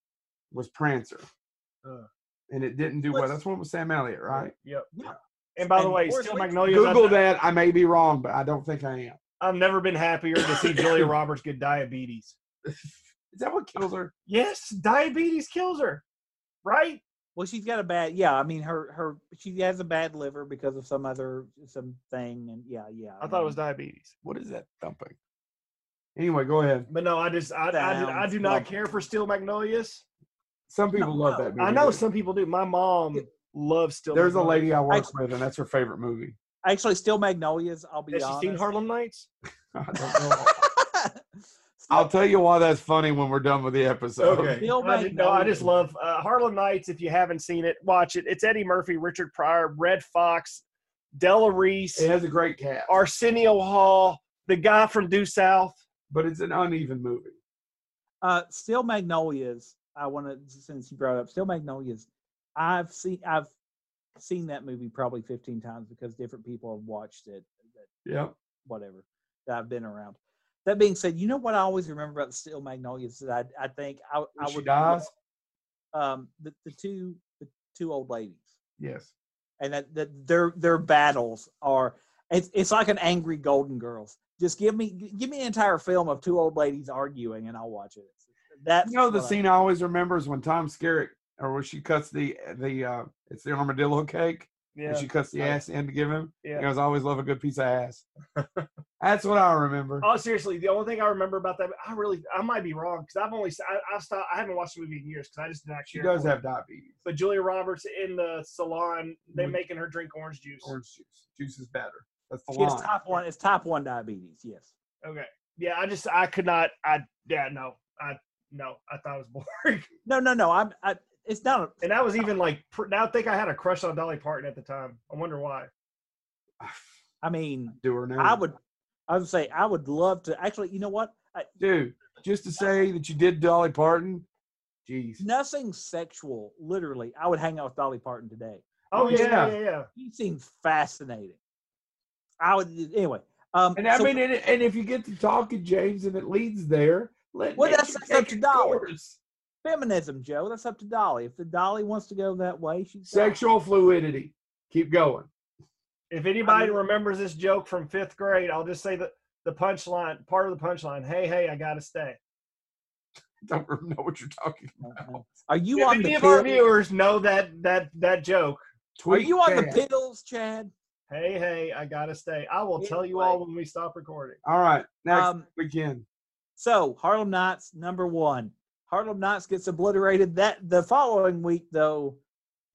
B: was Prancer,
D: Uh.
B: and it didn't do well.
C: What's-
B: That's one with Sam Elliott, right?
D: Yep.
C: Yeah.
D: And by the
C: And
D: way,
C: Forrest
D: Steel
C: Whitaker-
D: Magnolias. I've-
B: Google that. I may be wrong, but I don't think I am.
D: I've never been happier to see Julia Roberts get diabetes.
B: Is that what kills her?
D: Yes, diabetes kills her, right?
C: Well, she's got a bad, yeah. I mean, her her she has a bad liver because of some other some thing, and yeah, yeah.
D: I thought it was
C: mean,
D: diabetes,
B: What is that thumping? Anyway, go ahead.
D: but no, I just I I, do- I
C: Sounds
D: do not
C: lovely.
D: care for Steel Magnolias.
B: Some people
C: No,
B: love
C: no.
B: that movie.
D: I know
B: but
D: some people do. My mom loves Steel.
B: There's a
D: Magnolias.
B: lady I work with, and that's her favorite movie.
C: actually still Magnolias. I'll be
D: Has
C: honest.
D: she seen Harlem Nights?
B: I don't know.
C: Still-
B: I'll tell you why that's funny when we're done with the episode.
C: Steel
D: I, didn't know. I just
C: Magnolias.
D: love uh, Harlem Nights. If you haven't seen it, watch it. It's Eddie Murphy, Richard Pryor, Red Fox, Della Reese,
B: It has a great cast,
D: Arsenio Hall, the guy from Due South.
B: but it's an uneven movie.
C: Uh, Steel Magnolias. I want to since you brought it up Steel Magnolias. I've seen I've seen that movie probably 15 times because different people have watched it. That
B: Yeah.
C: whatever that I've been around. That being said, you know what I always remember about the Steel Magnolias is that I, I think I, I
B: When she
C: would
B: dies?
C: um the, the two the two old ladies
B: Yes.
C: and that, that their their battles are It's it's like an angry Golden Girls. Just give me give me an entire film of two old ladies arguing, and I'll watch it. That's
B: You know the
C: what I-
B: scene I always remember is when Tom Skerritt, or when she cuts the the uh it's the armadillo cake,
A: Yeah.
B: and she cuts the ass in to give him.
A: Yeah.
B: You guys always love a good piece of ass. That's what I remember.
D: Oh, seriously, the only thing I remember about that, I really, I might be wrong because I've only, I, I've stopped, I haven't watched the movie in years because I just didn't
B: she
D: actually.
B: does have diabetes.
D: But Julia Roberts in the salon, they
B: With-
D: making her drink orange juice.
B: Orange juice. Juice is better. That's the
C: She has
B: line.
C: type one. It's type one diabetes. Yes.
D: Okay. Yeah, I just, I could not, I, yeah, no, I, no, I thought it was boring.
C: No, no, no. I'm. I, it's not. A,
D: And that was even like, pr- now I think I had a crush on Dolly Parton at the time. I wonder why.
C: I mean,
B: Do her now.
C: I would. I would say I would love to. Actually, you know what? I,
B: dude. Just to say that you did Dolly Parton. Jeez.
C: nothing sexual. Literally, I would hang out with Dolly Parton today.
D: Oh,
B: Oh,
D: yeah, yeah,
B: yeah.
D: yeah, yeah.
C: He seems fascinating. I would anyway. Um,
B: And I
C: so-
B: mean, and, and if you get to talking, James, and it leads there, let
C: Well,
B: nature
C: that's- that's
B: take
C: up to
B: its
C: Dolly.
B: course.
C: feminism, Joe. That's up to Dolly. If the Dolly wants to go that way, she's
B: Sexual fluidity. Keep going.
D: If anybody
C: mean-
D: remembers this joke from fifth grade, I'll just say that the punchline, part of the punchline, hey, hey, I got to stay.
B: Don't know what you're talking about.
C: Are you
D: If
C: on
D: any
C: the
D: of our
C: pills?
D: viewers know that, that, that joke,
C: Are you on the
B: that.
C: pills, Chad?
D: hey, hey, I got to stay. I will tell you all when we stop recording.
B: All right, next
C: Um,
B: again.
C: So Harlem Knights number one. Harlem Knights gets obliterated that the following week though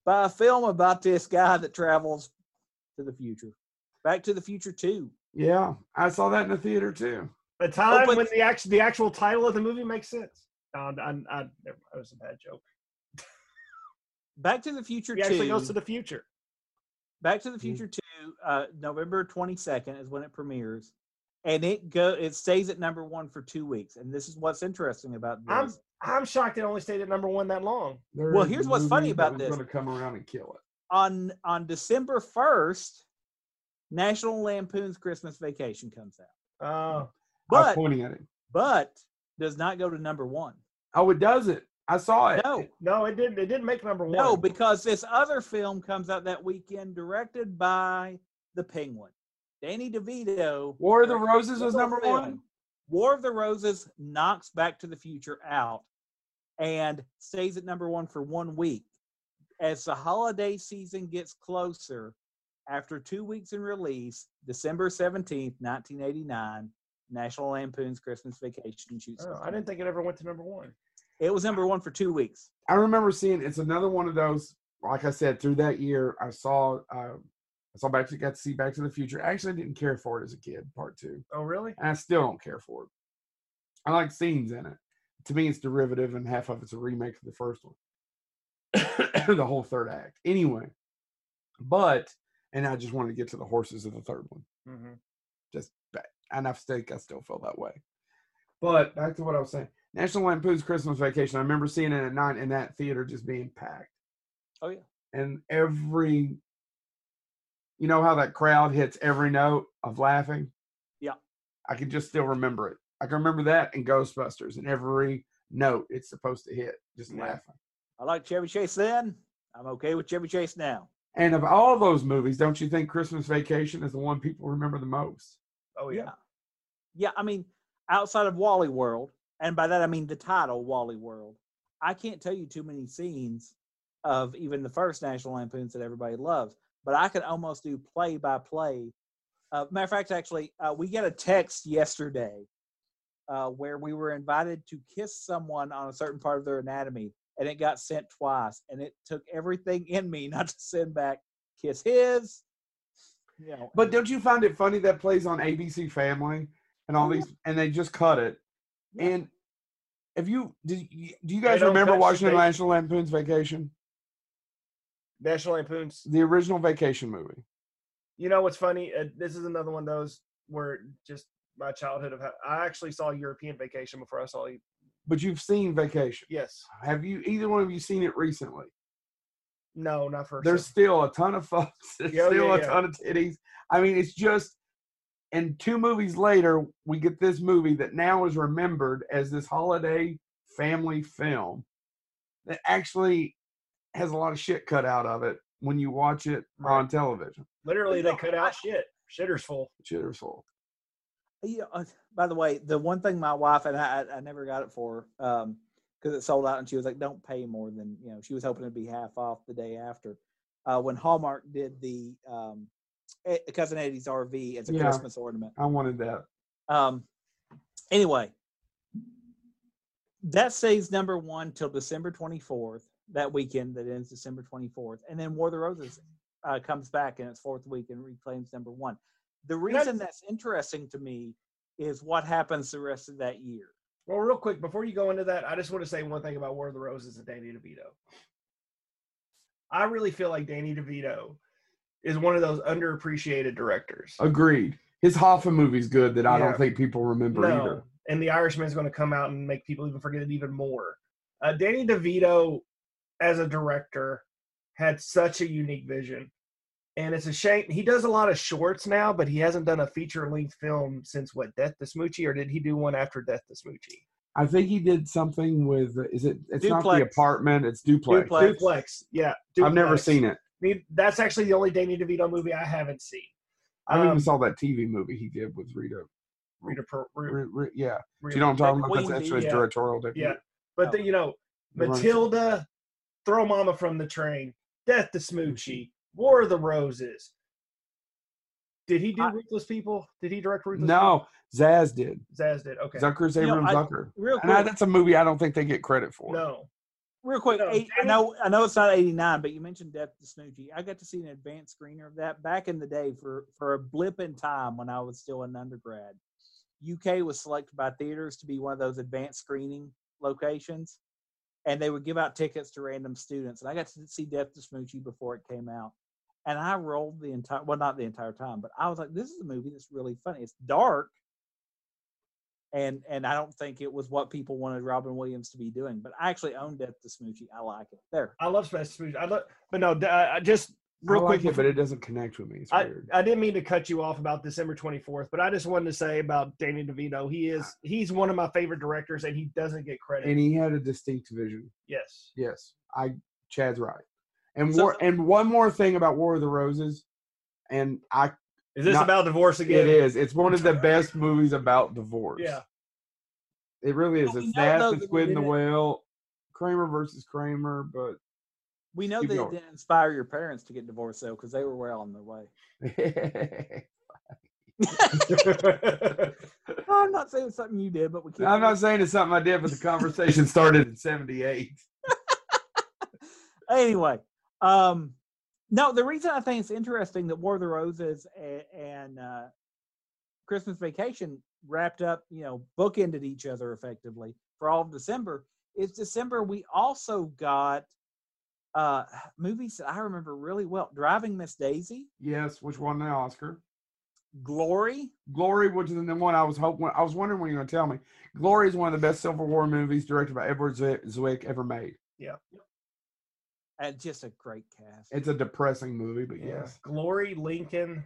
C: by a film about this guy that travels to the future. Back to the Future Two.
B: Yeah, I saw that in the theater too.
D: The time
C: but-
D: when the actual the actual title of the movie makes sense. No, I, I, I, that was a bad joke.
C: Back to the Future
D: He actually
C: Two.
D: goes to the future.
C: Back to the Future Two. Uh, November twenty second is when it premieres, and it go it stays at number one for two weeks. And this is what's interesting about this.
D: I'm- I'm shocked it only stayed at number one that long.
B: There
C: Well,
B: is a
C: here's what's funny
B: movie that
C: about
B: was
C: this.
B: Going to come around and kill it.
C: on on December first, National Lampoon's Christmas Vacation comes out,
D: Uh,
B: I was
C: but
B: pointing at it.
C: but does not go to number one.
B: Oh, it does it. I saw it.
C: No,
D: no, it didn't. It didn't make number one.
C: no, because this other film comes out that weekend, directed by the Penguin, Danny DeVito.
B: War of the Roses was
C: Little
B: number
C: film.
B: one.
C: War of the Roses knocks Back to the Future out and stays at number one for one week. As the holiday season gets closer, after two weeks in release, December 17th, 1989, National Lampoon's Christmas Vacation shoots.
D: Oh, I didn't think it ever went to number one.
C: It was number one for two weeks.
B: I remember seeing. It's another one of those. Like I said, through that year, I saw. Uh, I saw back to got to see Back to the Future. Actually, I didn't care for it as a kid. Part two,
D: Oh, really?
B: and I still don't care for it. I like scenes in it. To me, it's derivative, and half of it's a remake of the first one. the whole third act, anyway. But and I just wanted to get to the horses of the third one.
D: Mm-hmm.
B: and I think I still feel that way. But back to what I was saying. National Lampoon's Christmas Vacation. I remember seeing it at night and that theater just being packed.
C: Oh, yeah.
B: And every, you know how that crowd hits every note of laughing.
C: Yeah.
B: I can just still remember it. I can remember that and Ghostbusters and every note it's supposed to hit, just
D: Yeah.
B: laughing.
C: I like Chevy Chase then. I'm okay with Chevy Chase now.
B: And of all those movies, don't you think Christmas Vacation is the one people remember the most?
D: Oh, yeah.
C: Yeah, I mean, outside of Wally World, and by that I mean the title Wally World, I can't tell you too many scenes of even the first National Lampoons that everybody loves, but I could almost do play by play. Uh, matter of fact, actually, uh, we got a text yesterday uh, where we were invited to kiss someone on a certain part of their anatomy, and it got sent twice, and it took everything in me not to send back kiss his. You know,
B: But don't you find it funny that plays on ABC Family and all
C: Oh, yeah.
B: these, and they just cut it?
C: Yeah.
B: And if you do, you, do you guys
D: don't
B: remember
D: cut
B: watching the
D: vac-
B: National Lampoon's Vacation,
D: National Lampoon's.
B: the original Vacation movie?
D: You know what's funny? Uh, this is another one of those where just my childhood of. how- I actually saw European Vacation before I saw you.
B: But you've seen Vacation.
D: Yes.
B: Have you either one of you seen it recently?
D: No, not first.
B: There's still a ton of fuss. There's
D: Yeah, oh, yeah,
B: still a
D: yeah.
B: ton of titties. I mean, it's just. And two movies later, we get this movie that now is remembered as this holiday family film that actually has a lot of shit cut out of it when you watch it
D: Right.
B: on television.
D: Literally,
C: No,
D: they cut out shit. Shitter's full.
B: Shitter's full.
C: Yeah, uh, by the way, the one thing my wife and I, I, I never got it for because it sold out, and she was like, "Don't pay more than you know." She was hoping it'd be half off the day after. Uh, when Hallmark did the um, E- cousin Eddie's RV as a
B: Yeah.
C: Christmas ornament.
B: I wanted that.
C: Um, anyway, that stays number one till December 24th, that weekend that ends December 24th. And then War of the Roses uh, comes back in its fourth week and reclaims number one. The reason that's interesting to me is what happens the rest of that year.
D: Well, real quick before you go into that, I just want to say one thing about War of the Roses and Danny DeVito. I really feel like Danny DeVito is one of those underappreciated directors.
B: Agreed. His Hoffa movie's good that I
D: Yeah.
B: don't think people remember either.
D: No. And The Irishman's going to come out and make people even forget it even more. Uh, Danny DeVito, as a director, had such a unique vision. And it's a shame. He does a lot of shorts now, but he hasn't done a feature length film since what, Death to Smoochie? Or did he do one after Death to Smoochie?
B: I think he did something with is it? It's not the
C: Duplex.
B: apartment. It's duplex.
C: Duplex.
D: Duplex. Yeah.
B: I've never
D: Duplex.
B: seen it.
D: Me- That's actually the only Danny DeVito movie I haven't seen.
B: I
D: Um,
B: even saw that TV movie he did with Rita.
D: Rita Per- Ru-
B: Ri- Ri- yeah,
D: Rita-
B: Do you know what I'm talking
C: Like
B: about? That's
C: Queen
B: that's
C: Bee,
B: his
D: yeah.
B: directorial debut.
D: Yeah. But the, you know,
B: The Runaways.
D: Matilda, Throw Mama from the Train, Death to Smoochie,
B: Mm-hmm.
D: War of the Roses. Did he do
C: I-
D: Ruthless People? Did he direct Ruthless?
B: No, Zaz did.
D: People? Zaz did. Okay.
B: Zucker's
C: You know,
B: Abram
C: I-
B: Zucker.
C: Real
B: And I,
C: quick,
B: that's a movie I don't think they get credit for.
D: No.
C: real quick.
D: No,
C: eight- I
D: Danny-
C: know, I know it's not '89, but you mentioned Death to Snoochie. I got to see an advanced screener of that back in the day for for a blip in time when I was still an undergrad. UK was selected by theaters to be one of those advanced screening locations, and they would give out tickets to random students. And I got to see Death to Snoochie before it came out, and I rolled the entire well, not the entire time, but I was like, "This is a movie that's really funny. It's dark." and and I don't think it was what people wanted Robin Williams to be doing. But I actually own Death to Smoochie. I like it. There.
D: I love Death to Smoochie. I love,
A: But no, d- I I just real
B: I
A: quick.
B: like it, but it doesn't connect with me. It's
D: I,
B: weird.
D: I didn't mean to cut you off about December 24th, but I just wanted to say about Danny DeVito, he is he's one of my favorite directors and he doesn't get credit.
B: and he had a distinct vision.
D: yes.
B: Yes, I Chad's right. And
C: So-
B: war, and one more thing about War of the Roses, and I
D: Is this
B: Not-
D: about divorce
B: it
D: again?
B: is it's one of the best movies about divorce.
D: Yeah.
B: it really is.
C: But we
B: It's
C: know
B: that
C: those
B: the
C: that
B: Squid and the
C: did it.
B: Whale, Kramer versus Kramer, but
C: We know
B: Keep
C: that it
B: going.
C: didn't inspire your parents to get divorced though, because they were well on their way. I'm not saying it's something you did, but we can't.
B: I'm not saying it's something I did, but the conversation started in '78.
C: anyway, um, no, the reason I think it's interesting that War of the Roses and, and uh, Christmas Vacation wrapped up, you know, bookended each other effectively for all of December is December. We also got uh, movies that I remember really well: Driving Miss Daisy,
B: Yes, which won the Oscar?
C: Glory.
B: Glory, which is the one I was hoping. I was wondering when you were going to tell me. Glory is one of the best Civil War movies directed by Edward Zwi- Zwick ever made.
C: And just a great cast.
B: It's a depressing movie, but
D: Yeah.
B: yes,
D: Glory Lincoln.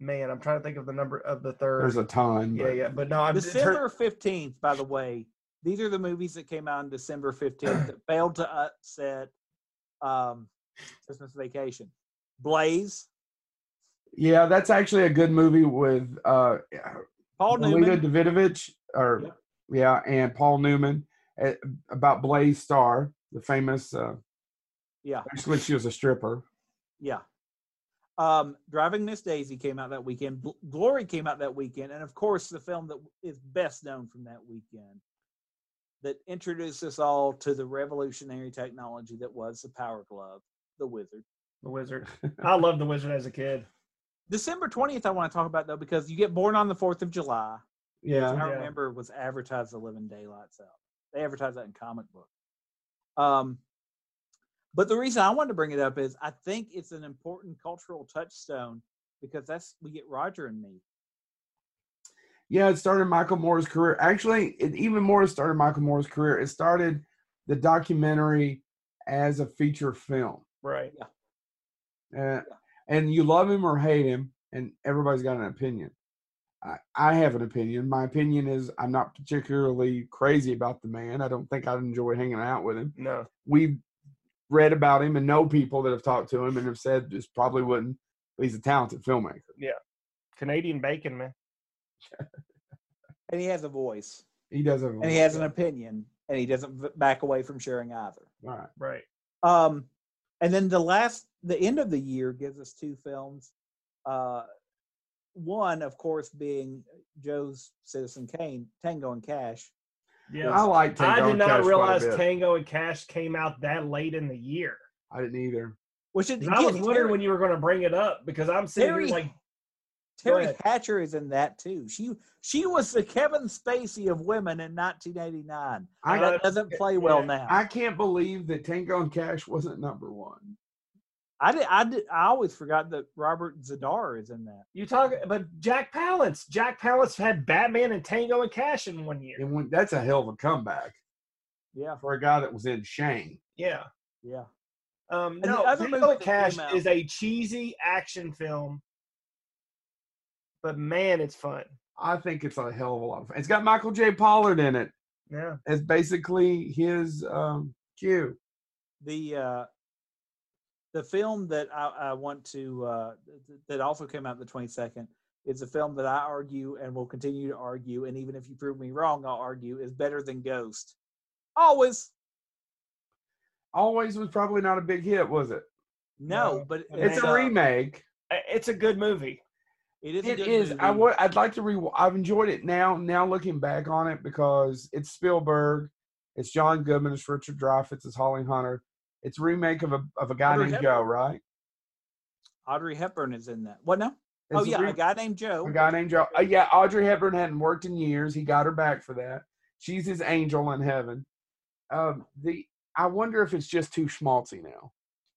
D: Man, I'm trying to think of the number of the third.
B: there's a ton.
D: yeah,
B: But
D: yeah, but no, I'm just
C: December fifteenth, by the way. These are the movies that came out on December fifteenth that failed to upset um, Christmas Vacation, Blaze,
B: yeah, that's actually a good movie with uh,
C: Paul
B: Lena
C: Newman,
B: Davidovich, or
C: Yep.
B: yeah, and Paul Newman uh, about Blaze Star, the famous. Uh,
C: yeah,
B: actually, she was a stripper.
C: yeah. Um, Driving Miss Daisy came out that weekend. Bl- Glory came out that weekend, and of course, the film that is best known from that weekend that introduced us all to the revolutionary technology that was the Power Glove, the Wizard.
D: The Wizard. I loved The Wizard as a kid.
C: December 20th, I want to talk about though, because you get born on the 4th of July.
B: Yeah,
C: I
D: Yeah.
C: remember was advertised the living daylights out. They advertised that in comic book. Um, but the reason I wanted to bring it up is I think it's an important cultural touchstone because that's we get Roger and me.
B: Yeah, it started Michael Moore's career. Actually, it even more started Michael Moore's career. It started the documentary as a feature film.
D: Right.
B: Uh, and you love him or hate him, and everybody's got an opinion. I, I have an opinion. My opinion is I'm not particularly crazy about the man. I don't think I'd enjoy hanging out with him.
D: No.
B: We've read about him and know people that have talked to him and have said this probably wouldn't, but he's a talented filmmaker.
D: Yeah. Canadian bacon, man.
C: and he has a voice,
B: He does have. a
C: and
D: Mm-hmm.
C: he
B: voice,
C: has
B: yeah.
C: an opinion, and he doesn't v- back away from sharing either.
B: All right.
D: Right.
C: Um, and then the last, the end of the year gives us two films. Uh, one, of course, being Joe's Citizen Kane, Tango and Cash.
D: Yeah.
B: I like. Tango
D: I did
B: and
D: not
B: Cash quite a
D: realize
B: bit.
D: Tango and Cash came out that late in the year.
B: I didn't either.
C: Which is,
D: And I was
C: again,
D: wondering
C: Terry-
D: when you were going to bring it up because I'm sitting
C: Terry,
D: here like,
C: Terry
D: ahead.
C: Hatcher is in that too. She she was the Kevin Spacey of women in 1989.
B: I
C: That doesn't play well
D: yeah.
C: now.
B: I can't believe that Tango and Cash wasn't number one.
C: I did, I did, I always forgot that Robert Zadar is in that.
D: you talk, but Jack Palance. Jack Palance had Batman and Tango and Cash in one year.
B: And when, that's a hell of a comeback
C: Yeah,
B: for a guy that was in Shane.
D: Yeah.
C: yeah.
D: Um,
C: the
D: no,
C: other
D: Tango
C: movie
D: and
C: that
D: Cash
C: came out-
D: is a cheesy action film, but man, it's fun.
B: I think it's a hell of a lot of fun. It's got Michael J. Pollard in it.
D: Yeah.
B: It's basically his um, cue.
C: The uh, the film that I, I want to uh, th- that also came out the 22nd is a film that I argue and will continue to argue, and even if you prove me wrong, I'll argue is better than Ghost. Always.
B: Always was probably not a big hit, was it?
C: No,
D: No,
C: but
B: It's
D: And,
B: a
D: uh,
B: remake.
D: I- It's a good movie.
C: It is. a
B: It
C: good
B: is. I
C: movie.
B: would. I'd like to re. I've enjoyed it now. Now looking back on it, because it's Spielberg, it's John Goodman, it's Richard Dreyfuss, it's Holly Hunter. It's a remake of a of a guy
C: Audrey
B: named
C: Hepburn.
B: Joe, right?
C: Audrey Hepburn is in that. What now?
B: It's
C: oh yeah,
B: re-
C: a guy named Joe.
B: a guy named Joe. Uh, yeah, Audrey Hepburn hadn't worked in years. He got her back for that. She's his angel in heaven. Um, the I wonder if it's just too schmaltzy now.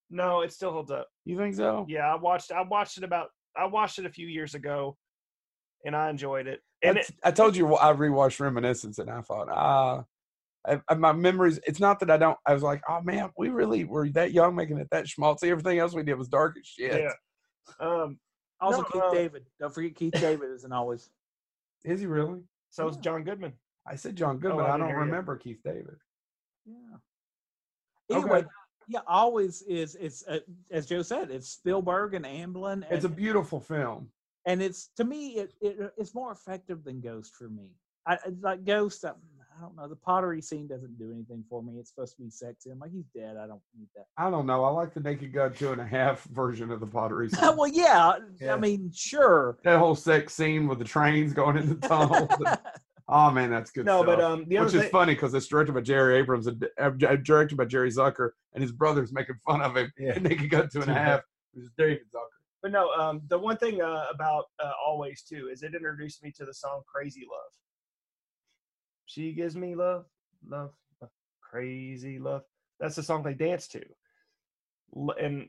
D: No, it still holds up.
B: You think so?
D: Yeah, I watched. I watched it about. I watched it a few years ago, and I enjoyed it. And it,
B: That's- I told you I rewatched Reminiscence, and I thought, ah, I- I- my memories. It's not that I don't. I was like, oh man, we really were that young making it that schmaltzy. Everything else we did was dark as shit.
D: yeah. Um.
C: Also,
D: No,
C: Keith
D: uh,
C: David. Don't forget Keith David isn't always.
B: Is he really?
D: So it's
C: Yeah.
D: John Goodman.
B: I said John Goodman.
D: Oh, I
B: I,
D: didn't
B: don't
D: hear you.
B: remember Keith David.
C: Yeah.
B: Okay.
C: Anyway, yeah, always is. It's uh, as Joe said, it's Spielberg and Amblin. And,
B: It's a beautiful film.
C: and it's to me, it, it uh, it's more effective than Ghost for me. I I- like Ghost. I, I don't know. The pottery scene doesn't do anything for me. It's supposed to be sexy. I'm like, he's dead. I don't need that.
B: I don't know. I like the Naked Gun two and a half version of the pottery. scene.
C: well, yeah,
B: Yeah.
C: I mean, sure.
B: that whole sex scene with the trains going in the tunnels. and- oh man, that's good.
D: No,
B: stuff.
D: but um, the other
B: which is
D: thing,
B: funny because it's directed by Jerry Abrams and uh, directed by Jerry Zucker, and his brother's making fun of him.
G: Yeah.
B: And they could go two and a half. Which is David Zucker.
D: but no. Um, the one thing uh, about uh, Always too is it introduced me to the song Crazy Love. She gives me love, love, love, crazy love. That's the song they dance to. L- And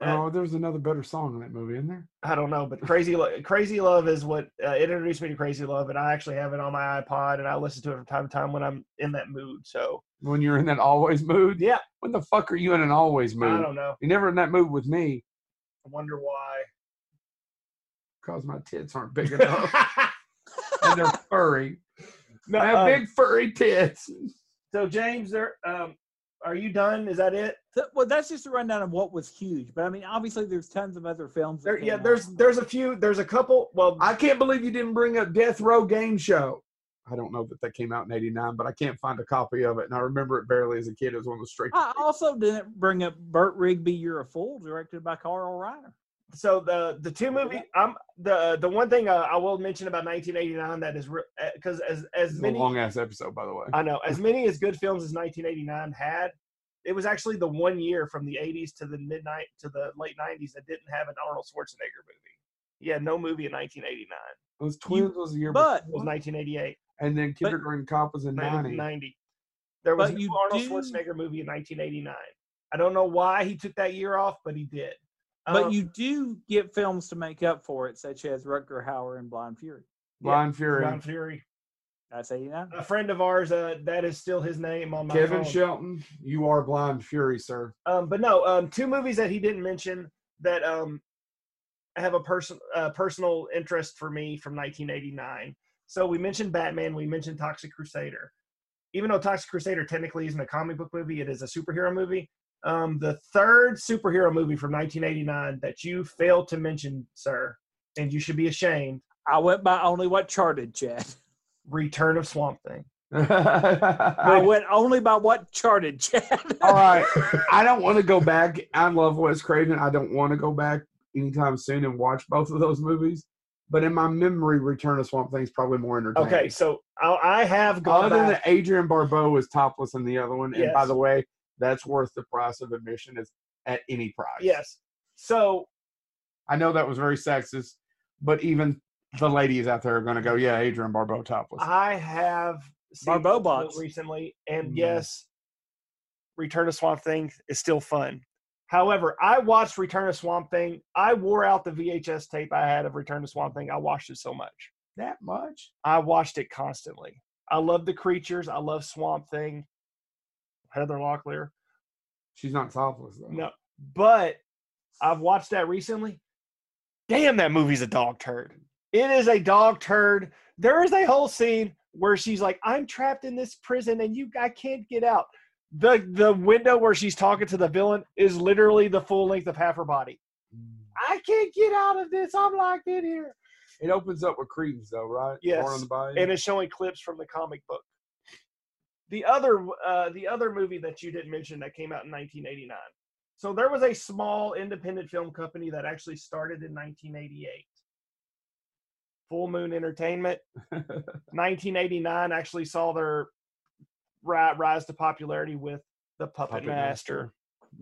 D: uh,
B: oh, there's another better song in that movie, isn't there?
D: I don't know, but crazy, Lo- crazy love is what uh, it introduced me to crazy love, and I actually have it on my iPod, and I listen to it from time to time when I'm in that mood. So
B: When you're in that always mood.
D: Yeah.
B: When the fuck are you in an always
D: I
B: mood?
D: don't know.
B: You're never in that mood with me
D: I wonder why.
B: because my tits aren't big enough and they're furry.
D: No,
B: I have
D: um,
B: big furry tits.
D: so James, there, um, are you done? Is that it?
C: Th- well, that's just a rundown of what was huge. But I mean, obviously, there's tons of other films. that
D: There,
C: came
D: yeah,
C: out.
D: there's there's a few, there's a couple. Well,
B: I can't believe you didn't bring up Death Row Game Show. I don't know that that came out in '89, but I can't find a copy of it, and I remember it barely as a kid. It was one of those straight.
C: I also didn't bring up Burt Rigby, You're a Fool, directed by Carl Reiner.
D: so the the two movie, I'm the the one thing uh, I will mention about 1989 that is because as as
B: It's a
D: many
B: long ass episode, by the way.
D: I know as many as good films as 1989 had. It was actually the one year from the 80s to the midnight to the late 90s that didn't have an Arnold Schwarzenegger movie. He had no movie in 1989.
B: It was Twins was the year
C: but-
D: It was
B: before,
D: 1988,
B: and then Kindergarten Cop was in '90.
D: 1990. There was
C: But
D: no
C: you
D: Arnold
C: do-
D: Schwarzenegger movie in 1989. I don't know why he took that year off, but he did.
C: But
B: Oh.
D: Um,
C: you do get films to make up for it, such as Rutger Hauer and Blind Fury.
B: Blind Fury,
D: John Fury,
C: That's 89.
D: a friend of ours, uh, that is still his name on my
B: Kevin
D: phone.
B: Shelton, you are Blind Fury, sir.
D: Um, but no, um, two movies that he didn't mention that um, have a person uh, personal interest for me from 1989. So we mentioned Batman. We mentioned Toxic Crusader. Even though Toxic Crusader technically isn't a comic book movie, it is a superhero movie. Um, the third superhero movie from 1989 that you failed to mention, sir, and you should be ashamed.
C: I went by only what charted, Chad.
D: Return of Swamp Thing.
C: I
B: All
C: went only by what charted, Chad.
B: right. I don't want to go back. I love Wes Craven. I don't want to go back anytime soon and watch both of those movies. But in my memory, Return of Swamp Thing's probably more entertaining.
D: Okay, so I, I have gone
B: Other than
D: back.
B: that, Adrian Barbeau was topless in the other one. And by
D: Yes.
B: the way, that's worth the price of admission is at any price.
D: Yes. So
B: I know that was very sexist, but even the ladies out there are going to go, yeah, Adrian Barbeau topless.
C: Uh-huh.
D: I have seen
C: Barbeau
D: Barbo
C: bots.
D: recently, and
B: Mm.
D: yes, Return of Swamp Thing is still fun. However, I watched Return of Swamp Thing. I wore out the VHS tape I had of Return of Swamp Thing. I watched it so much.
B: that much?
D: I watched it constantly. I love the creatures. I love Swamp Thing. Heather Locklear.
B: She's not topless, though.
D: No, but I've watched that recently. Damn, that movie's a dog turd. It is a dog turd. There is a whole scene where she's like, "I'm trapped in this prison and you, I can't get out." The the window where she's talking to the villain is literally the full length of half her body. I can't get out of this. I'm locked in here,
B: It opens up with Creedence, though, right?
D: Yes.
B: Born on the Bayou.
D: and it's showing clips from the comic book. The other uh, the other movie that you didn't mention that came out in 1989. So there was a small independent film company that actually started in 1988. Full Moon Entertainment. 1989 actually saw their ri- rise to popularity with The Puppet,
B: Puppet
D: Master,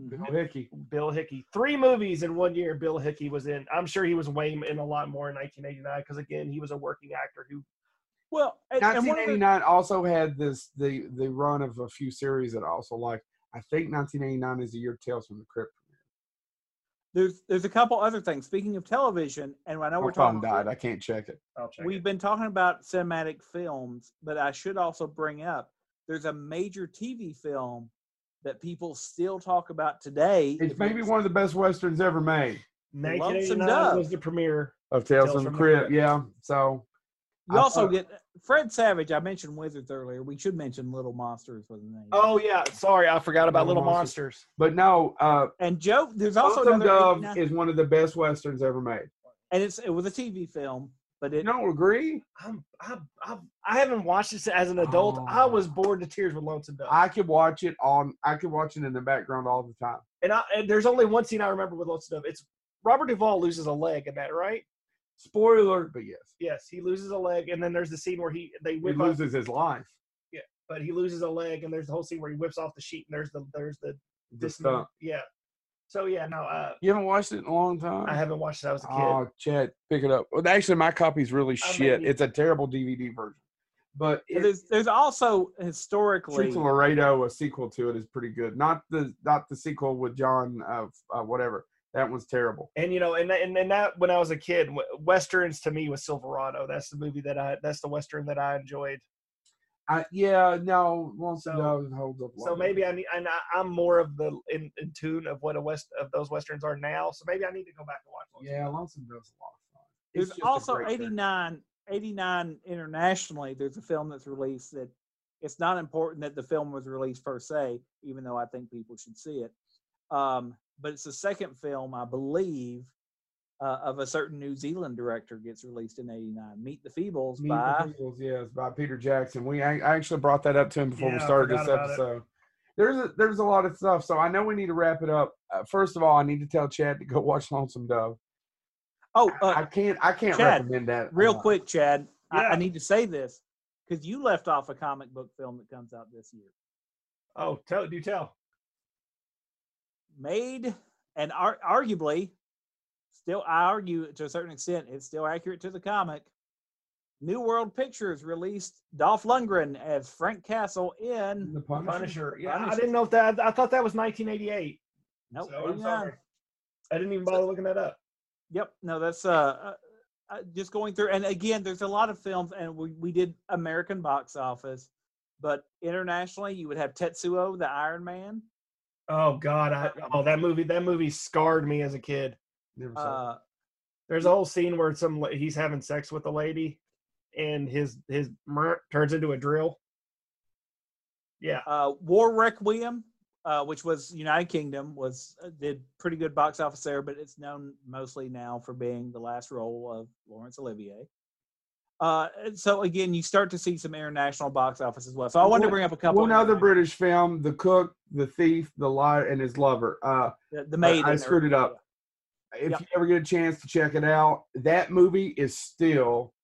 B: Bill Hickey.
D: Bill Hickey. Three movies in one year Bill Hickey was in. I'm sure he was way in a lot more in 1989 because, again, he was a working actor who
C: Well, and, and one of the,
B: 1989 also had this the the run of a few series that I also like. I think 1989 is the year Tales from the Crypt.
C: there's there's a couple other things. Speaking of television, and I know
B: My
C: we're
B: phone
C: talking
B: died. I can't check it.
D: I'll check
C: we've been talking about cinematic films, but I should also bring up there's a major TV film that people still talk about today.
B: It's maybe one of the best westerns ever made.
C: Lonesome
D: 1989
C: Dove.
D: was the premiere.
B: Of Tales,
D: Tales
B: from the
D: from the
B: Crypt.
D: Crypt.
B: Yeah. So
C: You
B: I
C: also
B: thought-
C: get Fred Savage. I mentioned Wizards earlier. We should mention Little Monsters was the name.
D: Oh yeah, sorry, I forgot about
B: Little
D: Little Monsters.
B: but no, uh
C: and Joe. There's also
B: Lonesome
C: another
B: Dove
C: 89
B: is one of the best westerns ever made.
C: and it's it was a TV film, but
B: You
C: it
B: don't agree?
D: I'm, I'm, I'm, I haven't watched this as an adult. I
B: Oh.
D: was bored to tears with Lonesome Dove,
B: I could watch it on I could watch it in the background all the time.
D: and, I, and there's only one scene I remember with Lonesome Dove. It's Robert Duvall loses a leg in that, right?
B: Spoiler, but yes.
D: Yes, he loses a leg, and then there's the scene where he they
B: He
D: whip off,
B: loses his life.
D: but he loses a leg, and there's the whole scene where he whips off the sheet, and there's the there's the
B: The
D: dismem-
B: stunt.
D: Yeah. So yeah, no, uh,
B: You haven't watched it in a long time?
D: I haven't watched it. I was a kid.
B: Oh, Chad, pick it up. Well, actually, my copy's really
D: I may
B: shit.
D: need-
B: It's a terrible DVD version. But it,
C: there's there's also
B: True
C: historically
B: to Laredo, a sequel to it, is pretty good. Not the not the sequel with John of uh, whatever. That one's terrible.
D: And you know, and and and that when I was a kid, w- westerns to me was Silverado. That's the movie that I that's the western that I enjoyed.
B: I, yeah, no, won't
D: So-
B: no, it holds up.
D: So
B: longer.
D: maybe I need, and I, I'm more of the in, in tune of what a west of those westerns are now. So maybe I need to go back and watch. those.
B: yeah, Lonesome Dove's a lot of fun. It's
C: there's
B: just a
C: also
B: great character.
C: 89 89 internationally. There's a film that's released that it's not important that the film was released per se, even though I think people should see it. Um, but it's the second film, I believe, uh, of a certain New Zealand director gets released in '89. Meet the Feebles
B: Meet the
C: by
B: Feebles, yeah, it's by Peter Jackson. We I, I actually brought that up to him before we
D: Yeah, I
B: started this
D: forgot about it.
B: episode. There's a, there's a lot of stuff. So I know we need to wrap it up. Uh, first of all, I need to tell Chad to go watch Lonesome Dove.
C: oh, uh,
B: I can't I can't
C: Chad,
B: recommend that
C: real
B: enough.
C: quick, Chad. I, I
D: Yeah.
C: need to say this because you left off a comic book film that comes out this year.
D: Oh, tell do tell.
C: Made and ar- arguably, still, I argue to a certain extent, it's still accurate to the comic. New World Pictures released Dolph Lundgren as Frank Castle in.
B: The Punisher.
D: Punisher. Yeah, I
C: Punisher.
D: didn't know if that. I thought that was 1988.
C: Nope,
D: So, I'm
C: 89.
D: sorry. I didn't even bother looking that up.
C: Yep. No, that's uh, uh, uh, just going through. And again, there's a lot of films, and we, we did American box office, but internationally, you would have Tetsuo, the Iron Man.
D: Oh God! I, oh, that movie. That movie scarred me as a kid.
B: Never saw it.
C: Uh,
D: There's a whole scene where some la- he's having sex with a lady, and his his mer- turns into a drill. Yeah,
C: uh, War Requiem, uh, which was United Kingdom, was uh, did pretty good box office there, but it's known mostly now for being the last role of Laurence Olivier. Uh, and so again, you start to see some international box office as well. So I wanted to
B: One-
C: bring up a couple.
B: One other
C: international-
B: British film, The Cook, The Thief, The Liar, and His Lover. Uh,
C: the, the maid.
B: I
C: in
B: screwed it up. if
C: Yep.
B: you ever get a chance to check it out, that movie is still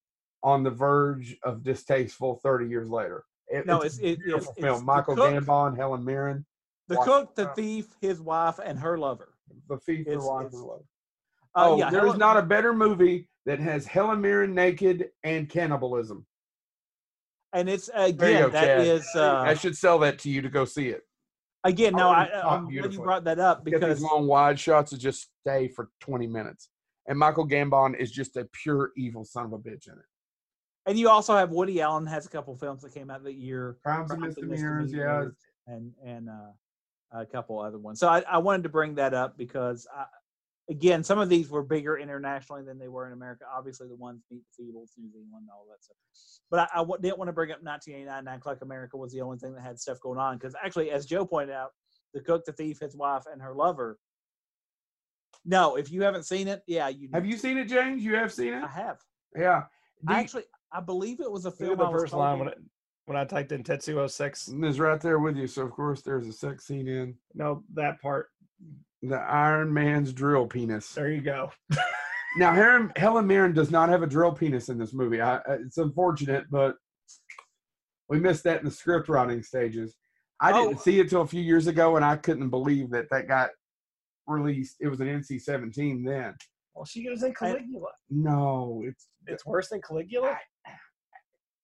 B: on the verge of distasteful 30 years later. It-
C: No,
B: a
C: it's- it-
B: beautiful
C: it's-
B: film.
C: it's The
B: Michael
C: Cook.
B: Gambon, Helen Mirren,
C: The
B: Watch
C: cook, the
B: out.
C: thief, his wife, and her lover.
B: The Thief, The
C: It's-
B: Liar,
C: it's-
B: The Lover.
C: Uh,
B: oh,
C: yeah,
B: there is
C: Helen-
B: not a better movie that has Helen Mirren naked and cannibalism.
C: and it's
B: go,
C: again that
B: Chad.
C: is
B: I
C: uh,
B: should sell that to you to go see it.
C: again.
B: I
C: No, I,
B: wouldn't talk
C: I'm glad you
B: beautifully.
C: brought that up
B: Get these
C: because
B: long wide shots that just stay for 20 minutes. And Michael Gambon is just a pure evil son of a bitch in it.
C: and you also have Woody Allen has a couple films that came out that year.
B: Crimes and
C: Crimes and
B: misdemeanors, yeah.
C: Misdemeanors, and and uh, a couple other ones. So I, I wanted to bring that up because I, again, some of these were bigger internationally than they were in America. Obviously, the ones beat the Feebles, New Zealand, all that stuff. But I, I w- didn't want to bring up 1989. Nine O'clock America was the only thing that had stuff going on because actually, as Joe pointed out, the cook, the thief, his wife, and her lover. No, if you haven't seen it, yeah, you.
B: Have you seen it, James? You have seen it?
C: I have.
B: Yeah. Do
C: I
B: you-
C: actually, I believe it was a
D: Look
C: film.
D: at the
C: I was
D: first line when
C: told-
D: I, when I typed in Tetsuo sex.
B: is right there with you. So of course there's a sex scene in
D: No, that part.
B: the Iron Man's drill penis.
D: There you go.
B: Now Helen, Helen Mirren does not have a drill penis in this movie. I, I- it's unfortunate, but we missed that in the script writing stages. I
C: Oh.
B: didn't see it till a few years ago, and I couldn't believe that that got released. It was an NC-17 then.
D: Well, she was in Caligula.
B: No, it's
D: It's worse than Caligula.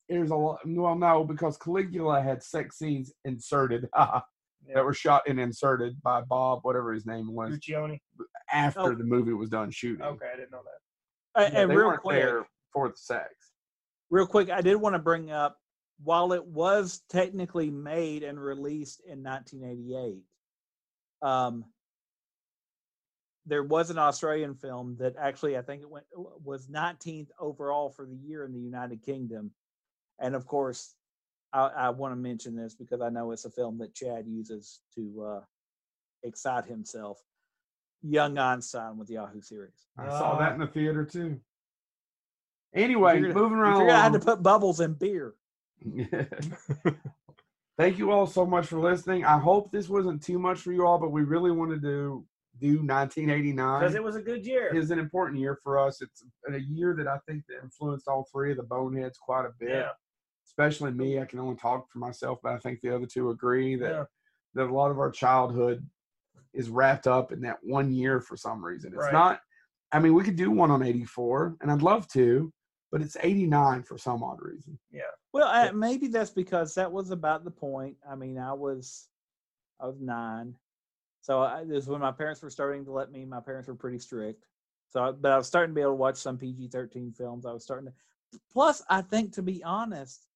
B: there's a lot. Well, no, because Caligula had sex scenes inserted that were shot and inserted by Bob, whatever his name was.
D: Guccione.
B: after
C: Oh.
B: the movie was done shooting.
D: Okay, I didn't know that.
C: and,
B: Yeah,
C: Uh, and
B: they
C: real
B: weren't
C: quick,
B: there for the sex.
C: real quick, I did want to bring up while it was technically made and released in 1988, um, there was an Australian film that actually I think it went was 19th overall for the year in the United Kingdom, and of course, I, I want to mention this because I know it's a film that Chad uses to uh, excite himself. Young Einstein with Yahoo series.
B: I saw that
D: Uh,
B: in the theater too. Anyway,
C: You're gonna-
B: moving
C: You're
B: around.
C: gonna have to
B: Along.
C: put bubbles in beer.
B: Thank you all so much for listening. I hope this wasn't too much for you all, but we really wanted to do 1989.
D: Because it was a good year.
B: is an important year for us. It's a year that I think that influenced all three of the boneheads quite a bit.
D: Yeah.
B: Especially me. I can only talk for myself, but I think the other two agree that
D: Yeah.
B: that a lot of our childhood is wrapped up in that one year for some reason. It's
D: Right.
B: not. I mean, we could do one on '84, and I'd love to, but it's '89 for some odd reason.
C: Well, uh, maybe that's because that was about the point. I mean, I was, I was nine, so I, this is when my parents were starting to let me. My parents were pretty strict, so I, but I was starting to be able to watch some PG thirteen films. I was starting to. Plus, I think to be honest,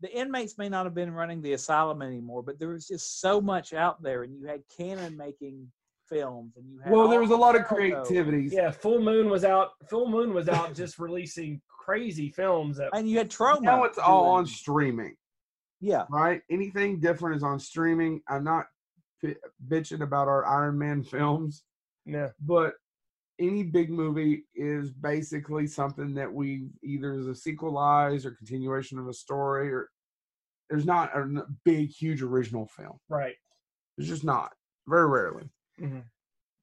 C: the inmates may not have been running the asylum anymore, but there was just so much out there, and you had Canon making films, and you had
B: Well,
C: all
B: there was a
C: these
B: lot of
C: Alamo,
B: creativities.
D: Yeah, Full Moon was out. Full Moon was out just releasing crazy films. That,
C: and you had Troma.
B: Now it's all
C: doing-
B: on streaming.
C: Yeah,
B: right? Anything different is on streaming. I'm not p- bitching about our Iron Man films,
D: yeah,
B: but any big movie is basically something that we either is a sequelized or continuation of a story, or there's not a n- big, huge original film.
D: right.
B: There's just not very rarely.
D: Mhm.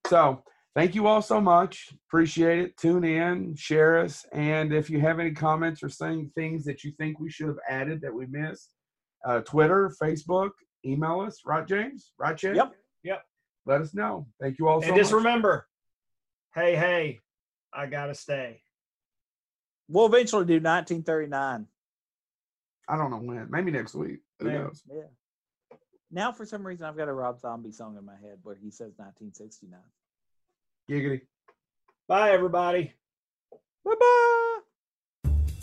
B: So. Thank you all so much. Appreciate it. Tune in, share us, and if you have any comments or saying things that you think we should have added that we missed, uh, Twitter, Facebook, email us. Right, James? Right, Chad?
C: Yep.
D: Yep.
B: Let us know. Thank you all so
D: and just
B: much.
D: remember, hey, hey, I gotta stay.
C: we'll eventually do nineteen thirty nine.
B: I don't know when. Maybe next week. Who
D: Maybe.
B: knows?
C: Yeah. Now, for some reason, I've got a Rob Zombie song in my head where he says 1969.
B: Giggity.
D: Bye, everybody.
C: Bye bye.